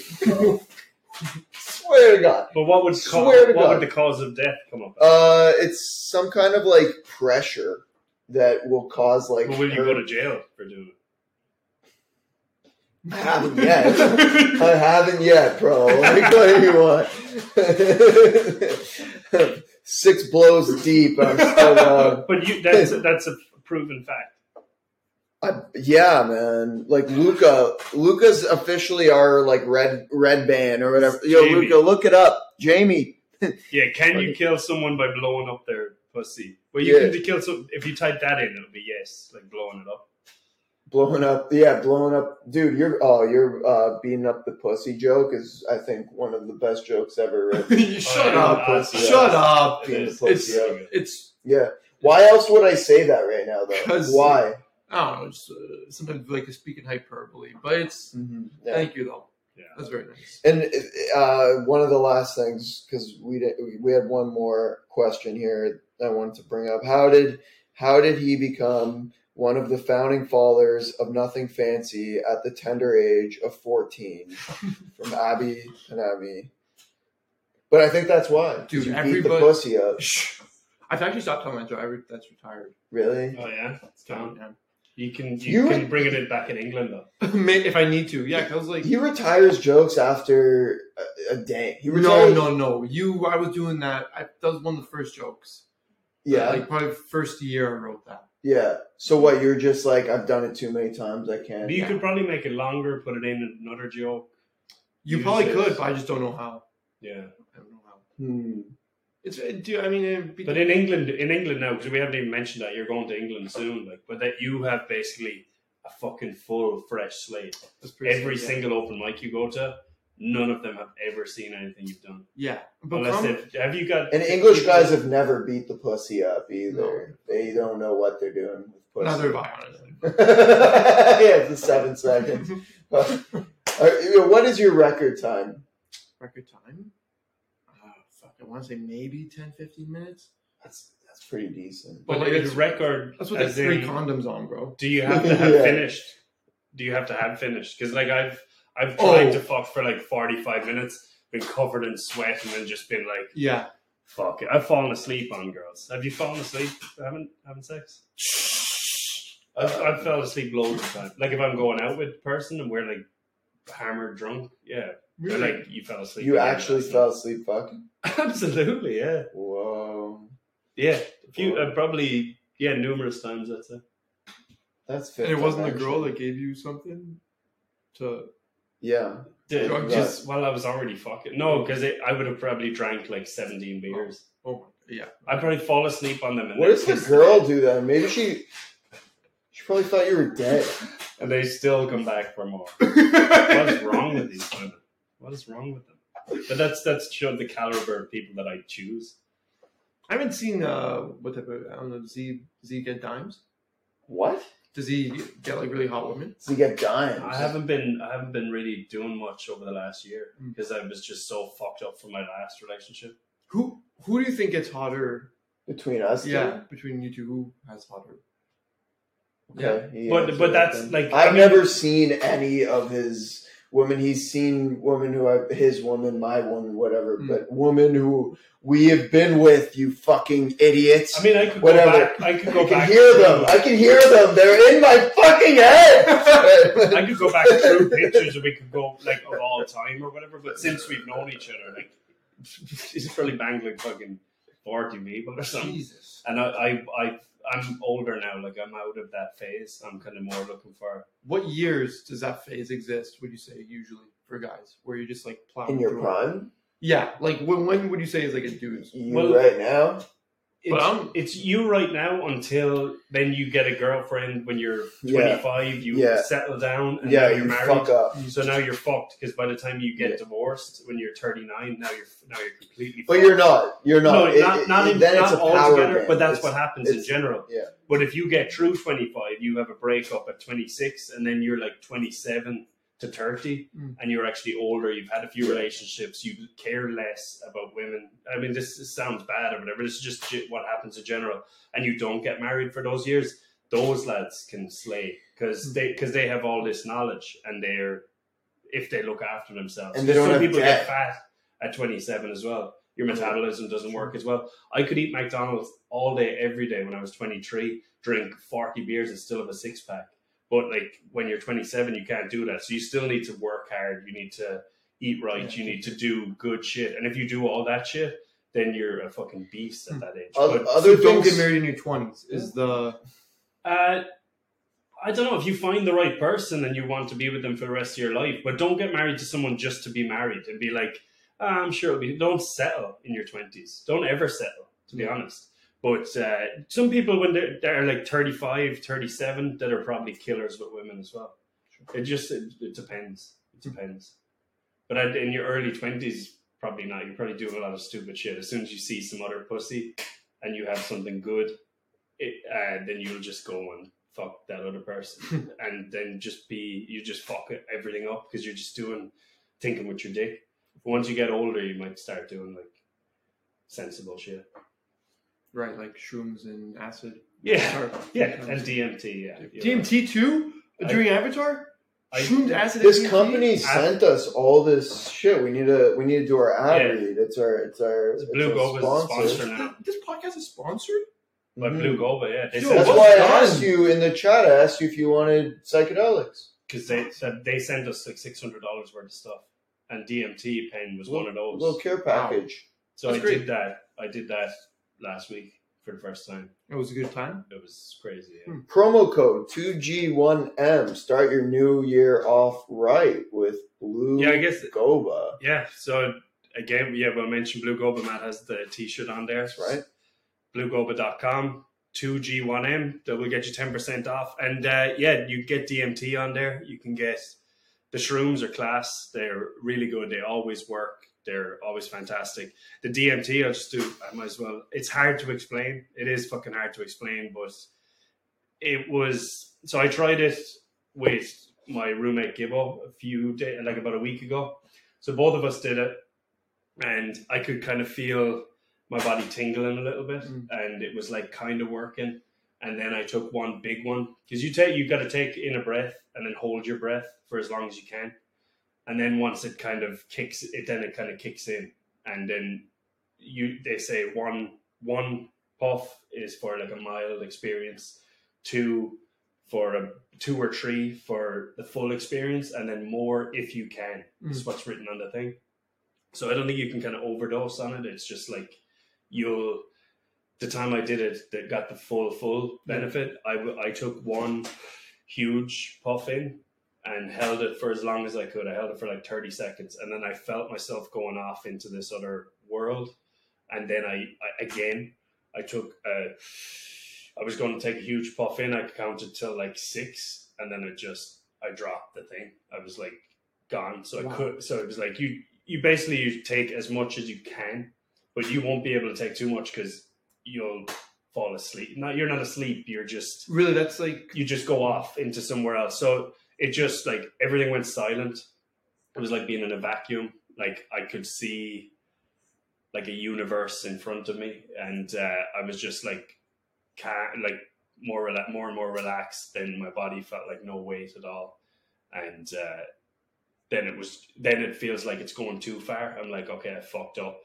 Speaker 1: Swear to God.
Speaker 3: But what would co-
Speaker 1: Swear to
Speaker 3: what
Speaker 1: God.
Speaker 3: would the cause of death come up? as?
Speaker 1: Uh, it's some kind of like pressure that will cause like.
Speaker 3: Or will you
Speaker 1: her-
Speaker 3: go to jail for doing
Speaker 1: I haven't yet. I haven't yet, bro. Like, what do you want? Six blows deep. I'm still. Uh,
Speaker 3: it? But you, that's that's a proven fact.
Speaker 1: I, yeah, man. Like Luca, Luca's officially our like red red band or whatever. Yo,
Speaker 3: Jamie.
Speaker 1: Luca, look it up, Jamie.
Speaker 3: Yeah, can you
Speaker 1: Like-
Speaker 3: kill someone by blowing up their pussy? Well, you
Speaker 1: Yeah.
Speaker 3: can kill some. If you type that in, it'll be yes, like blowing it up.
Speaker 1: Blowing up, yeah, blowing up, dude. You're oh, you're uh, beating up the pussy joke is I think one of the best jokes ever. Written.
Speaker 2: You Shut
Speaker 3: Oh,
Speaker 2: up!
Speaker 3: yeah.
Speaker 2: Shut up!
Speaker 3: It is.
Speaker 1: Fuck
Speaker 2: It's
Speaker 1: yeah.
Speaker 2: it's
Speaker 1: Yeah. Why else would I say that right now, though?
Speaker 2: 'Cause-
Speaker 1: Why?
Speaker 2: I don't know. Just, uh, sometimes like to speak in hyperbole, but it's.
Speaker 1: Mm-hmm. Yeah.
Speaker 2: Thank you though.
Speaker 3: Yeah.
Speaker 2: That's very nice.
Speaker 1: And uh, one of the last things, because we did, we had one more question here I wanted to bring up. How did how did he become one of the founding fathers of Nothing Fancy at the tender age of fourteen? From Abby and Abby. But I think that's why. 'cause
Speaker 2: Dude,
Speaker 1: you beat the
Speaker 2: everybody-
Speaker 1: pussy up.
Speaker 2: Shh. I've actually stopped telling my job. That's retired.
Speaker 1: Really?
Speaker 3: Oh yeah, it's down.
Speaker 2: Down.
Speaker 3: You can you,
Speaker 1: You
Speaker 3: can
Speaker 1: would-
Speaker 3: bring it in back in England though.
Speaker 2: May- if I need to, yeah. 'cause I was like,
Speaker 1: He retires jokes after a, a day. He
Speaker 2: no,
Speaker 1: retires,
Speaker 2: no, no. You, I was doing that. I, that was one of the first jokes.
Speaker 1: Yeah,
Speaker 2: like probably first year I wrote that.
Speaker 1: yeah. So what? You're just like I've done it too many times. I can't.
Speaker 3: But you could probably make it longer, put it in another joke.
Speaker 2: You
Speaker 3: You
Speaker 2: probably
Speaker 3: said-
Speaker 2: could, but I just don't know how.
Speaker 3: Yeah,
Speaker 2: I don't know how.
Speaker 1: Hmm.
Speaker 2: It's it- do I mean? It'd be,
Speaker 3: but in England, in England now because we haven't even mentioned that you're going to England soon. Like, but that you have basically a fucking full fresh slate.
Speaker 2: it's pretty
Speaker 3: Every
Speaker 2: simple,
Speaker 3: single open mic you go to, none of them have ever seen anything you've done.
Speaker 2: yeah. yeah. But
Speaker 3: Unless
Speaker 2: com-
Speaker 3: they've, have you got
Speaker 1: And English guys have never beat the pussy up either. They don't know what they're doing with pussy.
Speaker 2: neither have I honestly.
Speaker 1: yeah, it's the seven seconds. Uh, you know, what is your record time?
Speaker 2: Record time. Uh, fuck, I want to say maybe 10, 15 minutes.
Speaker 1: That's that's pretty decent.
Speaker 3: But
Speaker 2: Well,
Speaker 3: like
Speaker 2: it's-
Speaker 3: record.
Speaker 2: That's what they
Speaker 3: as
Speaker 2: three
Speaker 3: in-
Speaker 2: condoms on, bro.
Speaker 3: Do you have to have
Speaker 1: Yeah.
Speaker 3: finished? Do you have to have finished? Because like I've I've tried
Speaker 2: Oh.
Speaker 3: to fuck for like forty five minutes, been covered in sweat, and then just been like,
Speaker 2: Yeah.
Speaker 3: fuck it. I've fallen asleep on girls. Have you fallen asleep having having sex? I've I've fallen asleep loads of times. Like if I'm going out with a person and we're like hammered drunk, yeah. They're like you fell asleep.
Speaker 1: You
Speaker 3: again
Speaker 1: actually
Speaker 3: last
Speaker 1: fell asleep fucking?
Speaker 3: night." Absolutely, yeah.
Speaker 1: Whoa.
Speaker 3: Yeah. A few uh, probably yeah, numerous times I'd say.
Speaker 1: That's
Speaker 2: And
Speaker 1: fifth
Speaker 2: it wasn't the
Speaker 1: dimension.
Speaker 2: girl that gave you something to.
Speaker 1: Yeah.
Speaker 3: Dude,
Speaker 2: Drunk
Speaker 3: just while I was already fucking no, because I would have probably drank like seventeen beers.
Speaker 2: Oh my. Yeah.
Speaker 3: I'd probably fall asleep on them. And
Speaker 1: What
Speaker 3: they
Speaker 1: does the
Speaker 3: kiss-
Speaker 1: girl do then? Maybe she she probably thought you were dead.
Speaker 3: And they still come back for more. What is wrong with these women? What is wrong with them? But that's that's showed the caliber of people that I choose.
Speaker 2: I haven't seen uh what type of I don't know. Does he does he get dimes?
Speaker 1: What?
Speaker 2: Does he get like really hot women?
Speaker 1: So you get dimes.
Speaker 3: I haven't been I haven't been really doing much over the last year
Speaker 2: Mm.
Speaker 3: because I was just so fucked up from my last relationship.
Speaker 2: Who who do you think gets hotter?
Speaker 1: between us. two?
Speaker 2: Yeah, between you two, who has hotter?
Speaker 1: Okay, he
Speaker 3: But
Speaker 1: answered
Speaker 3: but
Speaker 1: it
Speaker 3: that's
Speaker 1: then.
Speaker 3: like
Speaker 1: I've
Speaker 3: I mean-
Speaker 1: never seen any of his women. He's seen women who I, his woman, my woman, whatever.
Speaker 2: Hmm.
Speaker 1: But women who we have been with, you fucking idiots.
Speaker 3: I mean I could
Speaker 1: Whatever.
Speaker 3: go back I could
Speaker 1: I
Speaker 3: go
Speaker 1: can
Speaker 3: back
Speaker 1: hear
Speaker 3: through-
Speaker 1: them. I can hear them. They're in my fucking head.
Speaker 3: I could go back through pictures and we could go like of all time or whatever, but since we've known each other, like he's probably banged like fucking forty people or something.
Speaker 2: Jesus.
Speaker 3: And I, I I I'm older now, like I'm out of that phase. I'm kinda more looking for
Speaker 2: What years does that phase exist? Would you say usually for guys, where you're just like plowing
Speaker 1: in your
Speaker 2: through it?
Speaker 1: prime,
Speaker 2: Yeah, like when, when would you say is like a dude's?
Speaker 1: you
Speaker 3: Well-
Speaker 1: right now.
Speaker 3: it's,
Speaker 2: But I'm-
Speaker 3: it's you right now until then you get a girlfriend when you're
Speaker 1: Yeah.
Speaker 3: 25, you
Speaker 1: Yeah.
Speaker 3: settle down, and
Speaker 1: Yeah,
Speaker 3: now you're
Speaker 1: you
Speaker 3: married.
Speaker 1: fuck up.
Speaker 3: So now you're fucked because by the time you get
Speaker 1: Yeah.
Speaker 3: divorced when you're 39, now you're now you're completely.
Speaker 1: But
Speaker 3: fucked.
Speaker 1: you're not. You're not.
Speaker 3: No,
Speaker 1: It-
Speaker 3: not,
Speaker 1: it-
Speaker 3: not,
Speaker 1: it-
Speaker 3: in,
Speaker 1: then
Speaker 3: not
Speaker 1: it's a
Speaker 3: all
Speaker 1: power
Speaker 3: together,
Speaker 1: band.
Speaker 3: but that's
Speaker 1: It's-
Speaker 3: what happens in
Speaker 1: it's-
Speaker 3: general.
Speaker 1: yeah.
Speaker 3: But if you get through 25, you have a breakup at 26, and then you're like 27 to 30,
Speaker 2: Mm.
Speaker 3: and you're actually older, you've had a few relationships, you care less about women. I mean, this, this sounds bad or whatever, this is just ge- what happens in general. And you don't get married for those years, those lads can slay because
Speaker 2: Mm.
Speaker 3: they, cause they have all this knowledge and they're, if they look after themselves,
Speaker 1: And they don't
Speaker 3: some
Speaker 1: have
Speaker 3: people
Speaker 1: debt.
Speaker 3: get fat at 27 as well. Your metabolism doesn't work as well. I could eat McDonald's all day, every day when I was 23, drink 40 beers and still have a six pack. But like when you're 27, you can't do that. So you still need to work hard. You need to eat right.
Speaker 2: Yeah.
Speaker 3: You need to do good shit. And if you do all that shit, then you're a fucking beast
Speaker 1: Hmm.
Speaker 3: at that age.
Speaker 1: Other,
Speaker 3: But,
Speaker 1: other
Speaker 2: so don't
Speaker 1: things-
Speaker 2: get married in your twenties. Is the
Speaker 3: uh, I don't know if you find the right person and you want to be with them for the rest of your life, but don't get married to someone just to be married and be like, "Ah, I'm sure it'll be. Don't settle in your 20s. Don't ever settle, to be
Speaker 2: Yeah.
Speaker 3: honest. But uh, some people, when they're, they're like 35, 37, that are probably killers with women as well. It just it, it depends. It depends. But I, in your early 20s, probably not. You're probably doing a lot of stupid shit. As soon as you see some other pussy and you have something good, it, uh, then you'll just go and fuck that other person, and then just be you just fuck it- everything up because you're just doing thinking with your dick. But once you get older, you might start doing like sensible shit.
Speaker 2: right like shrooms and acid.
Speaker 3: Yeah,
Speaker 2: Sorry.
Speaker 3: yeah, and DMT. Yeah, You're right.
Speaker 2: DMT two
Speaker 3: I-
Speaker 2: during Avatar.
Speaker 3: I-
Speaker 2: shrooms, acid. and
Speaker 1: This
Speaker 2: DMT?
Speaker 1: company sent us all this shit. We need to we need to do our ad
Speaker 3: Yeah.
Speaker 1: read. It's our it's our,
Speaker 3: Blue
Speaker 1: our
Speaker 3: Gob is a sponsor now.
Speaker 2: Th- This podcast is sponsored.
Speaker 3: by
Speaker 1: Mhm.
Speaker 3: Blue Gova. Yeah, they
Speaker 2: mm-hmm. Yo,
Speaker 3: sent
Speaker 1: That's
Speaker 2: what's
Speaker 1: why I
Speaker 2: done?
Speaker 1: asked you in the chat. I asked you if you wanted psychedelics.
Speaker 3: because they said they sent us like six hundred dollars worth of stuff, and DMT pen was one of
Speaker 1: A
Speaker 3: those.
Speaker 1: little care package.
Speaker 3: so I
Speaker 2: That's great.
Speaker 3: did that. I did that last week for the first time.
Speaker 2: It was a good time.
Speaker 3: It was crazy. Yeah.
Speaker 2: Hmm.
Speaker 1: Promo code 2G1M. Start your new year off right with Blue
Speaker 3: Yeah, I guess-
Speaker 1: Goba.
Speaker 3: Yeah. So again, yeah, we'll mention Blue Goba. Matt has the T-shirt on there.
Speaker 1: That's right.
Speaker 3: bluegoba.com 2g1m that will get you 10% off and uh, yeah you get dmt on there you can get the shrooms are class they're really good they always work they're always fantastic the dmt i'll just do i might as well it's hard to explain it is fucking hard to explain but it was so i tried it with my roommate gibbo a few days like about a week ago so both of us did it and i could kind of feel my body tingling a little bit
Speaker 2: Mm.
Speaker 3: and it was like kind of working and then i took one big one because you take you got to take in a breath and then hold your breath for as long as you can and then once it kind of kicks it then it kind of kicks in and then you they say one one puff is for like a mild experience two for a two or three for the full experience and then more if you can
Speaker 2: Hmm.
Speaker 3: is
Speaker 2: Mm.
Speaker 3: what's written on the thing. So I don't think you can kind of overdose on it. It's just like you'll. The time I did it, that got the full full
Speaker 2: Yeah.
Speaker 3: benefit. I w- I took one huge puff in and held it for as long as I could. I held it for like thirty seconds, and then I felt myself going off into this other world. And then I, I again, I took. Uh, I was going to take a huge puff in. I counted till like six, and then it just I dropped the thing. I was like gone. So
Speaker 2: Wow.
Speaker 3: I could. So it was like you. You basically you take as much as you can, but you won't be able to take too much because you'll fall asleep. Not you're not asleep. You're just
Speaker 2: Really, that's like
Speaker 3: you just go off into somewhere else. So it just like everything went silent. It was like being in a vacuum. Like I could see like a universe in front of me, and uh, I was just like can like more rela- more and more relaxed. Then my body felt like no weight at all, and uh, then it was then it feels like it's going too far. I'm like, okay, I fucked up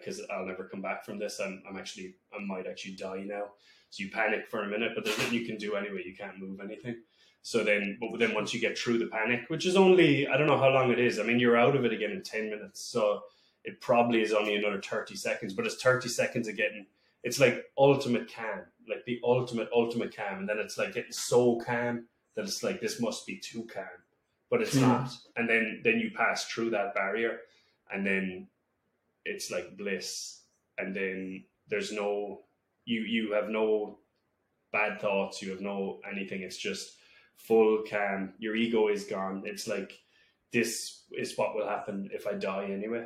Speaker 3: because I'll never come back from this. I'm I'm actually I might actually die now. So you panic for a minute, but there's nothing you can do anyway. You can't move anything. So then, but then once you get through the panic, which is only I don't know how long it is. I mean, you're out of it again in ten minutes, so it probably is only another thirty seconds. But it's thirty seconds of getting. It's like ultimate calm, like the ultimate ultimate calm, and then it's like getting so calm that it's like this must be too calm, but it's
Speaker 2: Hmm.
Speaker 3: not. And then then you pass through that barrier, and then it's like bliss. And then there's no you you have no bad thoughts you have no anything it's just full calm your ego is gone it's like this is what will happen if i die anyway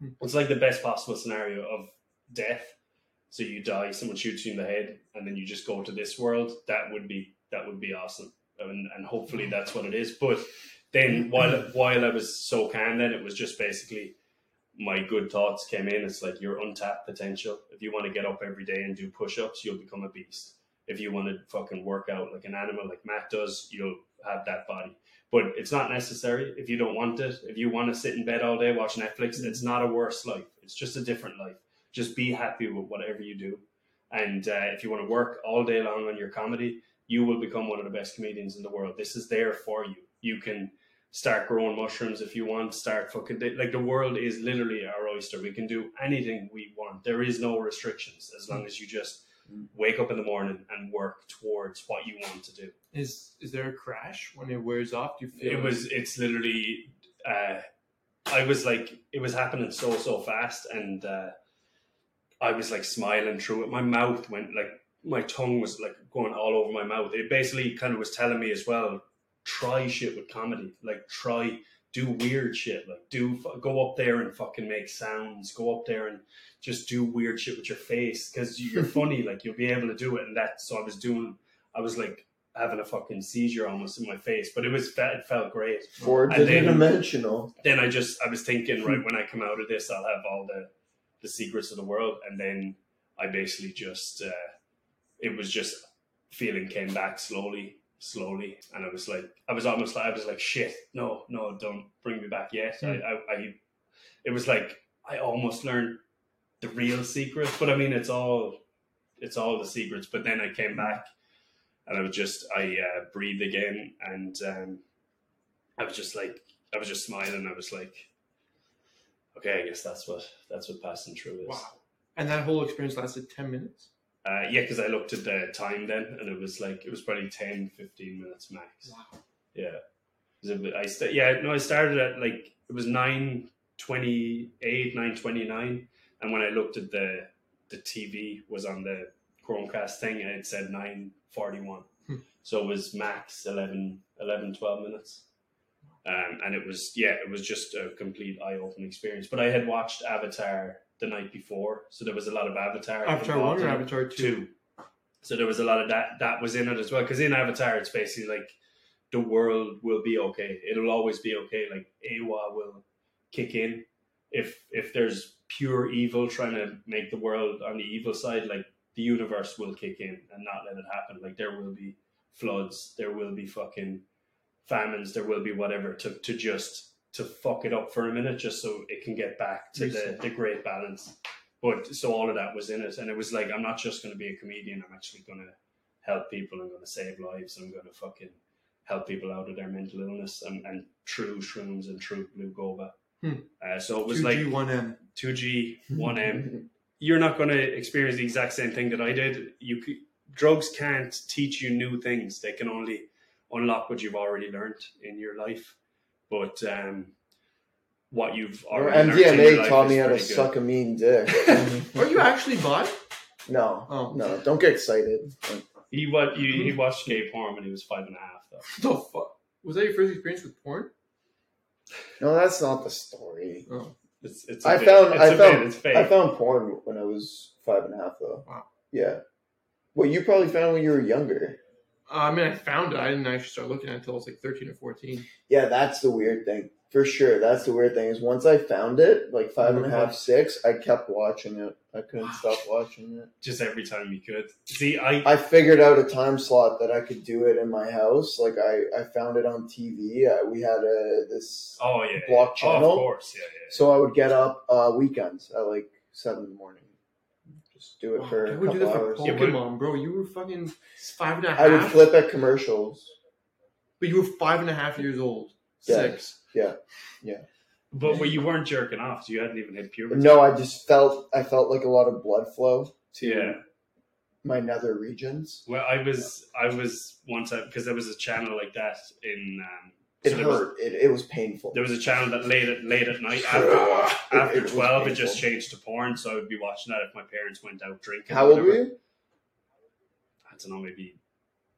Speaker 2: Hmm.
Speaker 3: it's like the best possible scenario of death so you die someone shoots you in the head and then you just go to this world that would be that would be awesome and, and hopefully that's what it is but then while while i was so calm then it was just basically my good thoughts came in. It's like your untapped potential. If you want to get up every day and do push ups, you'll become a beast. If you want to fucking work out like an animal, like Matt does, you'll have that body. But it's not necessary if you don't want it. If you want to sit in bed all day, watch Netflix, it's not a worse life. It's just a different life. Just be happy with whatever you do. And uh, if you want to work all day long on your comedy, you will become one of the best comedians in the world. This is there for you. You can start growing mushrooms if you want start fucking like the world is literally our oyster we can do anything we want there is no restrictions as long as you just
Speaker 1: Mm.
Speaker 3: wake up in the morning and work towards what you want to do
Speaker 2: is is there a crash when it wears off? Do you feel
Speaker 3: it was it's literally uh i was like it was happening so so fast and uh i was like smiling through it my mouth went like my tongue was like going all over my mouth it basically kind of was telling me as well try shit with comedy like try do weird shit like do fu- go up there and fucking make sounds go up there and just do weird shit with your face because you're funny like you'll be able to do it and that so i was doing i was like having a fucking seizure almost in my face but it was it felt great
Speaker 1: Four
Speaker 3: And then-
Speaker 1: dimensional.
Speaker 3: then I just I was thinking, right, when I come out of this, I'll have all the the secrets of the world, and then I basically just uh, it was just feeling came back slowly, slowly, and I was like, I was almost like I was like, shit, no, no, don't bring me back yet. I, I, I, it was like I almost learned the real secret, but I mean, it's all it's all the secrets. But then I came back and I was just I uh, breathed again and um, I was just like I was just smiling. I was like, okay, I guess that's what that's what passing through is.
Speaker 2: Wow. And that whole experience lasted 10 minutes?
Speaker 3: Uh, yeah, because I looked at the time then and it was like it was probably 10, 15 minutes max.
Speaker 2: Wow.
Speaker 3: Yeah. It was a bit- I sta- yeah, no, I started at like it was nine twenty eight, nine twenty nine, and when I looked at the the TV was on the Chromecast thing and it said nine forty one,
Speaker 2: Hmm.
Speaker 3: so it was max 11, 11 12 minutes, um, and it was yeah, it was just a complete eye opening experience. But I had watched Avatar the night before, so there was a lot of Avatar.
Speaker 2: Avatar 1 or
Speaker 3: involved in it
Speaker 2: Avatar 2?
Speaker 3: two. So there was a lot of that that was in it as well. Because in Avatar, it's basically like the world will be okay. It'll always be okay. Like Awa will kick in if if there's pure evil trying to make the world on the evil side. Like the universe will kick in and not let it happen. Like there will be floods. There will be fucking famines. There will be whatever to to just to fuck it up for a minute, just so it can get back to the,
Speaker 2: Reset.
Speaker 3: the great balance but so all of that was in it and it was like i'm not just going to be a comedian i'm actually going to help people i'm going to save lives i'm going to fucking help people out of their mental illness and, and true shrooms and true blue goba
Speaker 2: Hmm.
Speaker 3: uh, so it was like
Speaker 2: 2G1M.
Speaker 3: 2g
Speaker 2: Hmm.
Speaker 3: 1m you're not going to experience the exact same thing that I did. You c- drugs can't teach you new things; they can only unlock what you've already learned in your life. But um, what you've
Speaker 1: Or
Speaker 3: already learned in your
Speaker 1: MDMA
Speaker 3: life
Speaker 1: taught
Speaker 3: is
Speaker 1: me how to
Speaker 3: pretty good.
Speaker 1: suck a mean dick.
Speaker 2: Are you actually bot?
Speaker 1: no,
Speaker 2: Oh.
Speaker 1: no, don't get excited.
Speaker 3: He what you
Speaker 1: Mm-hmm.
Speaker 3: he watched gay porn when he was five and a half though.
Speaker 2: What the fuck? Was that your first experience with porn?
Speaker 1: No, that's not the story.
Speaker 2: Oh.
Speaker 3: It's it's a
Speaker 1: I
Speaker 3: bit-
Speaker 1: found,
Speaker 3: it's
Speaker 1: I
Speaker 3: a bit,
Speaker 1: found,
Speaker 3: it's fake.
Speaker 1: I found porn when I was five and a half, though.
Speaker 2: Wow.
Speaker 1: Yeah. Well, you probably found when you were younger.
Speaker 2: Uh, I mean, I found it. I didn't actually start looking at it until I was like 13 or 14.
Speaker 1: Yeah, that's the weird thing. For sure, that's the weird thing is once I found it, like five and a
Speaker 2: Mm-hmm.
Speaker 1: half, six, I kept watching it. I couldn't stop watching it.
Speaker 3: just every time he could. See, I
Speaker 1: I figured out a time slot that I could do it in my house. Like I, I found it on TV. I, we had a this
Speaker 3: oh yeah, yeah.
Speaker 1: block
Speaker 3: oh, of
Speaker 1: channel.
Speaker 3: course, yeah, yeah.
Speaker 1: So I would get up uh, weekends at like seven in the morning, just do it
Speaker 2: Wow,
Speaker 1: for
Speaker 2: I
Speaker 1: a
Speaker 2: would Oh, do
Speaker 1: couple
Speaker 2: that for
Speaker 1: hours.
Speaker 3: Yeah, but-
Speaker 2: Pokemon, bro. You were fucking five and a half.
Speaker 1: I would flip at commercials.
Speaker 2: But you were five and a half years old.
Speaker 1: Yeah.
Speaker 2: Six.
Speaker 3: But well, you weren't jerking off, so you hadn't even hit puberty.
Speaker 1: No, I just felt I felt like a lot of blood flow to
Speaker 3: yeah.
Speaker 1: my nether regions.
Speaker 3: Well, I was I was one time because there was a channel like that in. Um,
Speaker 1: It
Speaker 3: so there Was,
Speaker 1: hurt. it, it was painful.
Speaker 3: there was a channel that late at late at night after after
Speaker 1: It- it was
Speaker 3: twelve, it
Speaker 1: painful.
Speaker 3: just changed to porn. So I would be watching that if my parents went out drinking.
Speaker 1: How old
Speaker 3: were
Speaker 1: were you?
Speaker 3: I don't know, maybe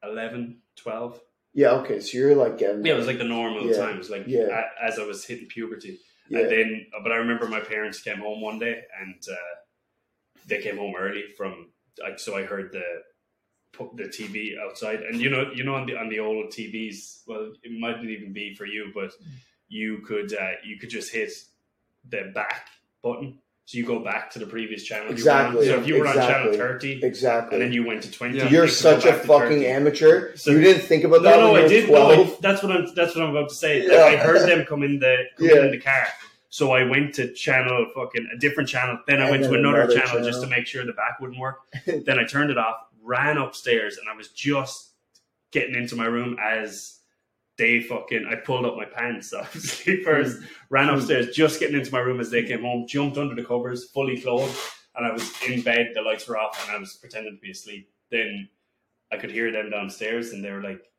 Speaker 3: 11, 12.
Speaker 1: Yeah. Okay. So you're like getting.
Speaker 3: Yeah, it was like the normal
Speaker 1: Yeah.
Speaker 3: time. It was like
Speaker 1: Yeah.
Speaker 3: a- as I was hitting puberty.
Speaker 1: Yeah.
Speaker 3: And then, uh, but I remember my parents came home one day and uh, they came home early from, like, so I heard the pu- the TV outside, and you know, you know, on the on the old TVs, well, it mightn't even be for you, but you could uh, you could just hit the back button, so you go back to the previous channel. you were on.
Speaker 1: Exactly.
Speaker 3: So if you were on channel
Speaker 1: Exactly.
Speaker 3: thirty,
Speaker 1: Exactly.
Speaker 3: and then you went to twenty,
Speaker 2: Yeah.
Speaker 3: you
Speaker 1: You're
Speaker 3: could go
Speaker 1: such a
Speaker 3: back to
Speaker 1: fucking
Speaker 3: 30.
Speaker 1: amateur.
Speaker 3: So-
Speaker 1: you didn't think about that
Speaker 3: No, no,
Speaker 1: when
Speaker 3: I
Speaker 1: you
Speaker 3: did.
Speaker 1: were
Speaker 3: No, I-
Speaker 1: 12.
Speaker 3: that's what I'm. That's what I'm about to say.
Speaker 1: Yeah.
Speaker 3: Like, I heard them come in the come
Speaker 1: Yeah.
Speaker 3: in the car, so I went to channel fucking a different channel. Then I
Speaker 1: And
Speaker 3: went to
Speaker 1: then
Speaker 3: another,
Speaker 1: another
Speaker 3: channel, just
Speaker 1: channel.
Speaker 3: to make sure the back wouldn't work. then I turned it off, ran upstairs, and I was just getting into my room as they fucking. I pulled up my pants obviously first, ran upstairs, just getting into my room as they came home, jumped under the covers, fully clothed, and I was in bed. The lights were off, and I was pretending to be asleep. Then I could hear them downstairs, and they were like,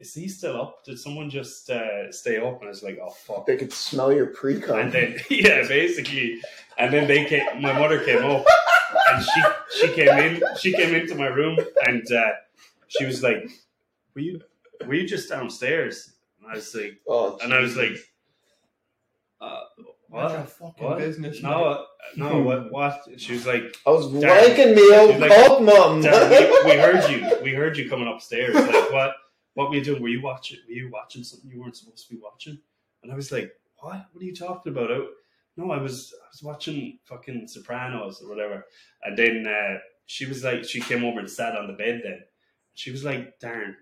Speaker 3: "Is he still up? Did someone just uh, stay up?" And I was like, "Oh fuck!"
Speaker 1: They could smell your pre cum.
Speaker 3: And then yeah, basically, and then they came. My mother came up, and she she came in. She came into my room, and uh, she was like, "Were you were you just downstairs?" And I was like,
Speaker 1: oh,
Speaker 3: and I was like,
Speaker 1: Jesus.
Speaker 3: uh,
Speaker 2: What? a
Speaker 3: "What?"
Speaker 2: fucking
Speaker 3: What?
Speaker 2: business.
Speaker 3: No, uh, no, what? What? She was like,
Speaker 1: I was
Speaker 3: Darren-
Speaker 1: liking me old
Speaker 3: He's like,
Speaker 1: cock mum.
Speaker 3: Darren, we, we heard you. We heard you coming upstairs. Like, what? What were you doing? Were you watching? Were you watching something you weren't supposed to be watching? And I was like, what? What are you talking about? I, no, I was I was watching fucking Sopranos or whatever. And then uh, she was like, she came over and sat on the bed. Then she was like, Darren,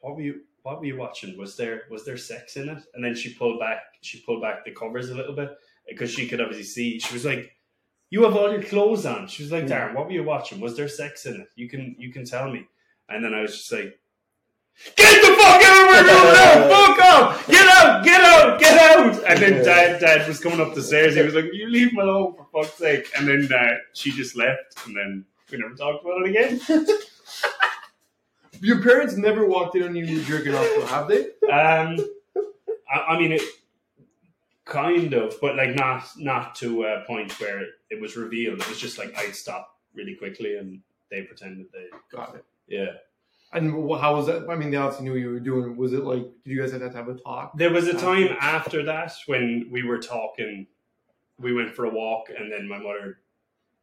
Speaker 3: what were you? What were you watching? Was there was there sex in it? And then she pulled back. She pulled back the covers a little bit because she could obviously see. She was like, you have all your clothes on. She was like, Darren, what were you watching? Was there sex in it? You can you can tell me. And then I was just like, Get the fuck out of my room now! Fuck off! Get out! Get out! Get out! And then dad dad was coming up the stairs. He was like, You leave me alone for fuck's sake. And then uh, she just left and then we never talked about it again.
Speaker 2: Your parents never walked in on you jerking off, though, have they?
Speaker 3: Um, I, I mean, it kind of, but like not not to a point where it, it was revealed. It was just like I stopped really quickly, and they pretended they.
Speaker 2: Got it.
Speaker 3: Yeah,
Speaker 2: And wh- how was that? I mean, they obviously knew what you were doing. Was it like, did you guys have to have a talk?
Speaker 3: there was a time after that when we were talking. We went for a walk, and then my mother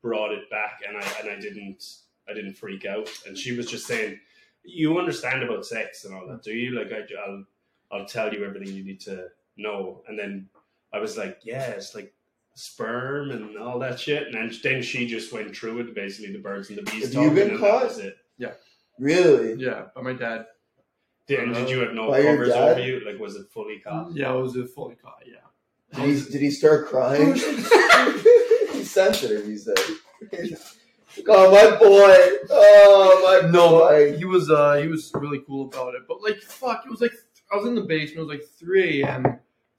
Speaker 3: brought it back, and I and I didn't I didn't freak out, and she was just saying, "You understand about sex and all that, do you? Like I, I'll I'll tell you everything you need to know," and then I was like, yeah, it's like sperm and all that shit. And then, then she just went through it, basically the birds and the
Speaker 1: Have
Speaker 3: bees
Speaker 1: you
Speaker 3: talking.
Speaker 1: been
Speaker 3: and
Speaker 1: caught?
Speaker 3: That was it.
Speaker 1: Really?
Speaker 2: Yeah, but my dad.
Speaker 3: Did, and did you have no
Speaker 1: By your
Speaker 3: covers
Speaker 1: dad?
Speaker 3: over you? Like, was it fully caught?
Speaker 2: Yeah, it was a fully caught, yeah.
Speaker 1: Did he, did he start crying?
Speaker 3: Oh,
Speaker 1: He's sensitive, he said. Oh, my boy. Oh, my
Speaker 2: no,
Speaker 1: boy.
Speaker 2: he was uh he was really cool about it. But like fuck, it was like I was in the basement. It was like three a.m.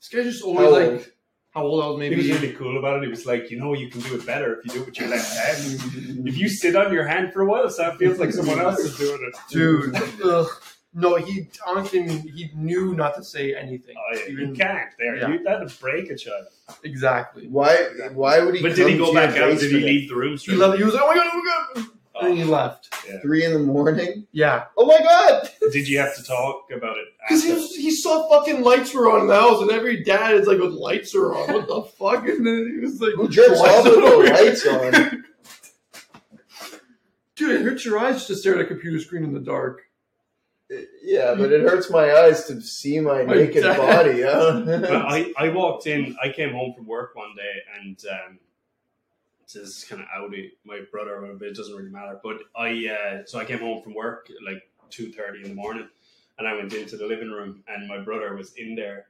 Speaker 2: This guy's just always
Speaker 1: How
Speaker 2: like
Speaker 1: old?
Speaker 2: how old I was
Speaker 3: He
Speaker 2: maybe.
Speaker 3: was really cool about it. He was like, you know, you can do it better if you do it with your left hand. If you sit on your hand for a while, so it feels like someone else is doing it. Oh,
Speaker 2: Dude, ugh. no, he honestly he knew not to say anything.
Speaker 3: Oh, yeah, you
Speaker 2: Even-
Speaker 3: can't. There,
Speaker 2: Yeah.
Speaker 3: you that'll break a child.
Speaker 2: exactly.
Speaker 1: Why, why would he
Speaker 3: But did he
Speaker 1: come to
Speaker 3: go
Speaker 1: your
Speaker 3: back out? Did he
Speaker 1: basement at
Speaker 3: leave the room?
Speaker 2: He
Speaker 3: straight?
Speaker 2: left. He was like, oh my god, oh my god, and then he
Speaker 3: Oh. Ah.
Speaker 2: left.
Speaker 1: Three in the morning?
Speaker 2: Yeah,
Speaker 1: Oh, my God.
Speaker 3: Did you have to talk about it?
Speaker 2: because he
Speaker 3: after?
Speaker 2: was, he saw fucking lights were on in the house, and every dad is like, "What lights are on? What the fuck?" And then he was like,
Speaker 1: Who jerks
Speaker 2: "Why
Speaker 1: off
Speaker 2: is it
Speaker 1: with the
Speaker 2: over here?"
Speaker 1: lights on?
Speaker 2: Dude, it hurts your eyes to stare at a computer screen in the dark.
Speaker 1: Yeah, but it hurts my eyes to see my,
Speaker 2: My
Speaker 1: naked
Speaker 2: dad.
Speaker 1: body. huh?
Speaker 3: Well, I, I walked in, I came home from work one day and um, so this is kind of outy my brother, but it doesn't really matter. But I, uh, so I came home from work at like 2.30 in the morning and I went into the living room and my brother was in there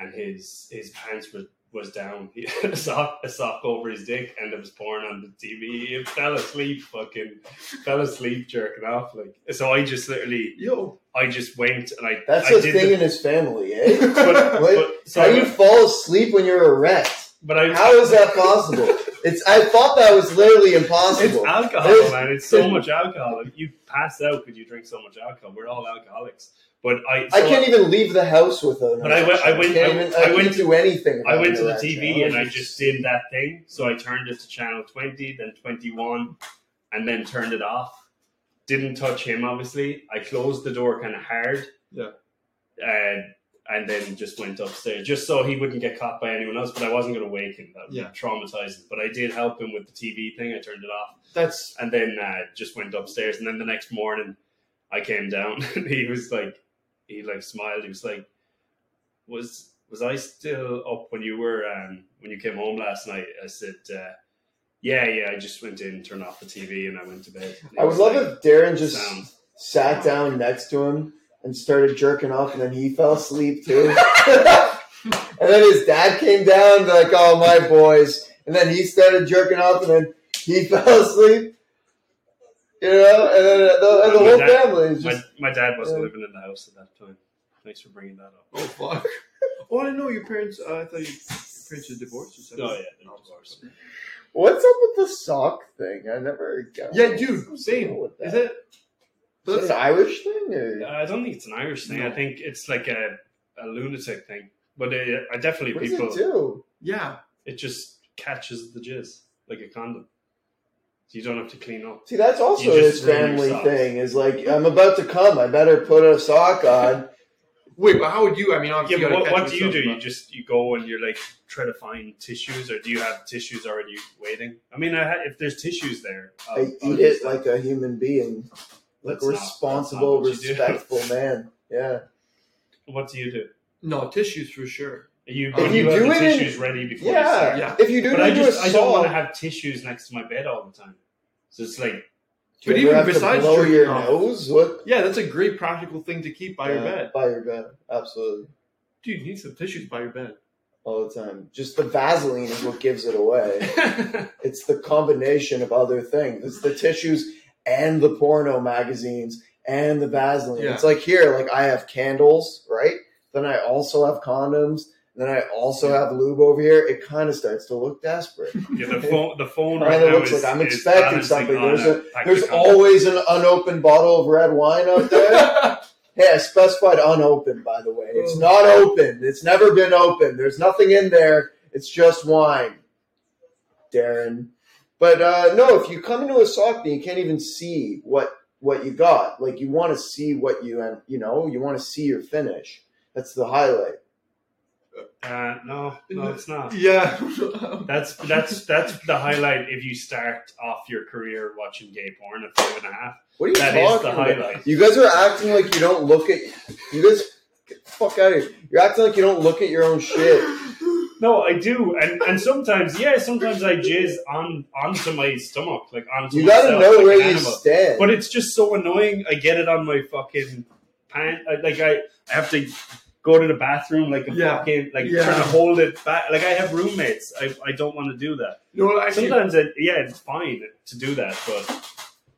Speaker 3: and his his pants were, was down. He had a sock, a sock over his dick and it was pouring on the TV. He fell asleep, fucking, fell asleep jerking off. Like, so I just literally,
Speaker 2: Yo,
Speaker 3: I just went and I,
Speaker 1: That's
Speaker 3: I
Speaker 1: a thing in his family, eh?
Speaker 3: but, uh,
Speaker 1: Wait,
Speaker 3: but- so
Speaker 1: How
Speaker 3: I
Speaker 1: do you
Speaker 3: went-
Speaker 1: fall asleep when you're erect?
Speaker 3: but I,
Speaker 1: How is that possible? It's I thought that was literally
Speaker 3: It's
Speaker 1: impossible.
Speaker 3: alcohol,
Speaker 1: There's-
Speaker 3: man. It's so much alcohol. You pass out because you drink so much alcohol. We're all alcoholics. But I, so
Speaker 1: I can't even leave the house without.
Speaker 3: But I went- I went-
Speaker 1: Can't
Speaker 3: I-
Speaker 1: even,
Speaker 3: I
Speaker 1: can't
Speaker 3: went to-
Speaker 1: do anything.
Speaker 3: I
Speaker 1: about
Speaker 3: went to the
Speaker 1: that
Speaker 3: TV
Speaker 1: now.
Speaker 3: and I just did that thing. So I turned it to channel 20, then 21, and then turned it off. Didn't touch him, obviously. I closed the door kind of hard.
Speaker 2: Yeah.
Speaker 3: And, and then just went upstairs just so he wouldn't get caught by anyone else. But I wasn't going to wake him. That would
Speaker 2: Yeah.
Speaker 3: be traumatizing. But I did help him with the TV thing. I turned it off.
Speaker 2: that's
Speaker 3: and then uh, just went upstairs. And then the next morning, I came down, and he was like, he like smiled. He was like, "Was was I still up when you were um, when you came home last night?" I said, uh, "Yeah, yeah. I just went in, turned off the TV, and I went to bed." And he
Speaker 1: I would
Speaker 3: was
Speaker 1: love
Speaker 3: like,
Speaker 1: if Darren just
Speaker 3: "Sound."
Speaker 1: sat down next to him and started jerking off, and then he fell asleep too. and then his dad came down, and be like, "Oh my boys," and then he started jerking off, and then he fell asleep. You know, and then the, and the
Speaker 3: My
Speaker 1: whole
Speaker 3: dad-
Speaker 1: family is just.
Speaker 3: My, my dad wasn't
Speaker 1: Yeah.
Speaker 3: living in the house at that time. Thanks for bringing that up.
Speaker 2: oh fuck. Oh, I didn't know your parents. Uh, I thought your, your parents were divorced. Or something.
Speaker 3: Oh yeah, they're divorced.
Speaker 1: What's up with the sock thing? I never got.
Speaker 2: Yeah, dude, same.
Speaker 1: With that.
Speaker 2: Is it?
Speaker 1: Is that an Irish thing? Or?
Speaker 3: Uh, I don't think it's an Irish thing. I
Speaker 2: No.
Speaker 3: think it's like a, a lunatic thing. But uh, I definitely
Speaker 1: What does
Speaker 3: people.
Speaker 1: it do?
Speaker 2: Yeah.
Speaker 3: It just catches the jizz like a condom. So you don't have to clean up.
Speaker 1: See, that's also
Speaker 3: You just
Speaker 1: his
Speaker 3: ruin your
Speaker 1: family
Speaker 3: socks.
Speaker 1: thing. Is like, I'm about to come. I better put a sock on.
Speaker 2: Wait, but how would you? I mean, obviously,
Speaker 3: Yeah, but
Speaker 2: you
Speaker 3: what,
Speaker 2: gotta
Speaker 3: what
Speaker 2: catch
Speaker 3: do you do?
Speaker 2: yourself,
Speaker 3: You just you go and you're like try to find tissues, or do you have tissues already waiting? I mean, I ha- if there's tissues there, I'll,
Speaker 1: I
Speaker 3: I'll
Speaker 1: eat
Speaker 3: use
Speaker 1: it
Speaker 3: that.
Speaker 1: like a human being, like
Speaker 3: Oh, That's
Speaker 1: a
Speaker 3: not-
Speaker 1: responsible,
Speaker 3: that's not what you do.
Speaker 1: respectful man. Yeah.
Speaker 3: What do you do?
Speaker 2: but- No tissues for sure.
Speaker 3: Are you
Speaker 2: If
Speaker 3: when
Speaker 1: you
Speaker 3: you, have
Speaker 1: do
Speaker 3: the
Speaker 1: it in-
Speaker 3: tissues ready before you
Speaker 1: Yeah.
Speaker 3: start.
Speaker 2: Yeah.
Speaker 1: If you do
Speaker 3: But
Speaker 1: need
Speaker 3: I
Speaker 1: to
Speaker 3: just I don't want
Speaker 1: assault,
Speaker 3: to have tissues next to my bed all the time. So it's like
Speaker 1: do you
Speaker 2: But
Speaker 1: ever
Speaker 2: even
Speaker 1: have to
Speaker 2: besides
Speaker 1: blow
Speaker 2: jerking
Speaker 1: your
Speaker 2: off-
Speaker 1: nose, what?
Speaker 2: Yeah, that's a great practical thing to keep by your
Speaker 1: Yeah,
Speaker 2: bed.
Speaker 1: By your bed, absolutely.
Speaker 2: Dude, you need some tissues by your bed.
Speaker 1: all the time. Just the Vaseline is what gives it away. It's the combination of other things. It's the tissues and the porno magazines and the Vaseline.
Speaker 2: Yeah.
Speaker 1: It's like here, like I have candles, right? Then I also have condoms. Then I also have lube over here. It kind of starts to look desperate.
Speaker 3: yeah, the phone. The phone
Speaker 1: Kinda
Speaker 3: right now
Speaker 1: looks
Speaker 3: is,
Speaker 1: like I'm
Speaker 3: is
Speaker 1: expecting
Speaker 3: balancing
Speaker 1: something.
Speaker 3: on
Speaker 1: There's a-
Speaker 3: package
Speaker 1: There's
Speaker 3: of-
Speaker 1: always an unopened bottle of red wine up there. hey, I specified unopened, by the way. It's not open. It's never been open. There's nothing in there. It's just wine, Darren. But uh, no, if you come into a sock and you can't even see what what you got, like you want to see what you and you know you want to see your finish. That's the highlight.
Speaker 3: Uh, no, no, it's not.
Speaker 2: Yeah.
Speaker 3: That's that's that's the highlight. If you start off your career watching gay porn at five and a half,
Speaker 1: What are you
Speaker 3: that
Speaker 1: talking
Speaker 3: is the
Speaker 1: about?
Speaker 3: highlight.
Speaker 1: You guys are acting like you don't look at you guys. Get the fuck out of here! You're acting like you don't look at your own shit.
Speaker 3: No, I do, and and sometimes, yeah, sometimes I jizz on onto my stomach, like onto.
Speaker 1: You gotta
Speaker 3: myself,
Speaker 1: know
Speaker 3: like
Speaker 1: where
Speaker 3: an
Speaker 1: you
Speaker 3: animal.
Speaker 1: stand.
Speaker 3: But it's just so annoying. I get it on my fucking pant. I, like I, I have to go to the bathroom, like a
Speaker 2: Yeah.
Speaker 3: fucking, like
Speaker 2: Yeah.
Speaker 3: trying to hold it back. Like I have roommates. I, I don't want to do that.
Speaker 2: no, well, actually,
Speaker 3: Sometimes, it, yeah, it's fine to do that, but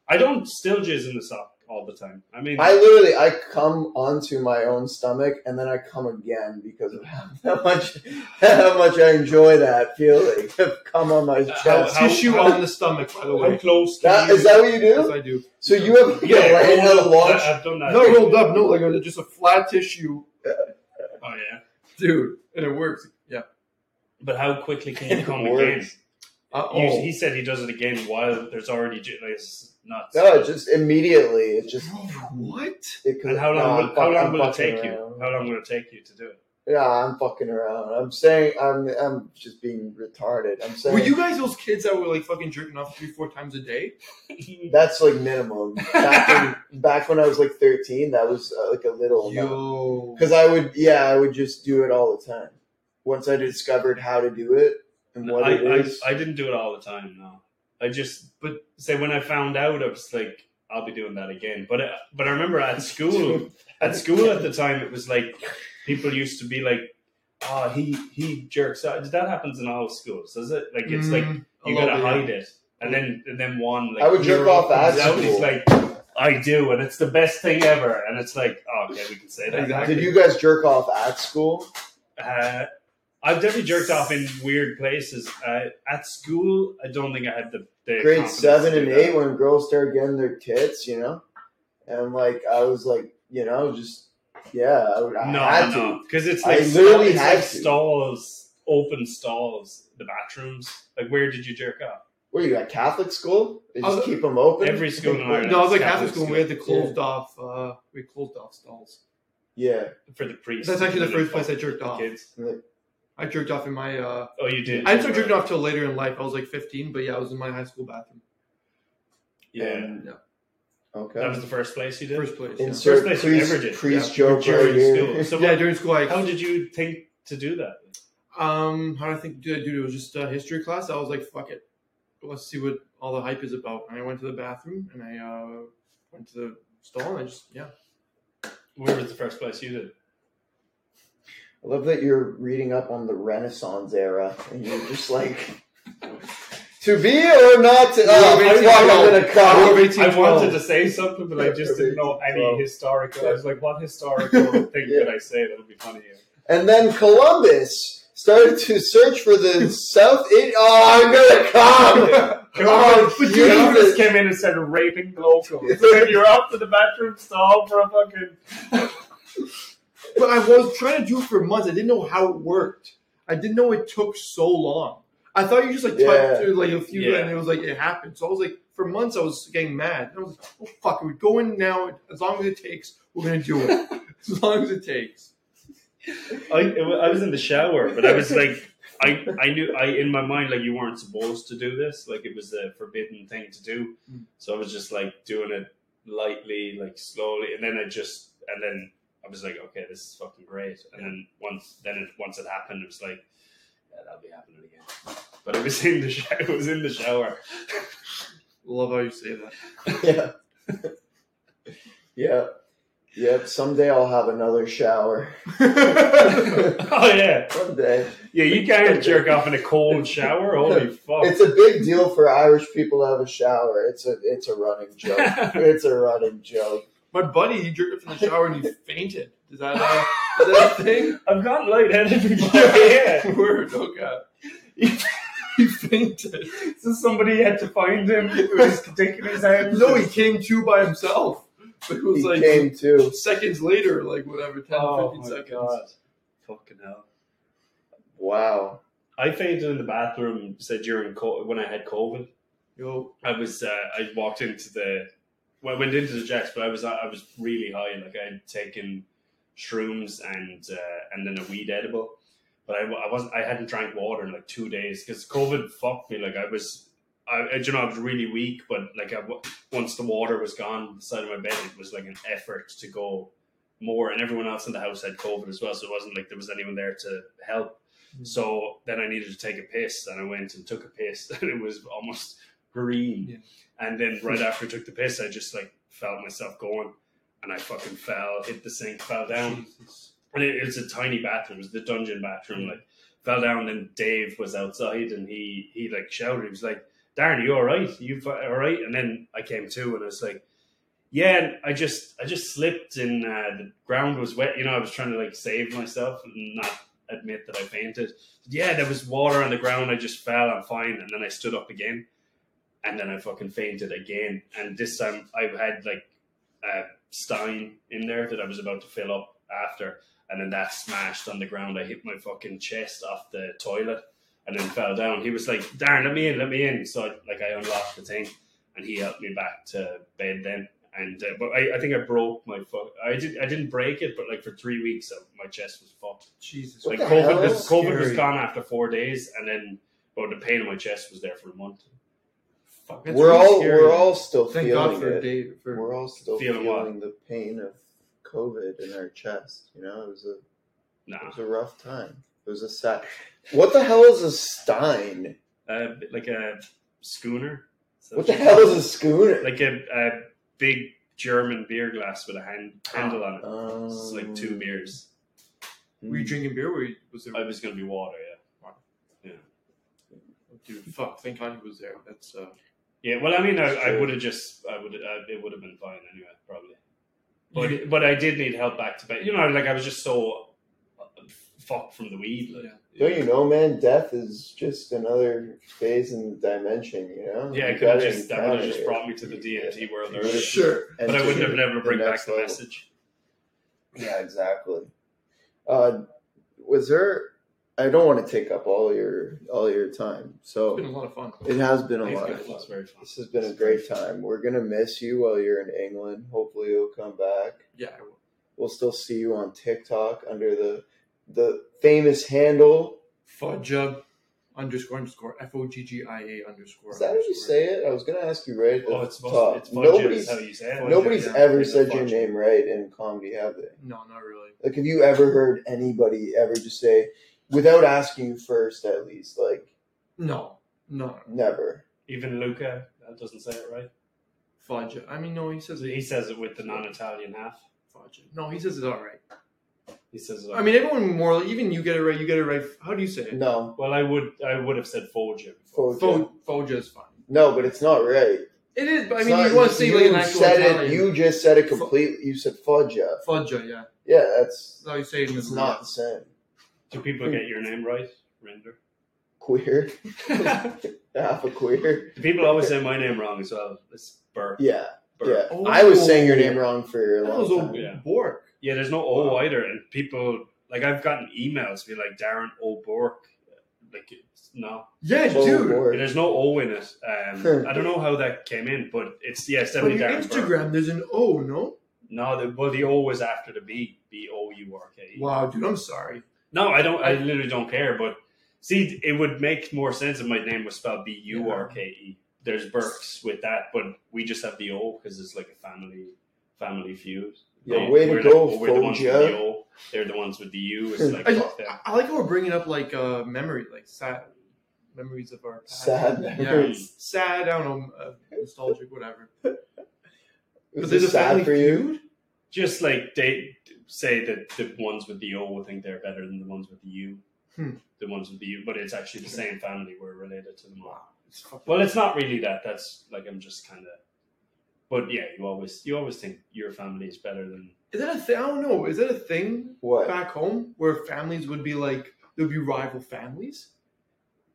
Speaker 3: I don't still jizz in the sock all the time. I mean,
Speaker 1: I literally I come onto my own stomach and then I come again because of how much how much I enjoy that feeling of cum on my
Speaker 3: How-
Speaker 1: chest.
Speaker 3: how-
Speaker 2: tissue
Speaker 3: how-
Speaker 2: on the stomach, by the
Speaker 3: how
Speaker 2: way.
Speaker 3: close to
Speaker 1: That
Speaker 3: you-
Speaker 1: is that what you
Speaker 2: Yes,
Speaker 1: do?
Speaker 2: I do.
Speaker 1: So you have like,
Speaker 3: Yeah,
Speaker 1: a right
Speaker 3: rolled
Speaker 1: hand
Speaker 3: up.
Speaker 1: launch.
Speaker 3: I've done that.
Speaker 2: No, rolled up. No, like a, just a flat tissue,
Speaker 3: Oh yeah,
Speaker 2: dude, and it works. Yeah.
Speaker 3: but how quickly can you come
Speaker 1: Works.
Speaker 3: again?
Speaker 2: Uh,
Speaker 3: He-
Speaker 2: oh.
Speaker 3: He said he does it again while there's already jizz. Like, it's nuts.
Speaker 1: No, just immediately. It just
Speaker 2: What?
Speaker 1: it could,
Speaker 3: And how long?
Speaker 1: no,
Speaker 3: will,
Speaker 1: I'm
Speaker 3: how
Speaker 1: fuck-
Speaker 3: long
Speaker 1: I'm
Speaker 3: will it
Speaker 1: fucking
Speaker 3: take you?
Speaker 1: around.
Speaker 3: How long will it take you to do it?
Speaker 1: Yeah, I'm fucking around. I'm saying I'm I'm just being retarded. I'm saying
Speaker 2: Were you guys those kids that were like fucking jerking off three, four times a day?
Speaker 1: that's like minimum. Back, in, back when I was like 13, that was uh, like a little. amount.
Speaker 2: Yo.
Speaker 1: Because I would, yeah, I would just do it all the time. Once I discovered how to do it and what it
Speaker 3: I,
Speaker 1: is,
Speaker 3: I I didn't do it all the time. No, I just
Speaker 2: But-
Speaker 3: say when I found out, I was like, I'll be doing that again. But I- but I remember at school, at school at the time, it was like people used to be like, oh, he he jerks out. That happens in all schools, does it? Like it's like
Speaker 2: Mm, a
Speaker 3: you
Speaker 2: little
Speaker 3: gotta
Speaker 2: bit,
Speaker 3: hide it, and then and then one like
Speaker 1: Oh, I would jerk
Speaker 2: you're
Speaker 1: off
Speaker 2: open
Speaker 1: at
Speaker 2: to
Speaker 3: out,
Speaker 2: That's
Speaker 3: he's
Speaker 1: school.
Speaker 3: like. I do, and it's the best thing ever. And it's like, oh, okay, we can say that.
Speaker 2: Exactly.
Speaker 1: Did you guys jerk off at school?
Speaker 3: Uh, I've definitely jerked off in weird places. Uh, at school, I don't think I had the, the
Speaker 1: Grade
Speaker 3: confidence
Speaker 1: seven
Speaker 3: to
Speaker 1: and
Speaker 3: do
Speaker 1: eight,
Speaker 3: that.
Speaker 1: when girls started getting their tits, you know, and like I was like, you know, just yeah, I, would, I
Speaker 3: No,
Speaker 1: had
Speaker 3: no,
Speaker 1: to.
Speaker 3: because it's
Speaker 1: I
Speaker 3: like
Speaker 1: literally
Speaker 3: it's
Speaker 1: had
Speaker 3: like
Speaker 1: to.
Speaker 3: stalls, open stalls, the bathrooms. Like, where did you jerk off?
Speaker 1: What are you at Catholic school? They
Speaker 2: I
Speaker 1: just
Speaker 2: was-
Speaker 1: keep them open.
Speaker 3: Uh, Every school in Ireland.
Speaker 2: No, I was like
Speaker 3: Catholic
Speaker 2: Catholic school.
Speaker 3: school.
Speaker 2: We had the closed off, uh, we closed off stalls.
Speaker 1: Yeah,
Speaker 3: for the priest.
Speaker 2: That's actually the
Speaker 3: Really
Speaker 2: first place I jerked
Speaker 3: fuck
Speaker 2: off.
Speaker 3: Kids.
Speaker 2: I jerked off in my. uh
Speaker 3: Oh, you did.
Speaker 2: I didn't start jerking off till later in life. I was like 15, but yeah, I was in my high school bathroom.
Speaker 3: Yeah,
Speaker 1: And-
Speaker 2: Yeah.
Speaker 3: that was
Speaker 1: Okay.
Speaker 3: the first place you did.
Speaker 2: First place. yeah.
Speaker 1: Insert
Speaker 3: place you ever did.
Speaker 1: priest, priest joke
Speaker 3: During
Speaker 1: right here.
Speaker 3: school. So
Speaker 2: yeah, during school, I
Speaker 3: how did you think to do that?
Speaker 2: Um, how do I think, dude? Dude, it was just a history class. I was like, fuck it, let's see what all the hype is about. And I went to the bathroom and I uh, went to the stall and I just yeah.
Speaker 3: Where was the first place you did?
Speaker 1: I love that you're reading up on the Renaissance era, and you're just like, to be or not to. Oh,
Speaker 2: You're
Speaker 1: fuck, I'm
Speaker 2: amazing.
Speaker 1: gonna come.
Speaker 2: You're amazing.
Speaker 3: I wanted to say something, but I just didn't know
Speaker 1: Well,
Speaker 3: any historical. I was like, what historical thing
Speaker 1: Yeah.
Speaker 3: could I say that would be funny?
Speaker 1: And then Columbus started to search for the South. It- oh, I'm gonna come. Oh,
Speaker 3: but you
Speaker 1: Jesus.
Speaker 3: just came in and started raping locals. Then you're off to the bathroom stall for a fucking.
Speaker 2: But I was trying to do it for months. I didn't know how it worked. I didn't know it took so long. I thought you just like
Speaker 1: Yeah.
Speaker 2: typed through like a few
Speaker 3: Yeah.
Speaker 2: and it was like it happened. So I was like, for months I was getting mad. And I was like, oh fuck, we go in now. As long as it takes, we're gonna do it. as long as it takes.
Speaker 3: I, I was in the shower, but I was like, I, I knew I in my mind like you weren't supposed to do this. Like it was a forbidden thing to do.
Speaker 1: Hmm.
Speaker 2: Mm.
Speaker 3: So I was just like doing it lightly, like slowly, and then I just and then I was like, okay, this is fucking great. And then once then it, once it happened, it was like, yeah, that'll be happening again. But it was in the shower. It was in the shower.
Speaker 2: Love how you say that.
Speaker 1: yeah. yeah. Yep, someday I'll have another shower.
Speaker 3: oh yeah,
Speaker 1: Someday.
Speaker 3: yeah. You can't jerk off in a cold shower. Holy
Speaker 2: Oh.
Speaker 3: fuck!
Speaker 1: It's a big deal for Irish people to have a shower. It's a it's a running joke. it's a running joke.
Speaker 2: My buddy, he jerked off in the shower and he fainted. Is that a, is that a thing?
Speaker 3: I've got lightheaded before. yeah.
Speaker 2: Word, oh god. He, he fainted.
Speaker 3: So somebody had to find him. It was taking his hand.
Speaker 2: No, he came to by himself. But it was
Speaker 1: He
Speaker 2: like
Speaker 1: came too.
Speaker 2: seconds later, like whatever, 10,
Speaker 3: Oh
Speaker 2: 15
Speaker 3: my
Speaker 2: seconds.
Speaker 3: god! Fucking hell.
Speaker 1: Wow.
Speaker 3: I fainted in the bathroom. Said during co- when I had COVID,
Speaker 2: Yo,
Speaker 3: I was uh, I walked into the well, I went into the jacks, but I was I was really high. Like I had taken shrooms and uh, and then a weed edible, but I, wa- I wasn't I hadn't drank water in like two days because COVID fucked me. Like I was. I, I- you know, I was really weak, but like I, wa- once the water was gone, the side of my bed, it was like an effort to go more. And everyone else in the house had COVID as well, so it wasn't like there was anyone there to help.
Speaker 2: Mhm.
Speaker 3: So then I needed to take a piss, and I went and took a piss, and it was almost green.
Speaker 2: Yeah.
Speaker 3: And then right after I took the piss, I just like felt myself going and I fucking fell, hit the sink, fell down.
Speaker 2: Jesus.
Speaker 3: And it, it was a tiny bathroom, it was the dungeon bathroom, like fell down and Dave was outside and he he like shouted, he was like, Darren, you alright? You fi- alright? And then I came to and I was like, Yeah, and I just I just slipped and uh, the ground was wet, you know, I was trying to like save myself and not admit that I fainted. Yeah, there was water on the ground, I just fell, I'm fine, and then I stood up again and then I fucking fainted again. And this time I had like a stein in there that I was about to fill up after, and then that smashed on the ground. I hit my fucking chest off the toilet and then fell down. He was like, "Darn, let me in, let me in." So I, like I unlocked the thing, and he helped me back to bed then. And uh, but I, I think I broke my fuck. I did. I didn't break it, but like for three weeks, uh, my chest was fucked.
Speaker 2: Jesus.
Speaker 1: What
Speaker 3: Like
Speaker 1: the hell?
Speaker 3: COVID was COVID was
Speaker 2: Scary.
Speaker 3: gone after four days, and then but the pain in my chest was there for a month.
Speaker 2: Fuck, that's
Speaker 1: we're
Speaker 2: really
Speaker 1: all
Speaker 2: scary.
Speaker 1: we're all still
Speaker 2: Thank
Speaker 1: feeling
Speaker 2: God for
Speaker 1: it.
Speaker 2: Dave. For,
Speaker 1: We're all still
Speaker 3: Feeling
Speaker 1: feeling,
Speaker 3: what?
Speaker 1: the pain of COVID in our chest. You know, it was a
Speaker 3: Nah.
Speaker 1: it was a rough time. It was a sad. What the hell is a stein?
Speaker 3: uh, like a schooner. So-
Speaker 1: What the hell is a schooner?
Speaker 3: Like a, a big German beer glass with a hand, handle on it.
Speaker 1: um, hmm.
Speaker 3: It's like two beers.
Speaker 2: were you
Speaker 1: Mm.
Speaker 2: drinking beer? Were you, was there?
Speaker 3: I was gonna be water, yeah.
Speaker 2: dude, fuck. Thank God he was there. That's uh,
Speaker 3: Yeah, well, I mean, I, I
Speaker 1: Sure.
Speaker 3: would have just, I would, I, it would have been fine anyway, probably. But but I did need help back to bed. You know, like I was just so uh, fucked from the weed. Like,
Speaker 1: Don't you know, man? Death is just another phase in the dimension. You know.
Speaker 3: yeah,
Speaker 1: You
Speaker 3: I could have
Speaker 1: gotta
Speaker 3: just that would
Speaker 1: encounter
Speaker 3: have just
Speaker 1: it.
Speaker 3: brought me to the DMT world
Speaker 1: Yeah.
Speaker 3: earlier.
Speaker 2: sure.
Speaker 1: And
Speaker 3: But I
Speaker 1: to
Speaker 3: wouldn't have been able to bring back
Speaker 1: next
Speaker 3: the
Speaker 1: level.
Speaker 3: message.
Speaker 1: Yeah, exactly. Uh, was there? I don't want to take up all your all your time.
Speaker 2: It's been
Speaker 1: So
Speaker 2: a lot of fun.
Speaker 1: it has been a
Speaker 3: It's
Speaker 1: lot.
Speaker 3: good.
Speaker 1: of
Speaker 3: It
Speaker 1: fun.
Speaker 3: was very fun.
Speaker 1: This has been a great time. We're gonna miss you while you're in England. Hopefully, you'll come back.
Speaker 2: Yeah, I will.
Speaker 1: We'll still see you on TikTok under the the famous handle.
Speaker 2: fudge up underscore underscore f o g g i a underscore.
Speaker 1: Is that how you
Speaker 2: underscore.
Speaker 1: say it? I was gonna ask you right at the
Speaker 3: Oh, it's
Speaker 1: top.
Speaker 3: supposed to, it's fudge is
Speaker 1: nobody's
Speaker 3: how you say it.
Speaker 1: nobody's
Speaker 2: yeah.
Speaker 1: ever
Speaker 3: It's a
Speaker 1: said your
Speaker 3: fudge.
Speaker 1: name right in comedy, have they?
Speaker 2: No, not really.
Speaker 1: Like, have you ever heard anybody ever just say, without asking you first, at least? Like,
Speaker 2: No, no.
Speaker 1: never.
Speaker 3: Even Luca, that doesn't say it right.
Speaker 2: Fudge. I mean, no. He says it.
Speaker 3: He says it with the non-Italian half.
Speaker 2: Fudge. No, he says it all right.
Speaker 3: He says it.
Speaker 2: I mean, everyone more. Even you get it right. You get it right. How do you say it?
Speaker 1: No,
Speaker 3: well, I would, I would have said Forger.
Speaker 1: Forger.
Speaker 2: Fo- Fudge is fine.
Speaker 1: no, but it's not right.
Speaker 2: It is. But I
Speaker 1: It's
Speaker 2: mean,
Speaker 1: not-
Speaker 2: you want to say like an actual
Speaker 1: said
Speaker 2: Italian.
Speaker 1: it. You just said it
Speaker 2: Fu-
Speaker 1: completely. You said fudge. Yeah,
Speaker 2: Fudge. Yeah,
Speaker 1: yeah that's
Speaker 2: that's how you say it. In
Speaker 1: it's
Speaker 2: the
Speaker 1: not the same.
Speaker 3: Do people get your name right, Render?
Speaker 1: Queer,
Speaker 3: Do
Speaker 1: half a queer.
Speaker 3: people always say my name wrong as well? It's Burr.
Speaker 1: Yeah, yeah.
Speaker 3: Burr.
Speaker 2: Oh.
Speaker 1: I was saying your name wrong for a
Speaker 2: That
Speaker 1: long
Speaker 2: was
Speaker 1: time.
Speaker 2: old
Speaker 3: Yeah.
Speaker 2: Bork.
Speaker 3: Yeah, there's no O either, and people like I've gotten emails be like Darren O'Bork, like it's, no,
Speaker 2: Yeah,
Speaker 1: Old
Speaker 2: dude.
Speaker 1: word.
Speaker 3: there's no O in it. Um, I don't know how that came in, but it's yeah, it's
Speaker 2: But
Speaker 3: definitely
Speaker 2: in
Speaker 3: Darren Burr.
Speaker 2: Instagram, there's an O, no?
Speaker 3: No, the, well the O was after the B, B O U R K E.
Speaker 2: Wow, dude, I'm sorry.
Speaker 3: No, I don't. I literally don't care. But see, it would make more sense if my name was spelled B U R K E. There's Burks with that, but we just have the O because it's like a family family feud.
Speaker 1: Yeah,
Speaker 3: They-
Speaker 1: way to
Speaker 3: we're
Speaker 1: go,
Speaker 3: like- we're the ones with
Speaker 1: Foggia.
Speaker 3: the O. They're the ones with the U. It's like
Speaker 2: I,
Speaker 3: fuck them.
Speaker 2: I- I like how we're bringing up like uh, memory, like sad memories of our past.
Speaker 1: Sad
Speaker 2: yeah,
Speaker 1: memories.
Speaker 2: sad. I don't know, uh, nostalgic, whatever.
Speaker 1: Was
Speaker 2: there's
Speaker 1: this
Speaker 2: a
Speaker 1: sad
Speaker 2: Family
Speaker 1: for you?
Speaker 2: Feud?
Speaker 3: just like they say that the ones with the O think they're better than the ones with the U.
Speaker 2: Hmm.
Speaker 3: The ones with the U, but it's actually the same family. We're related to them all.
Speaker 2: It's fucking,
Speaker 3: Well, it's not really that. That's like I'm just kind of. But yeah, you always you always think your family is better than
Speaker 2: is that a thing? I don't know. Is that a thing
Speaker 1: What?
Speaker 2: back home where families would be like there would be rival families?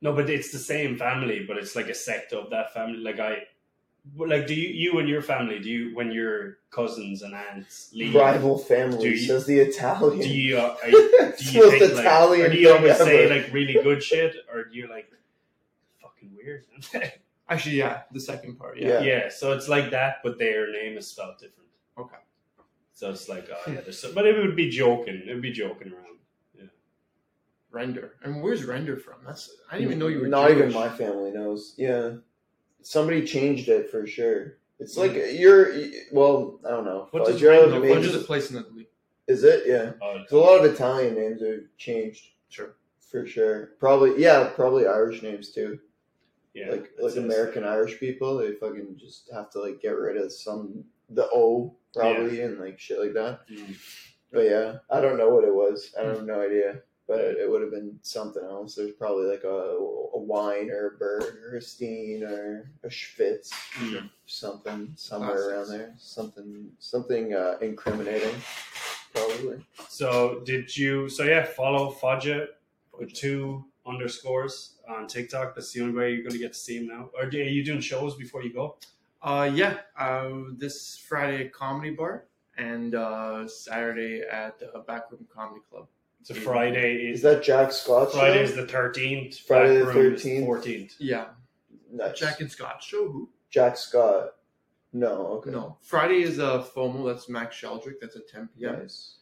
Speaker 3: no, but it's the same family, but it's like a sect of that family. Like I, well, like do you you and your family do you when your cousins and aunts leave?
Speaker 1: Rival family
Speaker 3: Do you-
Speaker 1: says the Italian.
Speaker 3: Do you uh, are you- do
Speaker 1: it's the
Speaker 3: you
Speaker 1: most
Speaker 3: think, like,
Speaker 1: Italian
Speaker 3: or do you
Speaker 1: thing
Speaker 3: always
Speaker 1: ever.
Speaker 3: say like really good shit, or do you like fucking weird? man."
Speaker 2: Actually, yeah, the second part.
Speaker 1: Yeah.
Speaker 2: Yeah.
Speaker 3: yeah. so it's like that, but their name is spelled different.
Speaker 2: Okay.
Speaker 3: So it's like oh yeah, there's so, but it would be joking. It would be joking around.
Speaker 2: Render. I mean, where's Render from? That's I didn't even know you were
Speaker 1: Not even
Speaker 2: Jewish.
Speaker 1: my family knows. Yeah, somebody changed it for sure. It's like
Speaker 2: Mm.
Speaker 1: you're. Well, I don't know.
Speaker 3: What
Speaker 1: Fudge
Speaker 3: does
Speaker 1: Road,
Speaker 3: Reno-
Speaker 2: No,
Speaker 3: what
Speaker 1: maybe.
Speaker 2: Fudge is a place in Italy.
Speaker 1: Is it? Yeah.
Speaker 3: Oh,
Speaker 1: 'Cause a lot of Italian names are changed
Speaker 2: Sure.
Speaker 1: for sure. Probably, yeah. Probably Irish names too.
Speaker 3: yeah,
Speaker 1: like
Speaker 3: that's
Speaker 1: like
Speaker 3: it.
Speaker 1: American Irish people, they fucking just have to like get rid of some the O probably and like shit like that.
Speaker 3: Mm.
Speaker 1: But yeah, I don't know what it was. I have no idea. But it would have been something else. There's probably like a, a wine or a bird or a steen or a schwitz,
Speaker 3: Mm.
Speaker 1: something somewhere around there. Something something uh, incriminating, probably.
Speaker 3: So did you? So yeah, follow Fodja with two underscores on TikTok. That's the only way you're going to get to see him now. Or do- are you doing shows before you go?
Speaker 2: Uh, yeah. Uh, this Friday at Comedy Bar and uh, Saturday at the Backroom Comedy Club.
Speaker 3: So Friday
Speaker 1: Is
Speaker 3: is
Speaker 1: that Jack Scott's
Speaker 3: Friday
Speaker 1: show?
Speaker 3: is the thirteenth.
Speaker 1: Friday the 13th.
Speaker 3: fourteenth.
Speaker 2: Yeah.
Speaker 1: Nice.
Speaker 2: Jack and Scott show who?
Speaker 1: Jack Scott. No, okay.
Speaker 2: No. Friday is uh, FOMO. That's Max Sheldrick. That's at 10 p.m.
Speaker 1: Nice.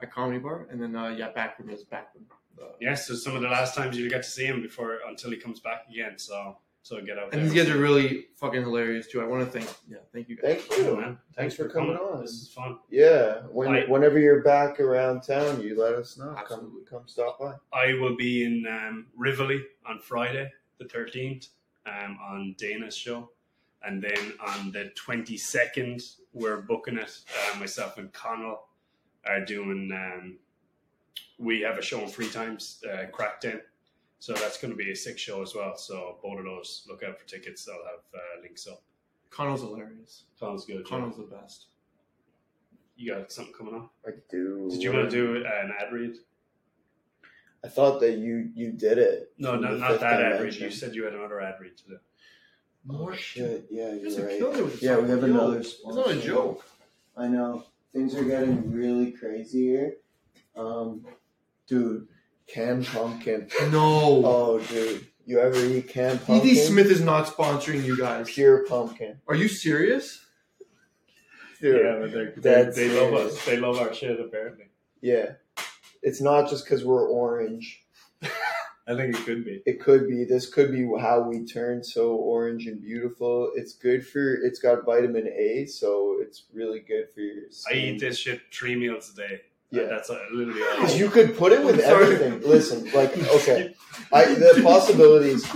Speaker 2: at Comedy Bar. And then, uh, yeah, Backroom is Backroom. Uh,
Speaker 3: Yes, so some of the last times you get to see him before until he comes back again. So so get
Speaker 2: And
Speaker 3: out. there.
Speaker 2: these guys are really fucking hilarious, too. I want to thank, yeah, thank you guys.
Speaker 1: Thank you.
Speaker 3: Yeah, man. Thanks,
Speaker 1: Thanks for coming on.
Speaker 3: This is fun.
Speaker 1: Yeah, when
Speaker 3: I-
Speaker 1: whenever you're back around town, you let us know.
Speaker 2: Absolutely.
Speaker 1: Come come stop by.
Speaker 3: I will be in um, Rivoli on Friday the thirteenth um, on Dana's show, and then on the twenty second we're booking it. Uh, myself and Connell are doing. Um, we have a show in Free Times, uh, Crackdown. So that's going to be a sick show as well. So both of those, look out for tickets. I'll have uh, links up.
Speaker 2: Connell's hilarious.
Speaker 3: Connell's good. yeah.
Speaker 2: Connell's the best.
Speaker 3: You got something coming up?
Speaker 1: I do.
Speaker 3: Did you want to do uh, an ad read?
Speaker 1: I thought that you you did it.
Speaker 3: No,
Speaker 1: from
Speaker 3: no,
Speaker 1: the
Speaker 3: not
Speaker 1: fifth
Speaker 3: that ad read.
Speaker 1: dimension.
Speaker 3: You said you had another ad read today.
Speaker 1: Oh, shit. Yeah,
Speaker 2: You guys are
Speaker 1: you're right.
Speaker 2: killing it with
Speaker 1: Yeah, we have
Speaker 2: fucking yo.
Speaker 1: another
Speaker 2: It's not a
Speaker 1: sponsor.
Speaker 2: joke.
Speaker 1: I know things are getting really crazy here. Um, dude, canned pumpkin.
Speaker 2: No.
Speaker 1: Oh, dude, you ever eat canned pumpkin?
Speaker 2: E.D. Smith is not sponsoring you guys.
Speaker 1: Pure pumpkin,
Speaker 2: Are you serious?
Speaker 1: dude.
Speaker 3: but they're,
Speaker 1: That's
Speaker 3: they love
Speaker 1: serious.
Speaker 3: us. They love our shit, apparently.
Speaker 1: yeah. it's not just because we're orange.
Speaker 3: I think it could be.
Speaker 1: it could be this could be how we turn so orange and beautiful it's good for it's got vitamin a so it's really good for your
Speaker 3: I
Speaker 1: skin
Speaker 3: eat this shit three meals a day.
Speaker 1: Yeah.
Speaker 3: Yeah, that's uh, literally all.
Speaker 1: 'Cause you could put it with
Speaker 2: I'm sorry.
Speaker 1: everything listen like okay i the possibilities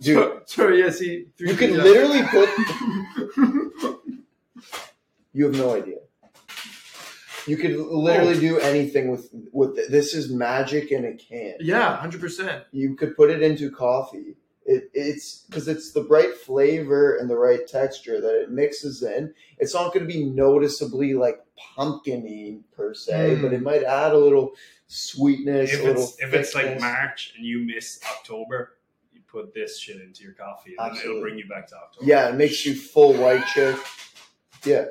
Speaker 1: dude
Speaker 2: Sorry, sorry, yes, he.
Speaker 1: you can literally put you have no idea you could
Speaker 2: Oh.
Speaker 1: literally do anything with with this is magic in a can
Speaker 2: Yeah, 100%.
Speaker 1: you could put it into coffee. It, it's because it's the right flavor and the right texture that it mixes in. It's not going to be noticeably like pumpkiny per se,
Speaker 2: Mm.
Speaker 1: but it might add a little sweetness.
Speaker 3: Hmm. if
Speaker 1: a little
Speaker 3: it's if it's like
Speaker 1: thickness.
Speaker 3: March and you miss October, you put this shit into your coffee, and then it'll
Speaker 1: Absolutely.
Speaker 3: bring you back to October.
Speaker 1: yeah, it makes you full white chick. Yeah,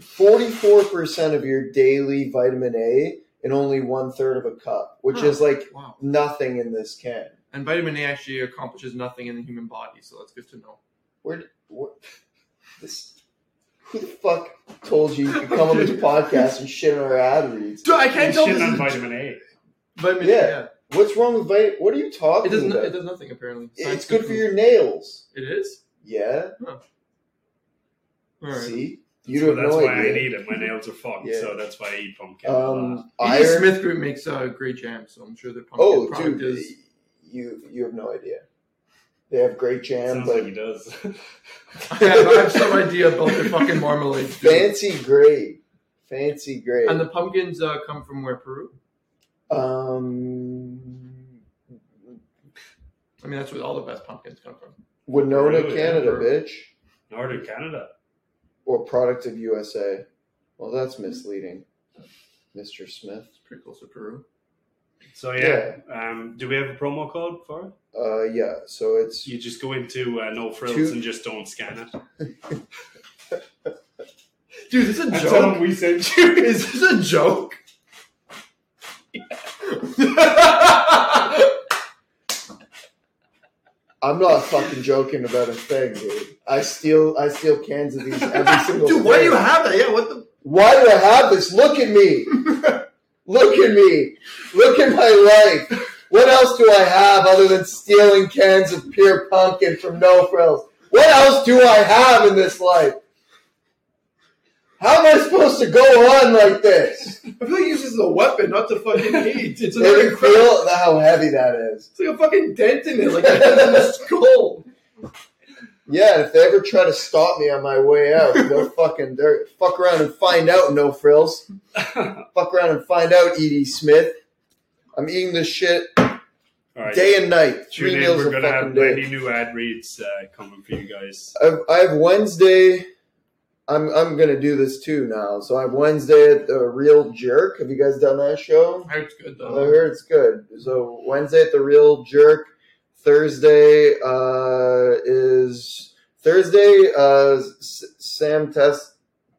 Speaker 1: forty-four percent of your daily vitamin A in only one third of a cup, which
Speaker 2: Huh.
Speaker 1: is like
Speaker 2: Wow.
Speaker 1: nothing in this can.
Speaker 2: And vitamin A actually accomplishes nothing in the human body, so that's good to know.
Speaker 1: Where, what, this, who the fuck told you you could come on this podcast and shit on our ad reads?
Speaker 2: Dude, I
Speaker 3: And
Speaker 2: can't tell
Speaker 3: shit
Speaker 2: this
Speaker 3: on
Speaker 2: is
Speaker 3: vitamin A.
Speaker 2: vitamin
Speaker 1: Yeah.
Speaker 2: A. Yeah.
Speaker 1: What's wrong with vitamin? What are you
Speaker 2: It
Speaker 1: talking
Speaker 2: does, no,
Speaker 1: about?
Speaker 2: it does nothing, apparently.
Speaker 1: it's good for
Speaker 2: Scientifically.
Speaker 1: your nails.
Speaker 2: It is?
Speaker 1: Yeah.
Speaker 2: All right.
Speaker 1: See, you
Speaker 3: so
Speaker 1: have
Speaker 3: that's
Speaker 1: no
Speaker 3: why I
Speaker 1: idea.
Speaker 3: need it. My nails are fucked,
Speaker 1: Yeah.
Speaker 3: so that's why I eat pumpkin. Uh,
Speaker 1: um,
Speaker 2: E.D.
Speaker 1: iron.
Speaker 2: Smith Group makes uh, great jam, so I'm sure their pumpkin
Speaker 1: oh,
Speaker 2: product
Speaker 1: dude,
Speaker 2: is.
Speaker 1: you you have no idea. They have great jam,
Speaker 3: sounds
Speaker 1: but
Speaker 3: like he does.
Speaker 2: I have, I have some idea about their fucking marmalade. dude.
Speaker 1: fancy grape, Fancy grape.
Speaker 2: And the pumpkins uh, come from where? Peru.
Speaker 1: um,
Speaker 2: I mean, that's where all the best pumpkins come from.
Speaker 1: Winona,
Speaker 3: Peru, yeah,
Speaker 1: Canada,
Speaker 2: Peru.
Speaker 1: bitch,
Speaker 3: Northern Canada.
Speaker 1: or product of USA. Well, that's misleading, Mister Smith.
Speaker 2: It's pretty close to Peru.
Speaker 3: So yeah, Um, do we have a promo code for it?
Speaker 1: Uh, yeah. So it's
Speaker 3: You just go into uh, No Frills
Speaker 1: Two-
Speaker 3: and just don't scan it.
Speaker 2: Dude, is this a
Speaker 3: That's all
Speaker 2: joke?
Speaker 3: we sent you.
Speaker 2: Is this a joke?
Speaker 1: I'm not fucking joking about a thing, dude. I steal I steal cans of these every single.
Speaker 2: Dude, why do you
Speaker 1: day.
Speaker 2: have that? Yeah, what the?
Speaker 1: Why do I have this? Look at me. Look at me. Look at my life. What else do I have other than stealing cans of pure pumpkin from No Frills? What else do I have in this life? How am I supposed to go on like this?
Speaker 2: I feel like he uses a weapon, not to fucking eat. It's
Speaker 1: They didn't feel how heavy that is.
Speaker 2: It's like a fucking dent in it, like
Speaker 1: a dent in the
Speaker 2: skull.
Speaker 1: Yeah, if they ever try to stop me on my way out, no fucking dirt. Fuck around and find out, No Frills. Fuck around and find out, Edie Smith. I'm eating this shit
Speaker 3: All right.
Speaker 1: day and night,
Speaker 3: Tune
Speaker 1: three
Speaker 3: in.
Speaker 1: meals
Speaker 3: We're
Speaker 1: a
Speaker 3: gonna have
Speaker 1: fucking
Speaker 3: many
Speaker 1: day.
Speaker 3: new ad reads uh, coming for you guys.
Speaker 1: I've, I have Wednesday. I'm I'm gonna do this too now. So I have Wednesday at the Real Jerk. Have you guys done that show?
Speaker 2: It's good
Speaker 1: I
Speaker 2: though.
Speaker 1: heard it's good. So Wednesday at the Real Jerk. Thursday uh, is Thursday. Uh, S- Sam Test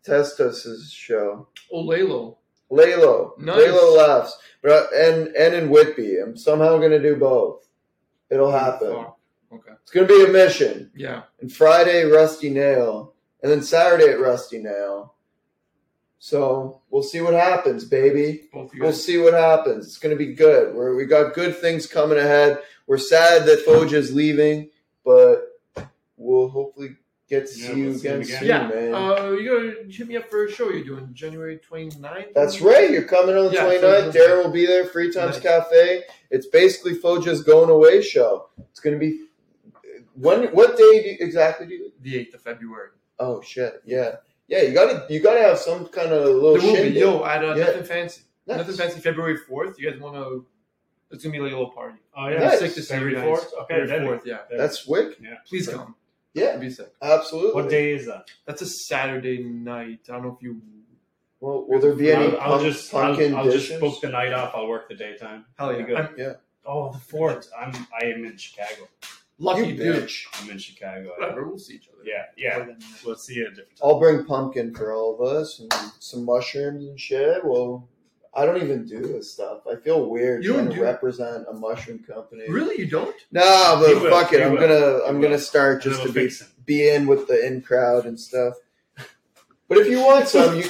Speaker 1: Testos' show.
Speaker 2: Olelo.
Speaker 1: Lalo.
Speaker 2: Nice.
Speaker 1: Lalo laughs. But and and in Whitby, I'm somehow gonna do both. It'll happen.
Speaker 2: Fuck. Okay.
Speaker 1: It's gonna be a mission
Speaker 2: Yeah.
Speaker 1: and Friday Rusty Nail, and then Saturday at Rusty Nail. So we'll see what happens, baby.
Speaker 2: Both you
Speaker 1: We'll
Speaker 2: guys.
Speaker 1: see what happens. It's gonna be good. We're, we got good things coming ahead. We're sad that Foja's leaving, but we'll hopefully get to
Speaker 3: Yeah,
Speaker 1: see you
Speaker 3: we'll see
Speaker 1: again,
Speaker 3: him again.
Speaker 1: soon,
Speaker 2: yeah.
Speaker 1: man.
Speaker 2: Uh, you gotta hit me up for a show you're doing January 29th.
Speaker 1: That's right. You're coming on the
Speaker 2: Yeah,
Speaker 1: 29th.
Speaker 2: so-
Speaker 1: Darren will be there. Free Times
Speaker 2: Nice.
Speaker 1: Cafe. It's basically Foja's going away show. It's gonna be when? What day do you, exactly do you?
Speaker 2: The 8th of February.
Speaker 1: Oh shit! Yeah, yeah. You gotta you gotta have some kind of little
Speaker 2: there will
Speaker 1: Oh, shit.
Speaker 2: be yo at uh,
Speaker 1: Yeah.
Speaker 2: nothing fancy.
Speaker 1: Nice.
Speaker 2: Nothing fancy. February 4th. You guys want to? It's gonna be like a little party.
Speaker 3: Oh
Speaker 1: yeah.
Speaker 3: yeah,
Speaker 1: Nice.
Speaker 2: Sick to see you
Speaker 3: February
Speaker 2: guys.
Speaker 3: 4th? Okay,
Speaker 2: February
Speaker 3: that'd be-
Speaker 2: 4th. Yeah.
Speaker 1: That's wick.
Speaker 2: Please come.
Speaker 1: Yeah,
Speaker 2: It'd be sick.
Speaker 1: absolutely.
Speaker 3: What day is that?
Speaker 2: That's a Saturday night. I don't know if you.
Speaker 1: Well, will there be any
Speaker 3: I'll, I'll
Speaker 1: pump-
Speaker 3: just I'll,
Speaker 1: pumpkin
Speaker 3: I'll just
Speaker 1: dishes?
Speaker 3: book the night off. I'll work the daytime.
Speaker 2: Hell yeah.
Speaker 3: Good.
Speaker 2: I'm
Speaker 3: Oh, the fourth. I'm I am in Chicago.
Speaker 2: lucky
Speaker 1: You
Speaker 2: dude.
Speaker 1: bitch.
Speaker 3: I'm in Chicago.
Speaker 2: Whatever. We'll see each other.
Speaker 3: Yeah, yeah. We'll see you at a different time.
Speaker 1: I'll bring pumpkin for all of us and some mushrooms and shit. Well, I don't even do this stuff. I feel weird
Speaker 2: You don't
Speaker 1: trying to
Speaker 2: do-
Speaker 1: represent a mushroom company.
Speaker 2: Really, you don't?
Speaker 1: No, but
Speaker 3: You will,
Speaker 1: fuck it.
Speaker 3: you
Speaker 1: I'm
Speaker 3: will.
Speaker 1: gonna I'm
Speaker 3: You
Speaker 1: gonna
Speaker 3: will.
Speaker 1: start
Speaker 3: And then
Speaker 1: just to
Speaker 3: we'll
Speaker 1: be
Speaker 3: fix it.
Speaker 1: be in with the in crowd and stuff. But if you want some, you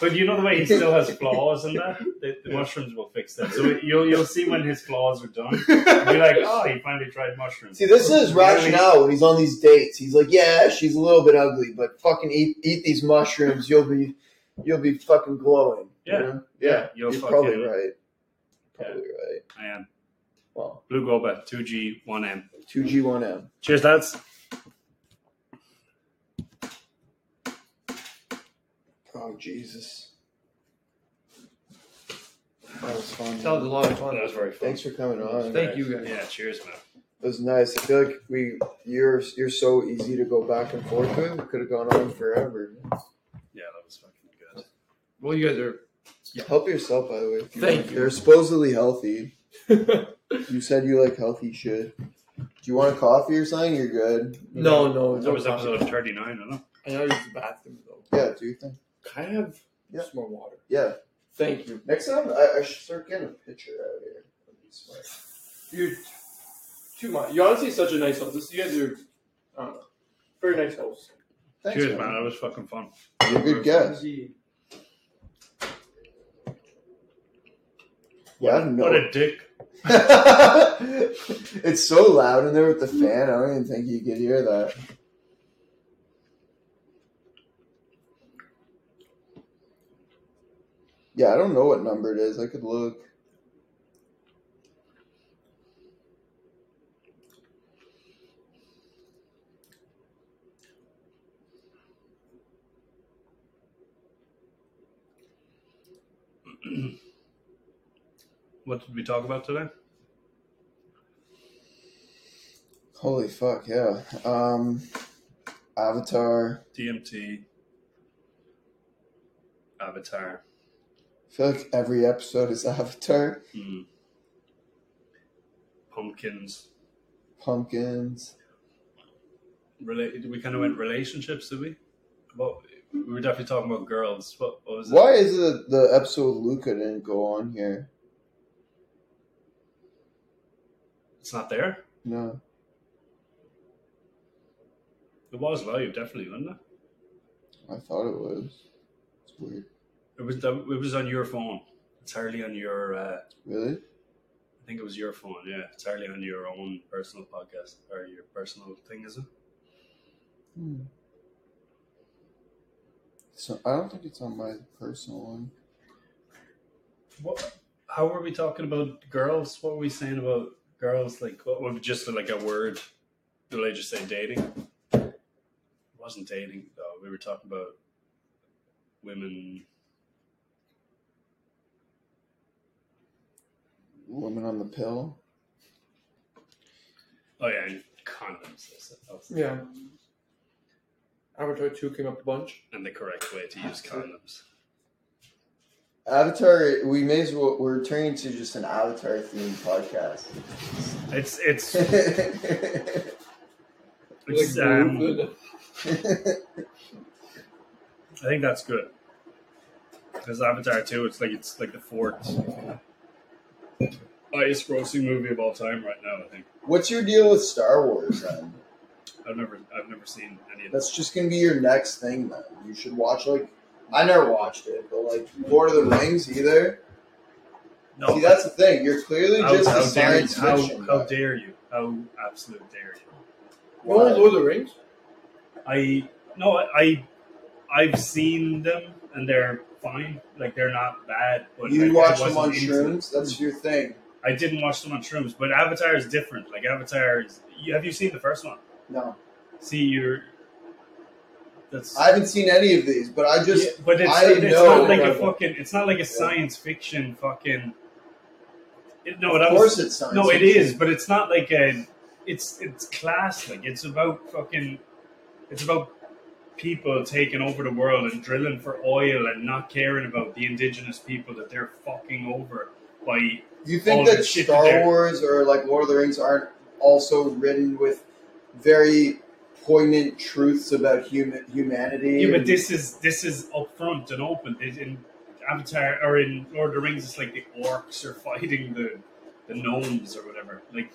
Speaker 3: But you know the way he still has flaws and that? The, the mushrooms will fix that. So you'll, you'll see when his flaws are done. You'll be like, oh, he finally tried mushrooms.
Speaker 1: See, this is
Speaker 3: Really?
Speaker 1: rationale when he's on these dates. He's like, "Yeah, she's a little bit ugly, but fucking eat eat these mushrooms. You'll be you'll be fucking glowing." you
Speaker 3: Yeah.
Speaker 1: know?
Speaker 3: You'll
Speaker 1: you're
Speaker 3: fucking,
Speaker 1: probably right. Probably right.
Speaker 3: I am.
Speaker 1: Well,
Speaker 3: Blue Goba, 2G, 1M.
Speaker 1: two G one M.
Speaker 3: Cheers, lads.
Speaker 1: Oh Jesus, that was fun.
Speaker 2: That was a lot of
Speaker 3: That
Speaker 2: fun.
Speaker 3: was very fun.
Speaker 1: Thanks for coming on.
Speaker 2: Thank you, guys.
Speaker 3: Yeah, cheers, man.
Speaker 1: It was nice. I feel like we you're you're so easy to go back and forth with. We could have gone on forever.
Speaker 3: Yeah, that was fucking good.
Speaker 2: Well, you guys are.
Speaker 1: Help yourself, by the way. if
Speaker 2: Thank
Speaker 1: want.
Speaker 2: you.
Speaker 1: They're supposedly healthy. You said you like healthy shit. Do you want a coffee or something? You're good.
Speaker 2: no, no.
Speaker 3: That was episode 39, I don't know.
Speaker 2: I gotta use the bathroom though.
Speaker 1: Yeah, do you think?
Speaker 2: Can I have
Speaker 1: Yeah.
Speaker 2: some more water?
Speaker 1: Yeah.
Speaker 2: Thank you.
Speaker 1: Next time, I, I should start getting a picture out here. That'd be smart.
Speaker 2: You're too much. You're honestly such a nice host. This, you guys are, I don't know, very nice hosts.
Speaker 1: Thanks,
Speaker 3: cheers, man.
Speaker 1: man.
Speaker 3: That was fucking fun.
Speaker 1: You're a good guest.
Speaker 2: Indeed.
Speaker 1: Yeah, I don't
Speaker 3: What
Speaker 1: know.
Speaker 3: a dick.
Speaker 1: it's so loud in there with the fan. I don't even think you could hear that. Yeah, I don't know what number it is. I could look.
Speaker 3: what did we talk about today?
Speaker 1: Holy fuck, yeah. Um, Avatar.
Speaker 3: DMT, Avatar.
Speaker 1: I feel like every episode is Avatar.
Speaker 3: Mm. Pumpkins.
Speaker 1: Pumpkins.
Speaker 3: Relate. We kind of went relationships, did we? What we were definitely talking about girls. What, what was it?
Speaker 1: Why is it the episode with Luca didn't go on here?
Speaker 3: It's not there.
Speaker 1: No.
Speaker 3: It was live, definitely, wasn't it?
Speaker 1: I thought it was. It's weird.
Speaker 3: It was. It was on your phone. It's hardly on your. Uh,
Speaker 1: Really?
Speaker 3: I think it was your phone. Yeah, it's hardly on your own personal podcast or your personal thing, is it?
Speaker 1: Hmm. So I don't think it's on my personal one.
Speaker 3: What? How were we talking about girls? What were we saying about girls? Like, what was just like a word? Did I just say dating? It wasn't dating though. We were talking about women.
Speaker 1: Woman on the pill.
Speaker 3: Oh yeah, and condoms. that's it, that's it.
Speaker 2: Yeah. Avatar 2 came up a bunch.
Speaker 3: And the correct way to use condoms.
Speaker 1: Avatar. We may as well. We're turning to just an Avatar themed podcast.
Speaker 3: It's it's it's. um, I think that's good. Because Avatar 2, it's like it's like the fourth highest grossing movie of all time right now, I think.
Speaker 1: What's your deal with Star Wars then?
Speaker 3: I've never I've never seen any of that.
Speaker 1: That's just gonna be your next thing then. You should watch like I never watched it, but like Lord of the Rings either.
Speaker 3: No,
Speaker 1: See that's the thing. You're clearly
Speaker 3: how,
Speaker 1: just a
Speaker 3: how, dare you,
Speaker 1: science
Speaker 3: how,
Speaker 1: fiction.
Speaker 3: how
Speaker 1: guy.
Speaker 3: dare you? How absolute dare you?
Speaker 1: Why?
Speaker 2: Lord of the Rings?
Speaker 3: I no, I I've seen them and they're fine. Like they're not bad, but
Speaker 1: you
Speaker 3: like, I
Speaker 1: watch them on
Speaker 3: wasn't into them.
Speaker 1: shrooms, that's your thing.
Speaker 3: I didn't watch them on shrooms, but Avatar is different. Like Avatar is you, have you seen the first one?
Speaker 1: No.
Speaker 3: See you're that's
Speaker 1: I haven't seen any of these, but I just
Speaker 3: Yeah, but it's,
Speaker 1: I
Speaker 3: it's
Speaker 1: know
Speaker 3: not like a
Speaker 1: Marvel.
Speaker 3: fucking. It's not like a science fiction fucking. It, no,
Speaker 1: of
Speaker 3: that
Speaker 1: course
Speaker 3: was,
Speaker 1: it's science.
Speaker 3: no, it
Speaker 1: fiction.
Speaker 3: is, but it's not like a. It's it's class like it's about fucking. It's about people taking over the world and drilling for oil and not caring about the indigenous people that they're fucking over by.
Speaker 1: You
Speaker 3: all
Speaker 1: think
Speaker 3: the
Speaker 1: that
Speaker 3: shit
Speaker 1: Star
Speaker 3: there.
Speaker 1: Wars or like Lord of the Rings aren't also written with very poignant truths about human humanity?
Speaker 3: Yeah, but
Speaker 1: and-
Speaker 3: this is this is upfront and open. It, in Avatar or in Lord of the Rings, it's like the orcs are fighting the the gnomes or whatever. Like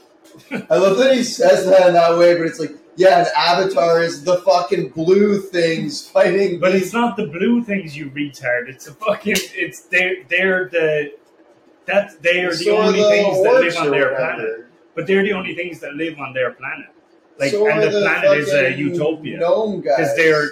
Speaker 1: I love that he says that in that way, but it's like, yeah, an avatar is the fucking blue things fighting.
Speaker 3: But
Speaker 1: these-
Speaker 3: it's not the blue things, you retard. It's the fucking. It's they're they're the that they are the
Speaker 1: So are
Speaker 3: only
Speaker 1: the
Speaker 3: things that live
Speaker 1: orcs
Speaker 3: on
Speaker 1: or
Speaker 3: their
Speaker 1: whatever.
Speaker 3: planet. But they're the only things that live on their planet. Like
Speaker 1: So
Speaker 3: and
Speaker 1: are
Speaker 3: the, planet is a
Speaker 1: fucking
Speaker 3: utopia.
Speaker 1: Gnome guys.
Speaker 3: Because they're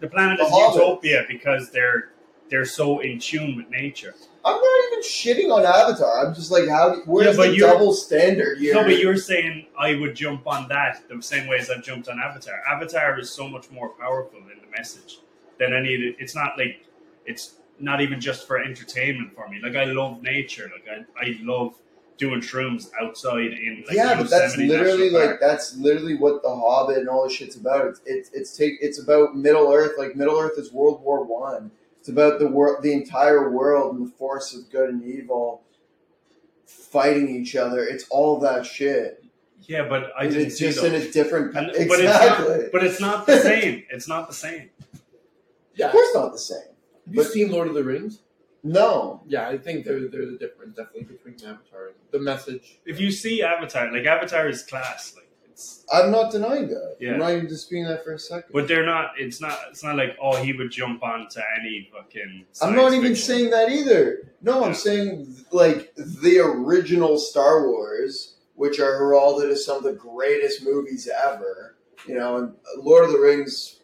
Speaker 3: the planet
Speaker 1: The
Speaker 3: is
Speaker 1: hobbits.
Speaker 3: utopia because they're they're so in tune with nature.
Speaker 1: I'm not even shitting on Avatar. I'm just like, how? do- Where's
Speaker 3: but
Speaker 1: the
Speaker 3: you're-
Speaker 1: double standard here?
Speaker 3: No, but you're saying I would jump on that the same way as I've jumped on Avatar. Avatar is so much more powerful in the message than any of the, it's not like it's not even just for entertainment for me. Like I love nature. Like I, I love doing shrooms outside in like
Speaker 1: yeah, but that's
Speaker 3: Yosemite
Speaker 1: literally
Speaker 3: National
Speaker 1: like
Speaker 3: Park.
Speaker 1: that's literally what the Hobbit and all this shit's about. It's it's it's take it's about Middle Earth. Like Middle Earth is World War One. It's about the world, the entire world, and the force of good and evil fighting each other. It's all that shit.
Speaker 3: Yeah, but I
Speaker 1: And
Speaker 3: didn't
Speaker 1: it's
Speaker 3: see
Speaker 1: just
Speaker 3: those.
Speaker 1: in a different
Speaker 3: And-
Speaker 1: exactly.
Speaker 3: but it's not but it's not the same. It's not the same.
Speaker 2: Yeah.
Speaker 1: of course, not the same.
Speaker 2: Have you
Speaker 1: But-
Speaker 2: seen Lord of the Rings?
Speaker 1: No,
Speaker 2: Yeah, I think there, there's a difference definitely between Avatar and the message.
Speaker 3: If you see Avatar, like Avatar is class, like it's
Speaker 1: I'm not denying that.
Speaker 3: Yeah.
Speaker 1: I'm not even disputing that for a second.
Speaker 3: but they're not. It's not. It's not like oh, he would jump onto any fucking.
Speaker 1: I'm
Speaker 3: science
Speaker 1: not even
Speaker 3: fiction.
Speaker 1: saying that either. No,
Speaker 3: Yeah.
Speaker 1: I'm saying like the original Star Wars, which are heralded as some of the greatest movies ever. You know, and Lord of the Rings.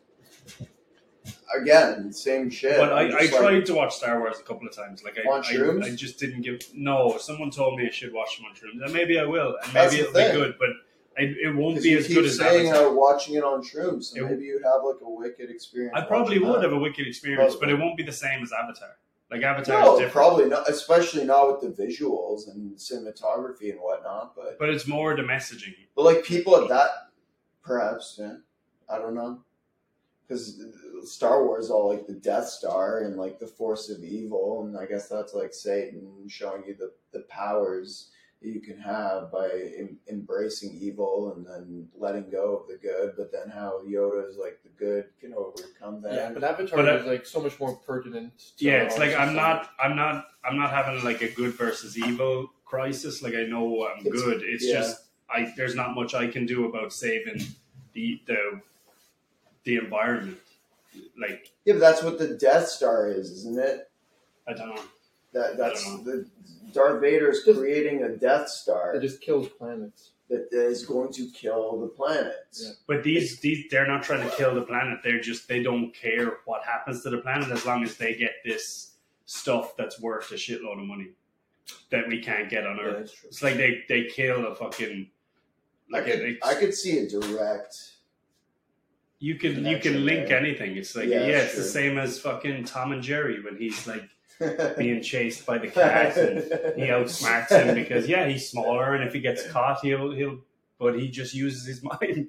Speaker 1: Again, same shit.
Speaker 3: But I,
Speaker 1: I'm
Speaker 3: I
Speaker 1: just like,
Speaker 3: tried to watch Star Wars a couple of times. Like I,
Speaker 1: On shrooms?
Speaker 3: I, I just didn't give. No, someone told me I should watch them on shrooms, and maybe I will, and
Speaker 1: That's
Speaker 3: maybe
Speaker 1: the
Speaker 3: it'll
Speaker 1: thing.
Speaker 3: be good. But I, it won't
Speaker 1: 'cause
Speaker 3: be
Speaker 1: you
Speaker 3: as
Speaker 1: keep
Speaker 3: good as
Speaker 1: saying
Speaker 3: Avatar.
Speaker 1: how watching it on shrooms, so
Speaker 3: It-
Speaker 1: maybe you'd have like a wicked experience.
Speaker 3: I probably
Speaker 1: watching
Speaker 3: would
Speaker 1: that.
Speaker 3: have a wicked experience, but
Speaker 1: Probably.
Speaker 3: it won't be the same as Avatar. Like Avatar is
Speaker 1: No,
Speaker 3: different.
Speaker 1: probably not. Especially not with the visuals and cinematography and whatnot. But
Speaker 3: But it's more the messaging.
Speaker 1: but like people at that, perhaps yeah, I don't know, because Star Wars all like the Death Star and like the Force of Evil, and I guess that's like Satan showing you the the powers that you can have by em- embracing evil and then letting go of the good. But then how Yoda is like the good can overcome that.
Speaker 2: Yeah, but Avatar
Speaker 3: But, uh,
Speaker 2: is like so much more pertinent. to
Speaker 3: yeah it's
Speaker 2: our
Speaker 3: like i'm
Speaker 2: society.
Speaker 3: not i'm not i'm not having like a good versus evil crisis like i know i'm
Speaker 1: It's-
Speaker 3: good it's
Speaker 1: yeah.
Speaker 3: just i there's not much i can do about saving the the the environment like
Speaker 1: yeah, but that's what the Death Star is, isn't it?
Speaker 3: i don't know
Speaker 1: That that's
Speaker 3: I
Speaker 1: the Darth Vader is creating a Death Star
Speaker 2: It just kills planets.
Speaker 1: that is going to kill the planets.
Speaker 2: Yeah.
Speaker 3: but these these they're not trying to kill the planet they're just they don't care what happens to the planet as long as they get this stuff that's worth a shitload of money that we can't get on earth
Speaker 2: that's true.
Speaker 3: it's like they they kill a fucking
Speaker 1: I could
Speaker 3: it's-
Speaker 1: I could see a direct.
Speaker 3: You can you
Speaker 1: connection
Speaker 3: can link
Speaker 1: there.
Speaker 3: anything. It's like
Speaker 1: Yeah,
Speaker 3: yeah, it's the
Speaker 1: sure.
Speaker 3: same as fucking Tom and Jerry when he's like being chased by the cat and he outsmarts him because yeah, he's smaller and if he gets caught he'll he'll but he just uses his mind.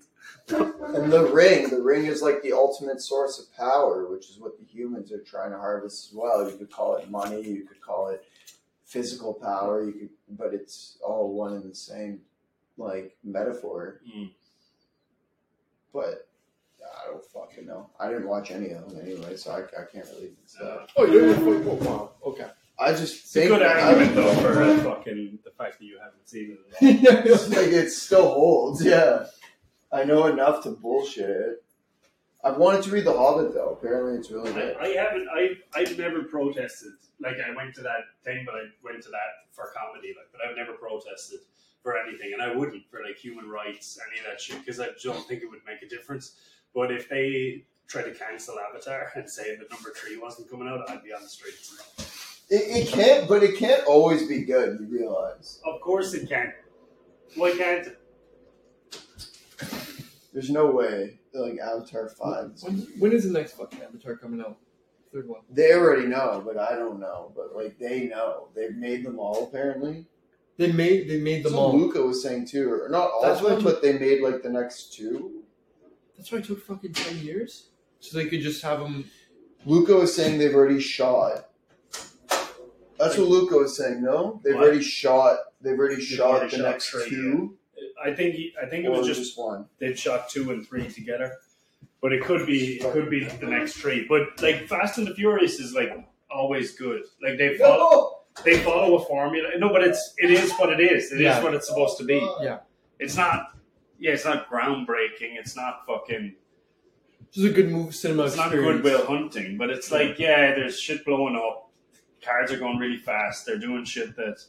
Speaker 1: and the ring, the ring is like the ultimate source of power, which is what the humans are trying to harvest as well. You could call it money, you could call it physical power, you could, but it's all one and the same, like metaphor.
Speaker 3: Hmm.
Speaker 1: But I don't fucking know. I didn't watch any of them anyway, so I, I can't really. decide.
Speaker 3: Uh,
Speaker 2: Oh, you're wow. Okay.
Speaker 1: I just
Speaker 3: it's a
Speaker 1: think
Speaker 3: good
Speaker 1: that-
Speaker 3: argument though for uh, fucking the fact that you haven't seen it at all.
Speaker 1: it's like it still holds. Yeah, I know enough to bullshit it. I've wanted to read The Hobbit though. Apparently, it's really good.
Speaker 3: I, I haven't I I've never protested. Like I went to that thing but I went to that for comedy, like but I've never protested for anything and I wouldn't for like human rights, any of that shit, because I don't think it would make a difference. But if they tried to cancel Avatar and say that number three wasn't coming out, I'd be on the streets.
Speaker 1: It, it can't, but it can't always be good. You realize
Speaker 3: Of course it can. Why can't it?
Speaker 1: there's no way like Avatar Five. is-
Speaker 2: When, when is the next fucking Avatar coming out? Third one.
Speaker 1: They already know, but I don't know. But like they know, they've made them all apparently.
Speaker 2: They made they made
Speaker 1: That's
Speaker 2: them
Speaker 1: what
Speaker 2: all.
Speaker 1: Luca was saying too, or not all
Speaker 2: That's
Speaker 1: of them,
Speaker 2: what-
Speaker 1: but they made like the next two.
Speaker 2: That's why it took fucking ten years. So they could just have them.
Speaker 1: Luca was saying they've already shot. That's what Luca was saying. No, they've
Speaker 3: What?
Speaker 1: already shot. They've already shot
Speaker 3: already
Speaker 1: the
Speaker 3: shot
Speaker 1: next
Speaker 3: three,
Speaker 1: two,
Speaker 3: I think he- I think it
Speaker 1: or
Speaker 3: was
Speaker 1: just,
Speaker 3: just
Speaker 1: one.
Speaker 3: they shot two and three together. But it could be it could be the next three. But like Fast and the Furious is like always good. Like they follow they follow a formula. No, but it's it is what it is. It is
Speaker 2: Yeah.
Speaker 3: what it's supposed to be.
Speaker 2: Yeah.
Speaker 3: It's not. Yeah, it's not groundbreaking. It's not fucking.
Speaker 2: This is a good move cinema
Speaker 3: It's not
Speaker 2: experience.
Speaker 3: Goodwill Hunting, but it's like yeah, there's shit blowing up. Cars are going really fast. They're doing shit that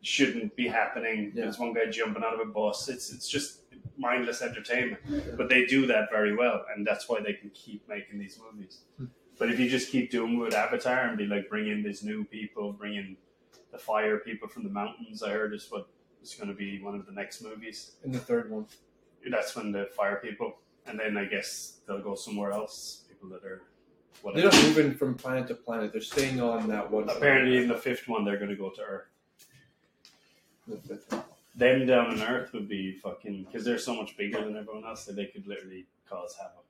Speaker 3: shouldn't be happening.
Speaker 2: Yeah.
Speaker 3: There's one guy jumping out of a bus. It's it's just mindless entertainment. But they do that very well, and that's why they can keep making these movies.
Speaker 2: Hmm.
Speaker 3: But if you just keep doing with Avatar and be like, bring in these new people, bring in the fire people from the mountains. I heard is what is going to be one of the next movies.
Speaker 2: In the third one.
Speaker 3: That's when the fire people, and then I guess they'll go somewhere else. People that are
Speaker 2: They're
Speaker 3: whatever.
Speaker 2: not moving from planet to planet. They're staying on that one.
Speaker 3: Apparently, in the fifth one, they're going to go to Earth.
Speaker 2: planet.
Speaker 3: Them down on Earth would be fucking because they're so much bigger than everyone else that they could literally cause havoc.